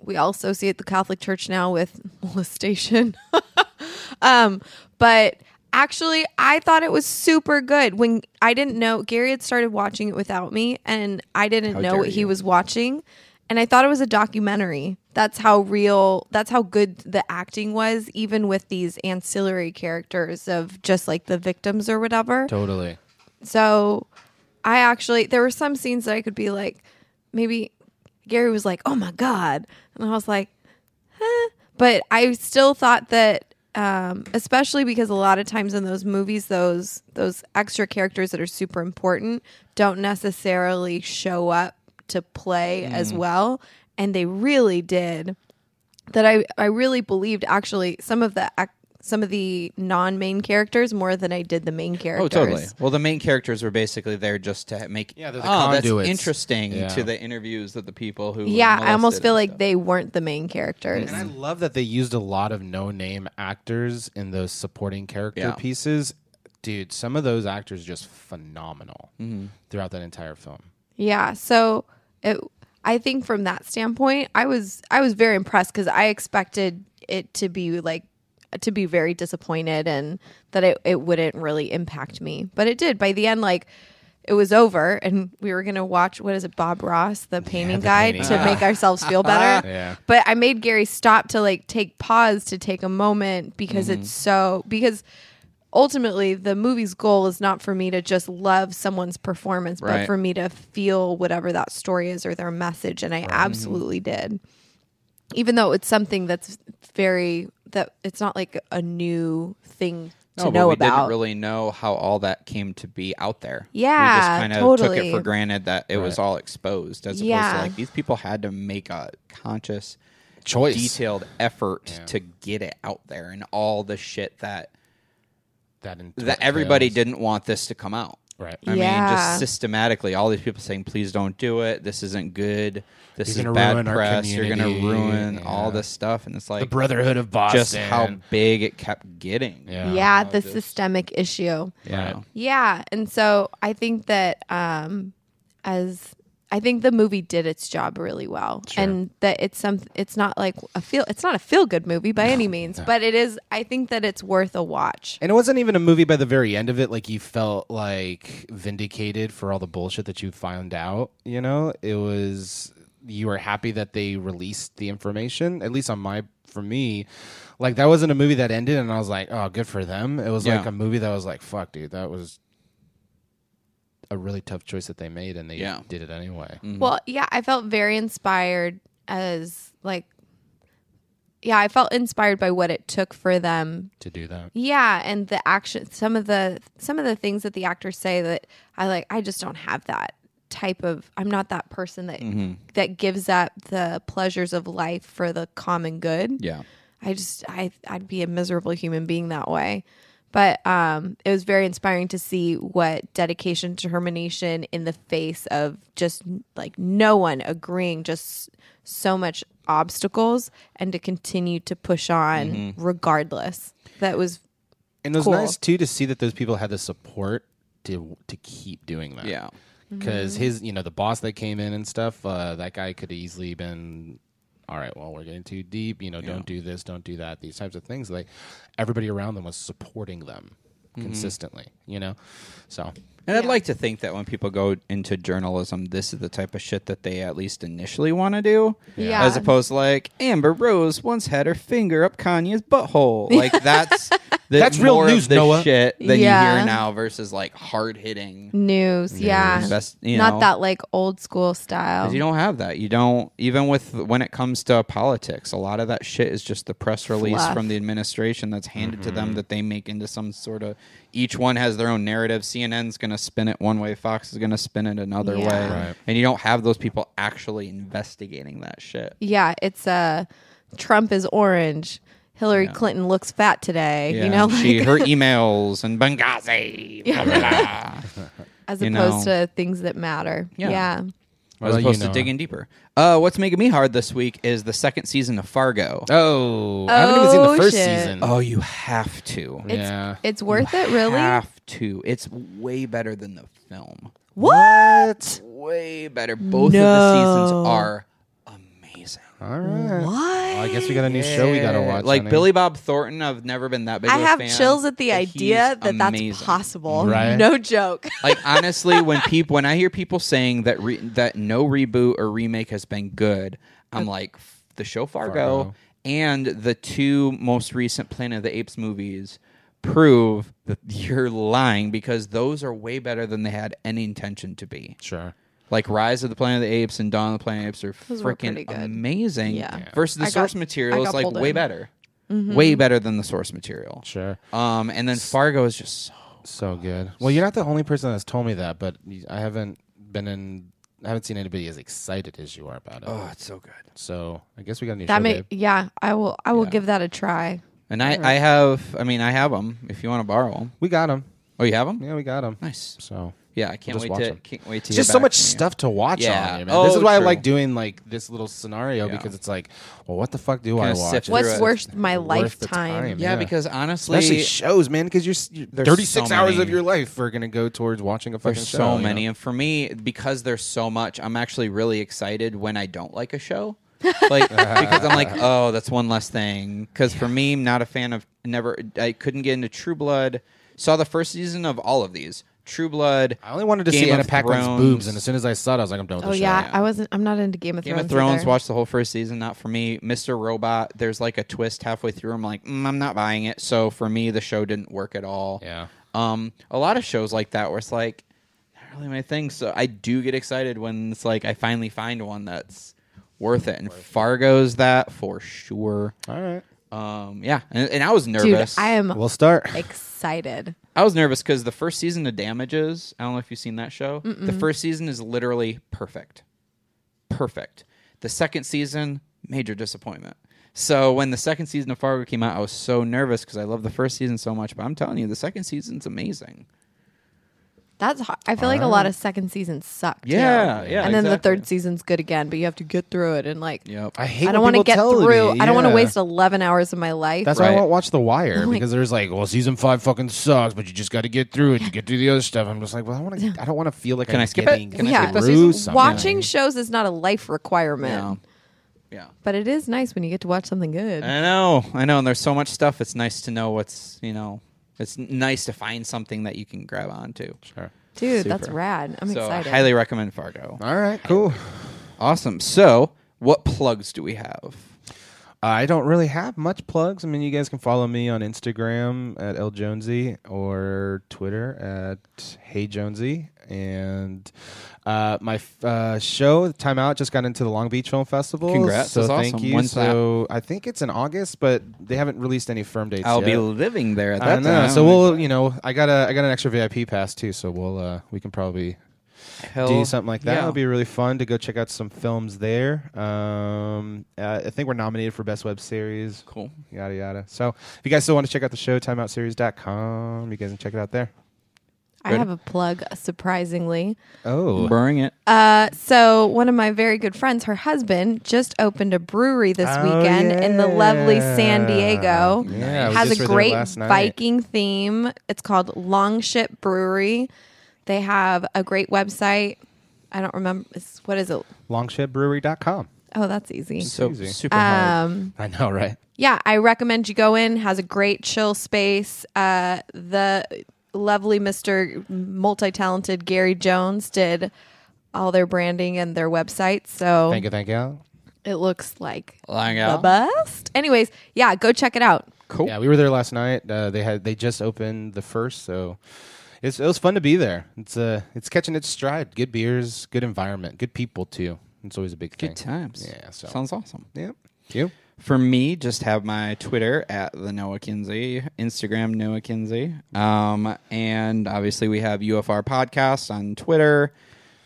S3: we all associate the Catholic Church now with molestation. um, but actually, I thought it was super good when I didn't know Gary had started watching it without me, and I didn't
S1: How
S3: know
S1: dare
S3: what he
S1: you.
S3: was watching. And I thought it was a documentary. That's how real, that's how good the acting was, even with these ancillary characters of just like the victims or whatever.
S2: Totally.
S3: So I actually there were some scenes that I could be like, maybe Gary was like, "Oh my god," and I was like, huh. but I still thought that. Um, especially because a lot of times in those movies, those those extra characters that are super important don't necessarily show up to play as
S1: Mm.
S3: well, and they really did that I, I really believed actually some of the ac- some of the non main characters more than I did the main characters.
S1: Oh, totally. Well, the main characters were basically there just to make
S2: Yeah, they're the
S1: oh, That's
S2: conduits.
S1: interesting
S2: Yeah.
S1: to the interviews that the people who
S3: Yeah, I
S1: molested
S3: almost feel
S1: and
S3: like
S1: stuff.
S3: they weren't the main characters.
S2: And I love that they used a lot of no name actors in those supporting character
S1: Yeah.
S2: pieces. Dude, some of those actors just phenomenal throughout that entire film.
S3: Yeah, so it, I think from that standpoint, I was I was very impressed because I expected it to be like to be very disappointed and that it, it wouldn't really impact me. But it did. By the end, like it was over and we were gonna watch what is it, Bob Ross, the painting
S2: the
S3: guide
S2: painting.
S3: to make ourselves feel better.
S2: Yeah.
S3: But I made Gary stop to like take pause to take a moment because
S2: Mm-hmm.
S3: it's so because ultimately the movie's goal is not for me to just love someone's performance, but
S1: Right.
S3: for me to feel whatever that story is or their message. And I absolutely did. Even though it's something that's very that it's not like a new thing to
S1: no,
S3: know
S1: but we
S3: about.
S1: didn't really know how all that came to be out there. we
S3: Yeah,
S1: just kind of took
S3: totally.
S1: it for granted that it was
S2: Right.
S1: all exposed, as opposed
S3: Yeah.
S1: to like these people had to make a conscious,
S2: Choice.
S1: detailed effort to get it out there, and all the shit that
S2: That, ent-
S1: that everybody
S2: entails.
S1: didn't want this to come out.
S2: Right.
S1: I mean,
S3: Yeah.
S1: just systematically, all these people saying, "Please don't do it. This isn't good. This
S2: You're
S1: is
S2: gonna
S1: bad
S2: ruin our
S1: press. You're going to
S2: community."
S1: ruin all
S2: Yeah.
S1: this stuff." And it's
S2: The
S1: like
S2: Brotherhood of Boston.
S1: just how big it kept getting.
S2: Yeah.
S3: yeah, the
S1: just-
S3: systemic issue.
S1: Yeah.
S2: Right.
S3: Yeah, and so I think that um as I think the movie did its job really well, and that it's some. It's not like a feel. It's not a feel good movie by any means, but it is. I think that it's worth a watch.
S2: And it wasn't even a movie by the very end of it. Like you felt like vindicated for all the bullshit that you found out. You know, it was you were happy that they released the information. At least on my for me, like that wasn't a movie that ended, and I was like, oh, good for them. It was
S1: Yeah.
S2: like a movie that was like, fuck, dude, that was a really tough choice that they made, and they
S1: Yeah. Mm.
S2: did it anyway.
S3: Well, yeah, I felt very inspired as like, yeah, I felt inspired by what it took for them
S2: To do that,
S3: Yeah, and the action some of the some of the things that the actors say that I like I just don't have that type of I'm not that person that that gives up the pleasures of life for the common good.
S1: Yeah.
S3: I just I I'd be a miserable human being that way. But um, it was very inspiring to see what dedication, determination in the face of just like no one agreeing, just so much obstacles, and to continue to push on regardless. That was
S2: and it was
S3: Cool.
S2: nice too to see that those people had the support to to keep doing that.
S1: Yeah.
S2: because
S3: Mm-hmm.
S2: his you know the boss that came in and stuff uh, that guy could have easily been all right well we're getting too deep you know don't do this don't do that these types of things like everybody around them was supporting them
S3: Mm-hmm.
S2: consistently you know so
S1: And I'd like to think that when people go into journalism, this is the type of shit that they at least initially want to do.
S3: Yeah.
S1: As opposed to like Amber Rose once had her finger up Kanye's butthole. Like that's the,
S2: That's real
S1: more of
S2: news,
S1: the
S2: Noah.
S1: shit that you
S3: Yeah.
S1: hear now versus like hard hitting.
S3: news. Yeah,
S1: Best, you
S3: not
S1: know.
S3: that like old school style.
S1: You don't have that. You don't even with when it comes to politics, a lot of that shit is just the press release
S3: Fluff.
S1: from the administration that's handed to
S2: Mm-hmm.
S1: them that they make into some sort of each one has their own narrative. CNN's going to spin it one way, Fox is going to spin it another
S3: Yeah.
S1: way.
S2: Right.
S1: And you don't have those people actually investigating that shit.
S3: yeah, it's uh, Trump is orange. Hillary Clinton looks fat today.
S1: Yeah.
S3: You know,
S1: she
S3: like,
S1: her emails and Benghazi. blah, blah, blah.
S3: as
S1: you
S3: opposed
S1: know.
S3: to things that matter. Yeah.
S1: Yeah.
S2: What
S1: As
S2: about you,
S1: opposed
S2: Noah?
S1: to digging deeper. Uh, what's making me hard this week is the second season of Fargo.
S2: oh, i haven't even seen
S3: Oh,
S2: the first
S3: shit.
S2: season
S1: Oh, you have to.
S3: It's
S2: Yeah.
S3: it's worth it, really.
S1: Have to. It's way better than the film.
S2: what
S1: Way better. Both of the seasons
S3: No.
S1: are amazing.
S2: all right
S3: What?
S2: Well, i guess we got a new show we gotta
S1: Yeah.
S2: watch
S1: Like
S2: honey.
S1: Billy Bob Thornton, I've never been that big.
S3: I
S1: of a
S3: have
S1: fan,
S3: chills at the
S1: but
S3: idea
S1: he's
S3: that that's
S1: amazing.
S3: possible.
S2: Right?
S3: No joke.
S1: like honestly, when people when I hear people saying that re- that no reboot or remake has been good, I'm like "F- the show Fargo,
S2: Fargo.
S1: and the two most recent Planet of the Apes movies prove that you're lying because those are way better than they had any intention to be.
S2: sure
S1: Like Rise of the Planet of the Apes and Dawn of the Planet of the Apes are
S3: Those were pretty
S1: freaking
S3: good.
S1: amazing.
S3: Yeah. Yeah.
S1: Versus the
S3: I got-
S1: source
S3: I
S1: material is
S3: got
S1: like
S3: pulled
S1: way
S3: in. Mm-hmm.
S1: better. Way better than the source material.
S2: sure
S1: Um and then Fargo is just so
S2: So good. Well, you're not the only person that's told me that, but y- I haven't been in. I haven't seen anybody as excited as you are about it.
S1: Oh, it's so good.
S2: So I guess we got a new
S3: that
S2: show.
S3: may
S2: babe.
S3: yeah. I will I will give that a try.
S1: And I, I have, I mean, I have them. If you want to borrow them,
S2: We got him.
S1: oh, you have them?
S2: Yeah, we got him.
S1: Nice.
S2: So
S1: Yeah, I can't
S2: just
S1: wait
S2: watch
S1: to
S2: 'em.
S1: can't wait to. hear
S2: it's just so
S1: back
S2: much
S1: from you.
S2: stuff to watch
S1: Yeah.
S2: on here, man. this
S1: Oh,
S2: is why I
S1: true.
S2: like doing like this little scenario
S1: Yeah.
S2: because it's like, well, what the fuck do I
S1: Kinda
S2: watch?
S1: sift
S3: What's
S1: Through it.
S3: worth my
S2: Worth the
S3: lifetime?
S2: time.
S1: Yeah,
S2: Yeah.
S1: because honestly,
S2: Especially shows, man, because you're, s- you're
S1: There's
S2: 36
S1: so
S2: hours
S1: many.
S2: of your life are gonna go towards watching a fucking
S1: there's
S2: show.
S1: so
S2: you know?
S1: many, and for me, because there's so much, I'm actually really excited when I don't like a show like because I'm like, oh, that's one less thing. Because for me, I'm not a fan of never. I couldn't get into True Blood. Saw the first season of all of these. True Blood.
S2: I only wanted to see
S1: Game
S2: Anna
S1: of
S2: Paquin's
S1: Thrones.
S2: boobs, and as soon as I saw it, I was like, I'm done with
S3: Oh
S2: this
S3: yeah,
S2: show.
S3: I wasn't. I'm not into Game of
S1: Game
S3: Thrones.
S1: of Thrones.
S3: either.
S1: Watched the whole first season. Not for me. Mr. Robot. There's like a twist halfway through. I'm like, mm, I'm not buying it. So for me, the show didn't work at all.
S2: Yeah.
S1: Um, a lot of shows like that where it's like, not really my thing. So I do get excited when it's like I finally find one that's worth it. And Fargo's that for sure.
S2: All right.
S1: Um, yeah, and, and I was
S3: Dude,
S1: nervous.
S3: I am
S2: We'll start.
S3: excited.
S1: I was nervous because the first season of Damages, I don't know if you've seen that show. The first season is literally perfect. Perfect. The second season, major disappointment. So when the second season of Fargo came out, I was so nervous because I love the first season so much. But I'm telling you, the second season's amazing.
S3: That's hard. I feel like a lot of second seasons suck. too.
S1: Yeah, yeah,
S3: And then the
S1: exactly.
S3: third season's good again, but you have to get through it and like.
S1: Yep.
S2: I hate
S3: I don't
S2: want to
S3: get through. I don't want to
S2: yeah.
S3: waste 11 hours of my life.
S2: That's why
S1: Right.
S2: I won't watch The Wire
S3: Oh my-
S2: because there's like, well, season five fucking sucks, but you just got to get through it. You get through the other stuff. I'm just like, well, I want to. I don't want to feel like
S1: Can
S2: I'm
S1: I skip it?
S2: getting
S1: Can I
S3: yeah,
S1: skip this
S2: through
S1: season?
S2: something.
S3: watching shows is not a life requirement,
S1: Yeah. Eh, Yeah.
S3: but it is nice when you get to watch something good.
S1: I know, I know. And there's so much stuff. It's nice to know what's you know. It's n- nice to find something that you can grab onto.
S2: Sure.
S3: Dude, that's
S1: super.
S3: rad. I'm
S1: so
S3: excited.
S1: I highly recommend Fargo.
S2: All right, cool.
S1: Awesome. So what plugs do we have?
S2: I don't really have much plugs. I mean, you guys can follow me on Instagram at L Jonesy or Twitter at Hey Jonesy. And uh, my f- uh, show, Time Out, just got into the Long Beach Film Festival.
S1: Congrats,
S2: So
S1: that's
S2: thank
S1: awesome.
S2: you.
S1: When's that?
S2: so I think it's in August, but they haven't released any firm dates
S1: I'll
S2: yet.
S1: be living there at
S2: I
S1: that
S2: don't know.
S1: time.
S2: So we'll, you know, I got a, I got an extra VIP pass too. So we'll, uh, we can probably
S1: Hell
S2: do something like that.
S1: yeah.
S2: It'll be really fun to go check out some films there. Um, uh, I think we're nominated for best web series.
S1: cool.
S2: Yada yada. So if you guys still want to check out the show, timeoutseries.com. You guys can check it out there.
S3: I have a plug, surprisingly.
S2: Oh,
S1: Bring it.
S3: Uh, so one of my very good friends, her husband, just opened a brewery this
S2: Oh,
S3: weekend in the lovely San
S2: yeah.
S3: Diego.
S2: Yeah, we
S3: has
S2: just
S3: a
S2: were there
S3: great
S2: last night.
S3: Viking theme. It's called Longship Brewery. They have a great website. I don't remember it's- what is it.
S2: longshipbrewery.com.
S3: Oh, that's easy.
S1: So
S2: easy.
S1: super hard.
S2: I know, right?
S3: yeah, I recommend you go in. Has a great chill space. Uh, the lovely Mister multi-talented Gary Jones did all their branding and their website. So
S2: Thank you, thank you.
S3: it looks like
S1: Lying
S3: the
S1: out.
S3: best. Anyways, yeah, go check it out.
S1: Cool.
S2: Yeah, we were there last night. Uh, they had they just opened the first, so it's, it was fun to be there. It's uh, it's catching its stride. Good beers, good environment, good people too. It's always a big thing.
S1: Good times.
S2: Yeah. So.
S1: Sounds awesome.
S2: yeah. You.
S1: For me, just have my Twitter at the Noah Kinsey, Instagram Noah Kinsey, um, and obviously we have UFR podcast on Twitter,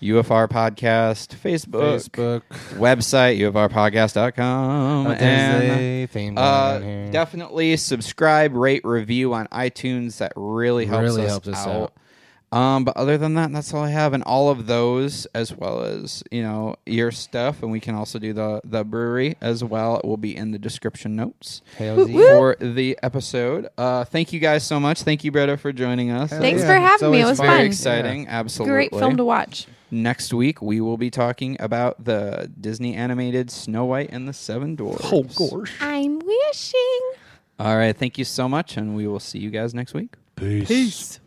S1: UFR podcast Facebook,
S2: Facebook.
S1: website uofrpodcast.com,
S2: Oh, there's a theme going
S1: uh,
S2: on here.
S1: definitely subscribe, rate, review on iTunes. That really helps
S2: Really
S1: us
S2: helps us
S1: out. Um, but other than that, that's all I have, and all of those, as well as you know your stuff, and we can also do the the brewery as well. It will be in the description notes
S2: Hail Z.
S1: for the episode. Uh, thank you guys so much. Thank you, Bretta, for joining us.
S2: Hell
S3: Thanks
S2: yeah.
S3: for
S2: It's
S3: having me. It
S2: always
S3: was
S1: Very
S3: fun.
S1: exciting. Absolutely
S3: Great film to watch.
S1: next week we will be talking about the Disney animated Snow White and the Seven Dwarfs.
S3: I'm wishing.
S1: All right, thank you so much and we will see you guys next week.
S5: Peace.